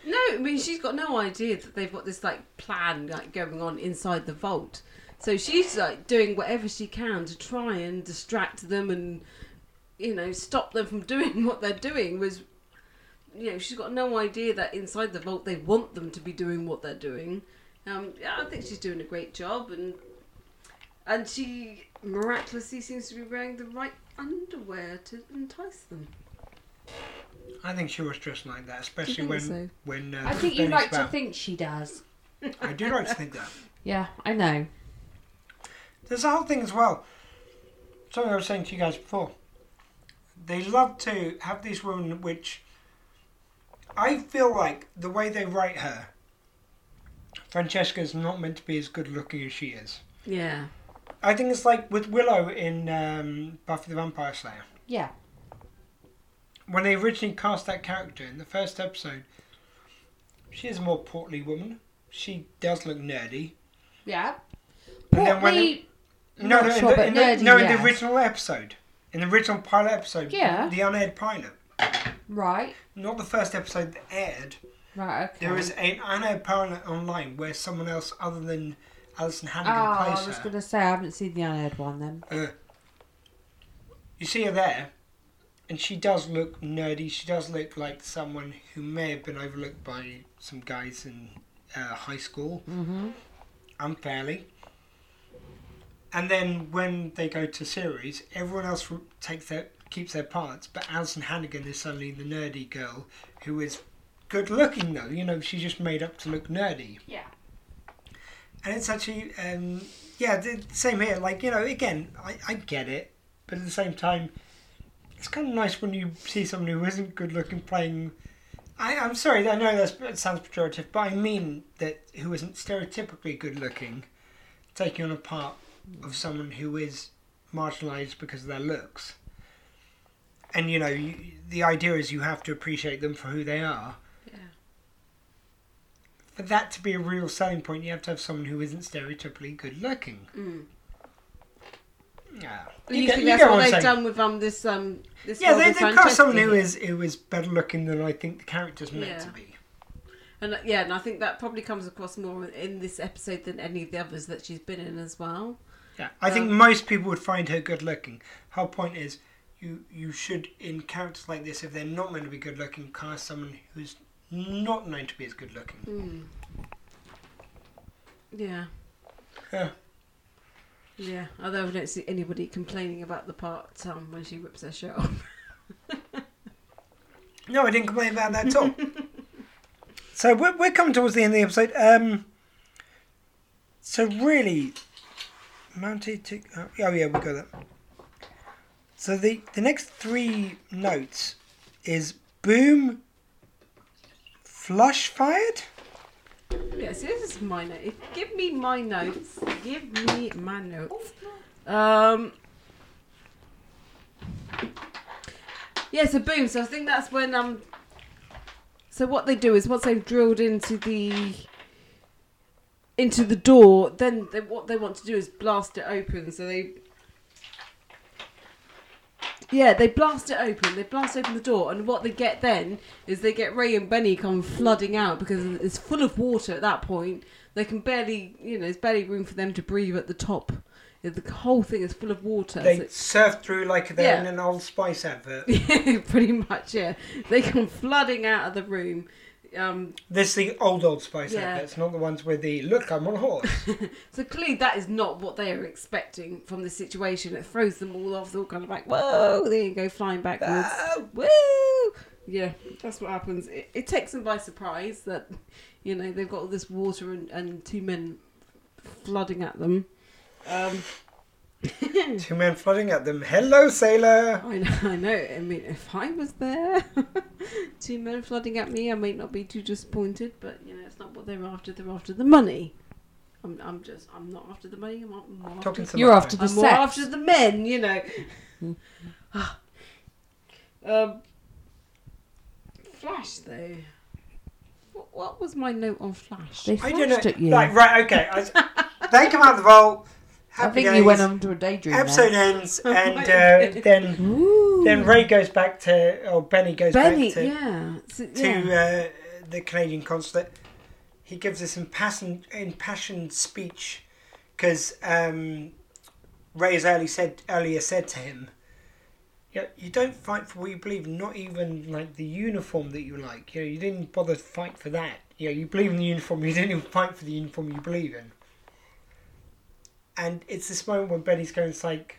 No, I mean she's got no idea that they've got this like plan like going on inside the vault. So she's like doing whatever she can to try and distract them and you know stop them from doing what they're doing. Was you know she's got no idea that inside the vault they want them to be doing what they're doing. Um, yeah, I think she's doing a great job and and she miraculously seems to be wearing the right underwear to entice them.
I think she was dressed like that, especially
think
when
so?
when. Uh,
I think you
Benny's
like to
about-
think she does.
I do like to think that.
Yeah, I know.
There's the whole thing as well. Something I was saying to you guys before. They love to have these women, which I feel like the way they write her, Francesca's not meant to be as good looking as she is.
Yeah.
I think it's like with Willow in um, Buffy the Vampire Slayer.
Yeah.
When they originally cast that character in the first episode, she is a more portly woman. She does look nerdy.
Yeah.
And then when
Portly-
it- no,
not
no, in
sure,
the,
but
in the-
nerdy,
no, in
yeah.
the original episode, in the original pilot episode,
Yeah.
the unaired pilot,
Right.
not the first episode that aired.
Right. Okay.
There is an unaired pilot online where someone else other than Alison
Oh,
Hannigan
I
plays
was
her.
gonna say I haven't seen the unaired one then.
Uh, you see her there, and she does look nerdy. She does look like someone who may have been overlooked by some guys in uh, high school
Mm-hmm.
unfairly. And then when they go to series, everyone else r- takes their keeps their parts, but Alison Hannigan is suddenly the nerdy girl who is good looking though. You know, she's just made up to look nerdy.
Yeah.
And it's actually, um, yeah, the the same here. Like you know, again, I, I get it, but at the same time, it's kind of nice when you see someone who isn't good looking playing. I, I'm sorry, I know that's, that sounds pejorative, but I mean that who isn't stereotypically good looking, taking on a part of someone who is marginalised because of their looks. And you know, you, the idea is you have to appreciate them for who they are.
Yeah.
For that to be a real selling point, you have to have someone who isn't stereotypically good looking.
Mm.
Yeah.
And you,
get-
think
you
that's
get
what
I'm
they've
saying.
done with um this um this
Yeah, they,
Robin
they've got someone
Franceschi
who
here?
is who is better looking than I think the character's meant
Yeah.
to be.
And uh, yeah, and I think that probably comes across more in this episode than any of the others that she's been in as well.
Yeah, I think
Um,
most people would find her good looking. Her point is, you you should in characters like this, if they're not meant to be good looking, cast someone who's not known to be as good looking.
Mm. Yeah.
Yeah.
Yeah. Although I don't see anybody complaining about the part um, when she rips her shirt off.
No, I didn't complain about that at all. so we're, we're coming towards the end of the episode. Um, so really, Mountie took. Oh yeah, we got that. So the the next three notes is boom, flush fired.
yeah. See, this is my note. If, give me my notes. Give me my notes. Um. Yeah. So boom. So I think that's when um. So what they do is once they've drilled into the into the door, then they, what they want to do is blast it open. So they yeah, they blast it open. They blast open the door, and what they get then is they get Ray and Benny come flooding out because it's full of water at that point. They can barely, you know, there's barely room for them to breathe at the top. The whole thing is full of water.
They
so-
surf through like they're
Yeah.
in an old Spice advert.
pretty much, yeah. They come flooding out of the room. Um,
This is the old old Spice
Yeah.
adverts, not the ones with the look. I'm on a horse.
so clearly, that is not what they are expecting from this situation. It throws them all off. They're all kind of like, "Whoa!" There you go, flying backwards. Woo! Yeah, that's what happens. It, it takes them by surprise that you know they've got all this water and, and two men flooding at them. Um,
Two men flooding at them. Hello, sailor.
I know, I know. I mean, if I was there, two men flooding at me, I might not be too disappointed. But you know, it's not what they're after. They're after the money. I'm, I'm just, I'm not after the money. I'm, not, I'm more
Talking
after,
to the You're microphone.
after the
I'm more
sex.
after the men. You know. um, Flash though. What, what was my note on Flash?
They
I don't know.
flashed at you.
Like right, okay. I, they come out of the vault.
I
Happy
think you went
days.
on to a daydream.
Episode
then.
ends, and uh, then then Ray goes back to, or Benny goes
Benny,
back to
yeah, so- yeah.
to uh, the Canadian consulate. He gives this impassioned, impassioned speech because um, Ray has early said, earlier said to him, you, know, you don't fight for what you believe, in, not even like the uniform that you like. You know, you didn't bother to fight for that. You know, you believe in the uniform, you didn't even fight for the uniform you believe in. And it's this moment when Benny's going, it's like,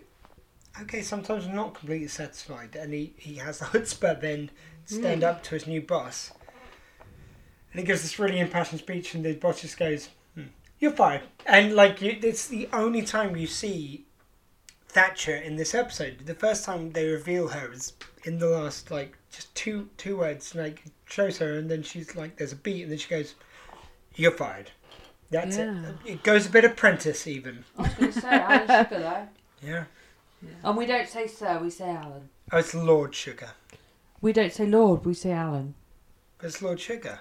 okay, sometimes I'm not completely satisfied. And he, he has the chutzpah then to stand
Mm.
up to his new boss. And he gives this really impassioned speech, and the boss just goes, hmm, You're fired. And like, you, it's the only time you see Thatcher in this episode. The first time they reveal her is in the last, like, just two two words, and, like, it shows her, and then she's like, There's a beat, and then she goes, You're fired. That's
Yeah.
it. It goes a bit apprentice, even.
I was going to say Alan Sugar though,
Yeah.
and we don't say sir, we say Alan.
Oh, it's Lord Sugar.
We don't say Lord, we say Alan.
But it's Lord Sugar.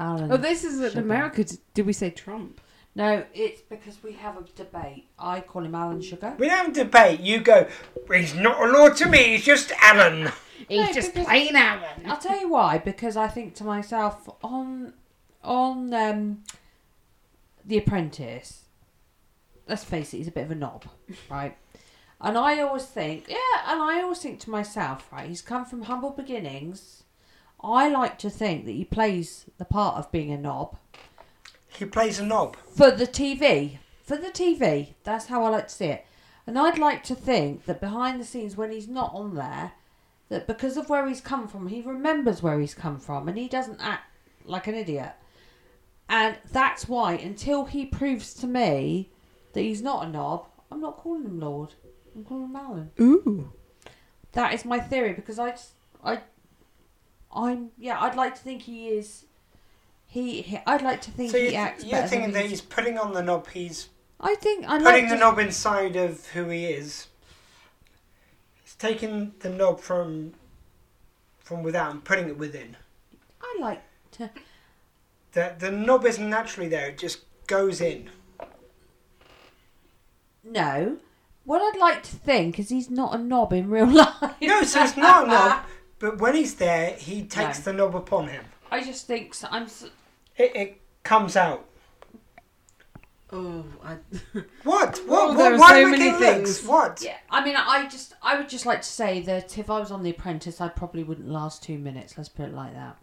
Alan.
Oh, this is in
Sugar.
America. D- Did we say Trump?
No, it's because we have a debate. I call him Alan Sugar.
We don't debate. You go, he's not a lord to me, he's just Alan.
He's just plain Alan. I'll tell you why, because I think to myself on on um, The Apprentice. Let's face it, he's a bit of a knob, right? And I always think, yeah, and I always think to myself, right? He's come from humble beginnings. I like to think that he plays the part of being a knob
He plays a knob.
for the TV. For the TV. That's how I like to see it. And I'd like to think that behind the scenes, when he's not on there, that because of where he's come from, he remembers where he's come from and he doesn't act like an idiot. And that's why, until he proves to me that he's not a knob, I'm not calling him Lord. I'm calling him Alan.
Ooh.
That is my theory because I, just- I, I'm yeah. I'd like to think he is. He, he I'd like to think
So
he
you,
acts
you're
better than
thinking that
he is.
he's putting on the knob, he's
I think I
putting
like
the
to-
knob inside of who he is. He's taking the knob from from without and putting it within.
I like to.
The, the knob isn't naturally there, it just goes in.
No, what I'd like to think is he's not a knob in real life.
No, so it's not a knob, but when he's there, he takes the knob upon him.
I just think so, I'm. s
It, it comes out.
Oh, I.
What? What?
Oh,
what?
there are
Why
so
we
many
getting
things.
looks? What?
Yeah, I mean, I just, I would just like to say that if I was on The Apprentice, I probably wouldn't last two minutes. Let's put it like that,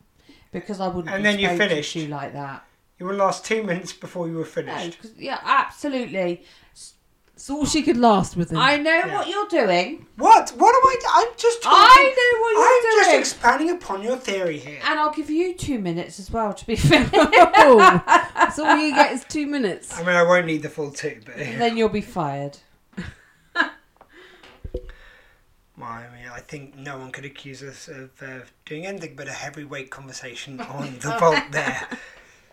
because I wouldn't.
And
be
then you
spoken
finished.
to like that.
You were last two minutes before you were
No,
finished.
'cause- yeah, absolutely.
It's all she could last with him.
I know what you're doing.
What? What am I? I'm just talking.
I know what you're
I'm just
doing.
expanding upon your theory here.
And I'll give you two minutes as well, to be fair.
Oh, so all you get is two minutes.
I mean, I won't need the full two, but
And then you'll be fired.
Well, I mean, I think no one could accuse us of uh, doing anything but a heavyweight conversation on the vault there.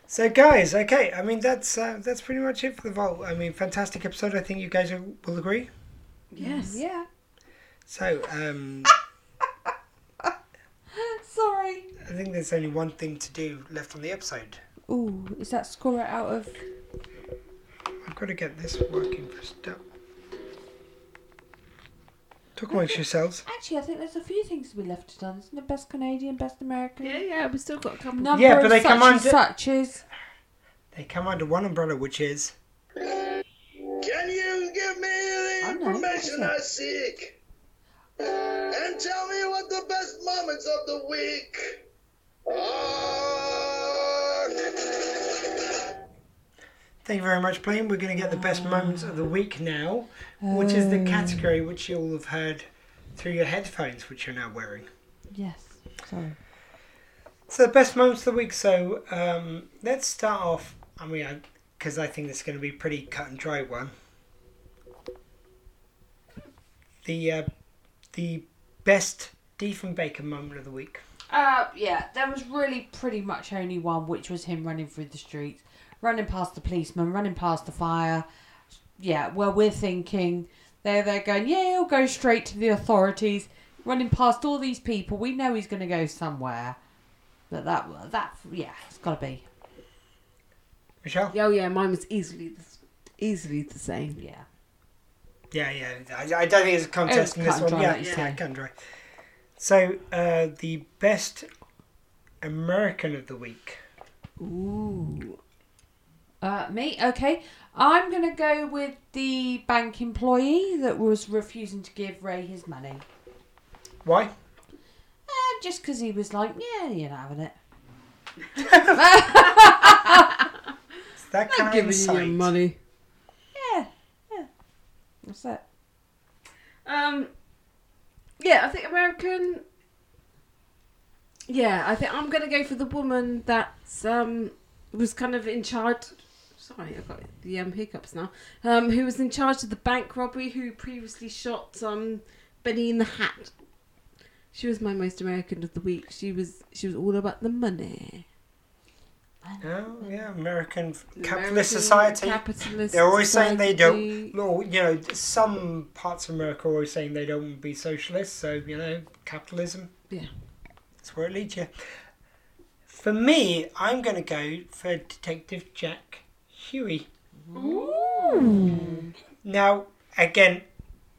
So, guys, okay, I mean that's uh, that's pretty much it for the vault. I mean, fantastic episode. I think you guys will will agree.
Yes.
Yeah.
So, um,
Sorry.
I think there's only one thing to do left on the episode.
Ooh, is that score it out of?
I've got to get this working first up. Talk amongst yourselves.
Actually, I think there's a few things to be left undone. Isn't it best Canadian, best American?
Yeah, yeah, we've still got a couple.
Number
Yeah, but
of
they
such
come
and
under-
such is.
They come under one umbrella, which is
Can you give me information I seek. And tell me what the best moments of the week
Thank you very much, Blaine. We're going to get the best moments of the week now, which is the
Oh.
category which you'll have heard through your headphones, which you're now wearing.
Yes. Sorry.
So the best moments of the week. So um, let's start off. I mean, because I, think this is going to be a pretty cut and dry one. The uh, the best Diefenbaker moment of the week.
Uh, yeah, there was really pretty much only one, which was him running through the streets, running past the policeman, running past the fire. Yeah, well, we're thinking they're they're going, yeah, he'll go straight to the authorities, running past all these people. We know he's going to go somewhere, but that that yeah, it's got to be.
Michelle.
Oh yeah, mine was easily the, easily the same.
Yeah.
Yeah, yeah. I, I don't think it's a contest
It's
in this
cut and
one.
dry,
Yeah,
like you
yeah,
say.
cut and dry. So uh, the best American of the week.
Ooh. Uh, me? Okay. I'm going to go with the bank employee that was refusing to give Ray his money.
Why?
Uh, just because he was like, yeah, you're not having it.
That
I'm
kind of
giving
insight.
you your money.
Yeah. Yeah. What's that?
Um, yeah, I think American. Yeah, I think I'm gonna go for the woman that um was kind of in charge. Sorry, I got the um, hiccups now. Um, who was in charge of the bank robbery? Who previously shot um Benny in the Hat? She was my most American of the week. She was she was all about the money.
Oh, yeah, American f- capitalist
American
society.
capitalist
They're always saying they
society.
don't. Well, you know, some parts of America are always saying they don't want to be socialist. So you know, capitalism.
Yeah.
That's where it leads you. For me, I'm going to go for Detective Jack Huey. Now, again,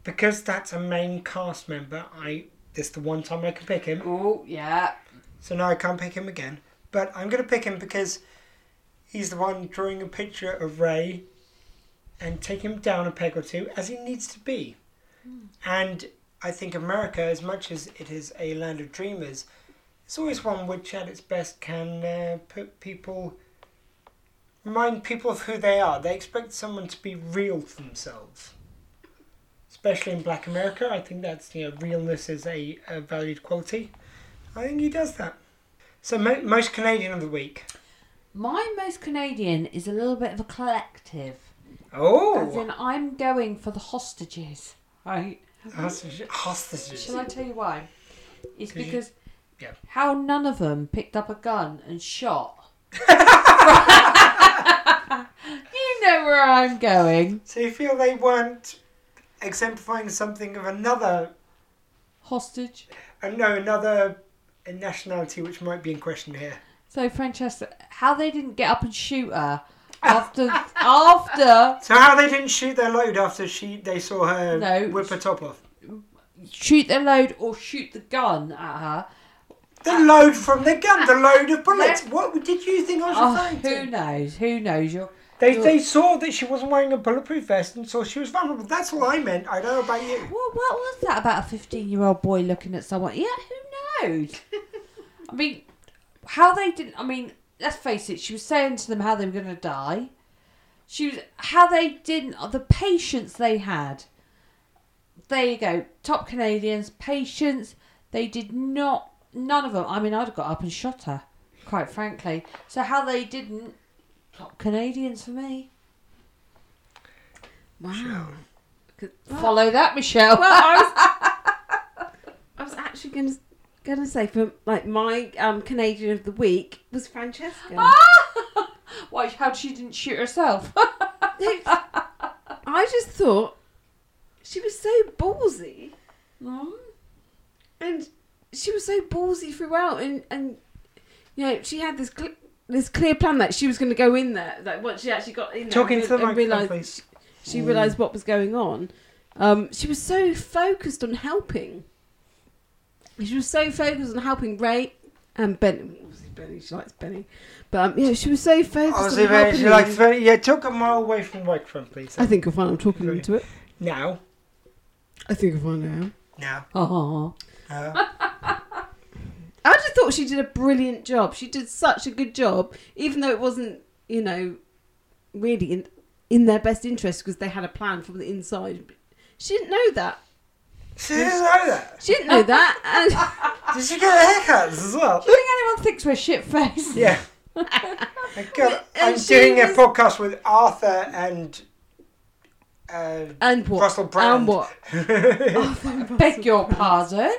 because that's a main cast member, I this is the one time I can pick him.
Oh yeah.
So now I can't pick him again. But I'm gonna pick him because he's the one drawing a picture of Ray and taking him down a peg or two as he needs to be. And I think America, as much as it is a land of dreamers, it's always one which at its best can uh, put people remind people of who they are. They expect someone to be real to themselves. Especially in black America, I think that's, you know, realness is a, a valued quality. I think he does that. So, mo- most Canadian of the week.
My most Canadian is a little bit of a collective. As
Oh!
in, I'm going for the hostages. Right.
Hostage- Hostages.
Shall I tell you why? It's
Could you-
because
Yeah.
how none of them picked up a gun and shot. you know where I'm going.
So, you feel they weren't exemplifying something of another,
Hostage.
uh, no, another nationality which might be in question here?
So Francesca, how they didn't get up and shoot her after after
So, how they didn't shoot their load after she they saw her
No.
whip her top off?
shoot their load or shoot the gun at her. Ah.
The load from the gun, the load of bullets. What did you think I was
Oh,
referring to?
who knows? Who knows? You're
They, they saw that she wasn't wearing a bulletproof vest and saw she was vulnerable. That's all I meant. I don't know about you.
What, what was that about a 15 year old boy looking at someone? Yeah, who knows? I mean, how they didn't. I mean, let's face it, she was saying to them how they were going to die. She was. How they didn't. The patience they had. There you go. Top Canadians, patience. They did not. None of them. I mean, I'd have got up and shot her, quite frankly. So how they didn't. Top Canadians for me.
Wow. Oh,
Follow that, Michelle.
Well, I was, I was actually gonna gonna say for like my um Canadian of the week was Francesca.
Why? How she didn't shoot herself?
I just thought she was so ballsy, and she was so ballsy throughout, and and you know she had this cl- this clear plan that she was going to go in there. Like once she actually got in there,
Talking
and,
to the
and
microphone,
realized
please.
she, she realized what was going on. Um, she was so focused on helping. She was so focused on helping Ray and Benny. Obviously, Benny, she likes Benny, but um, yeah, she was so focused
I was
on helping.
even
him.
like, yeah, took a mile away from the microphone, please.
I think you'll find I'm talking into it.
Now,
I think of one now.
No.
Oh.
I just thought she did a brilliant job. She did such a good job, even though it wasn't, you know, really in in their best interest because they had a plan from the inside. She didn't know that.
She didn't know that.
She didn't know that. And
Did she get a haircut as well?
Do you think anyone thinks we're shit faced?
Yeah. My God, I'm
she
doing a
was-
podcast with Arthur and uh,
and what?
Russell
And
Brand.
what?
Beg your pardon.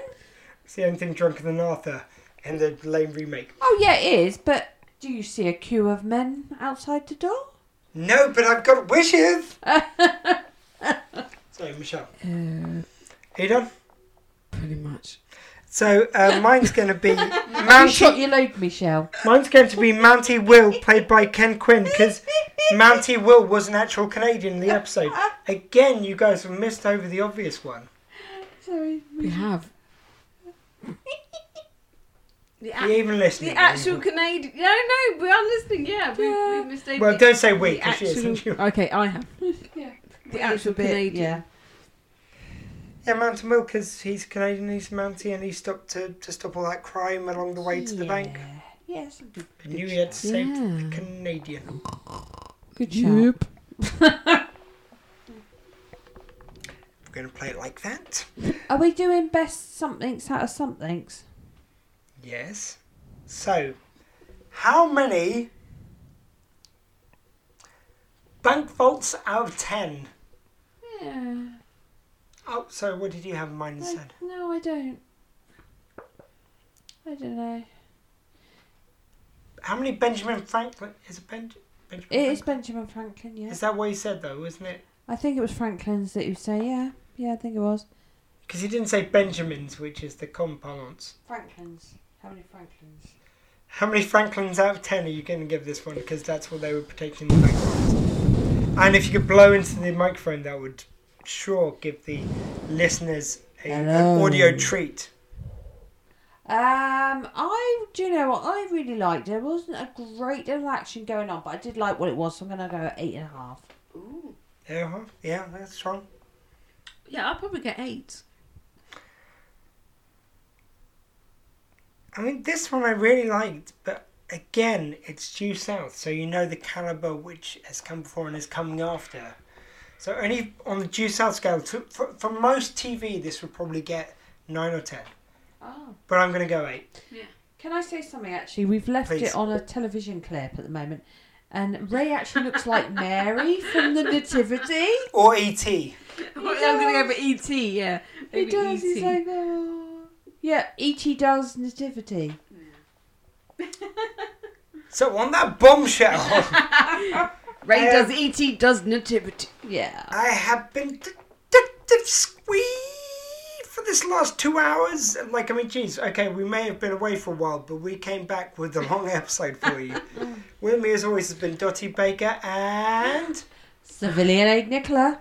It's the only thing drunker than Arthur in the lame remake.
Oh yeah, it is. But do you see a queue of men outside the door?
No, but I've got wishes. Sorry, Michelle.
Uh,
Are you done?
Pretty much.
So uh, mine's going to be
You shot
Mountie.
your load, Michelle.
Mine's going to be Mountie Will, played by Ken Quinn, because Mountie Will was an actual Canadian in the episode. Again, you guys have missed over the obvious one.
Sorry.
We have.
The,
Are you
a-
even listening?
the actual Canadian. No, no, we are listening. Yeah, we, we mistaken.
Well,
it.
don't say we,
The
'cause she
actual-
isn't.
Okay, I have.
The actual
bit,
Canadian.
yeah.
Yeah, Mountie Will, because he's Canadian, he's Mountie, and he stopped to, to stop all that crime along the way to the bank.
Yes. Good,
I knew he had saved
Yeah.
the Canadian.
good shout.
Yep.
We're going to play it like that.
Are we doing best somethings out of somethings?
Yes. So, how many bank vaults out of 10?
Yeah.
Oh, so what did you have in mind
I-
instead?
no, I don't. I don't know.
How many Benjamin Franklin? Is it ben, Benjamin
It is
Franklin?
Benjamin Franklin, yeah.
Is that what he said though, isn't it?
I think it was Franklin's that you say, yeah. Yeah, I think it was.
Because he didn't say Benjamins, which is the common parlance.
Franklins. How many Franklins?
How many Franklins out of 10 are you going to give this one? Because that's what they were protecting the bank vaults. And if you could blow into the microphone, that would sure give the listeners a, an
Hello.
audio treat.
Um, I do you know what I really liked. There wasn't a great deal of action going on, but I did like what it was. So I'm gonna go eight and a half.
Ooh.
Yeah, huh? yeah, that's strong.
Yeah, I'll probably get eight.
I mean, this one I really liked, but again, it's due south, so you know the caliber which has come before and is coming after. So only on the due south scale, to, for, for most TV, this would probably get nine or ten,
Oh,
but I'm gonna go eight.
can I say something? Actually, we've left
Please.
it on a television clip at the moment, and Ray actually looks like Mary from the Nativity.
Or E ET.
I'm gonna go for ET. Yeah,
He
Maybe E
does.
E
He's
ET.
like, oh. yeah, E.T. does Nativity.
So on that bombshell,
Ray
Um,
does ET does nativity.
Yeah.
I have been detective squee for this last two hours. And, Like I mean, geez, okay, we may have been away for a while, but we came back with the long episode for you. With me, as always, has been Dottie Baker and.
Civilian aid Nicola,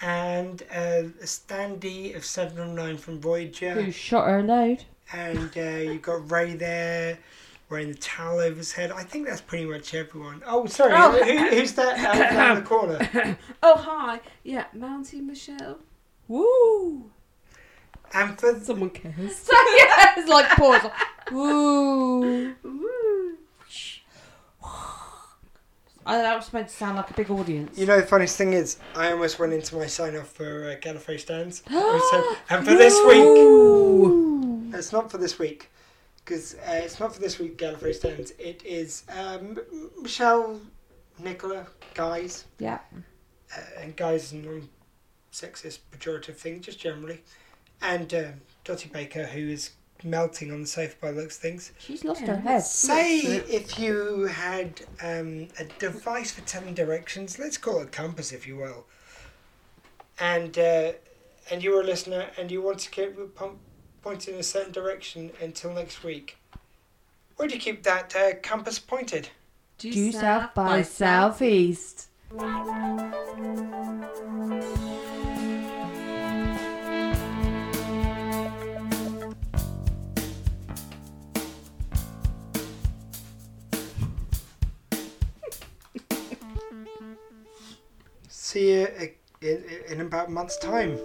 and uh, Standy of 709 from Voyager.
who shot her load.
And uh, you got Ray there wearing the towel over his head. I think that's pretty much everyone. Oh, sorry,
Oh.
who, who's that out down the corner?
Oh hi, yeah, Mountie Michelle.
Woo!
And for th-
Someone cares.
So yeah, it's like pause. Woo!
Ooh.
I that was meant to sound like a big audience.
you know, the funniest thing is, I almost went into my sign off for uh, Gallifrey Stands. I was so- and for this week, it's not for this week. Because uh, it's not for this week, Gallifrey Stands. It is um, Michelle, Nicola, Guys,
Yeah.
uh, and guys is a non-sexist pejorative thing just generally and um, Dottie Baker who is melting on the sofa by the looks of things
She's lost her head.
say if you had um, a device for telling directions let's call it a compass if you will and uh, and you're a listener and you want to keep your pump pointed in a certain direction until next week where do you keep that uh, compass pointed
Due south by southeast.
see you uh, in, in about a month's time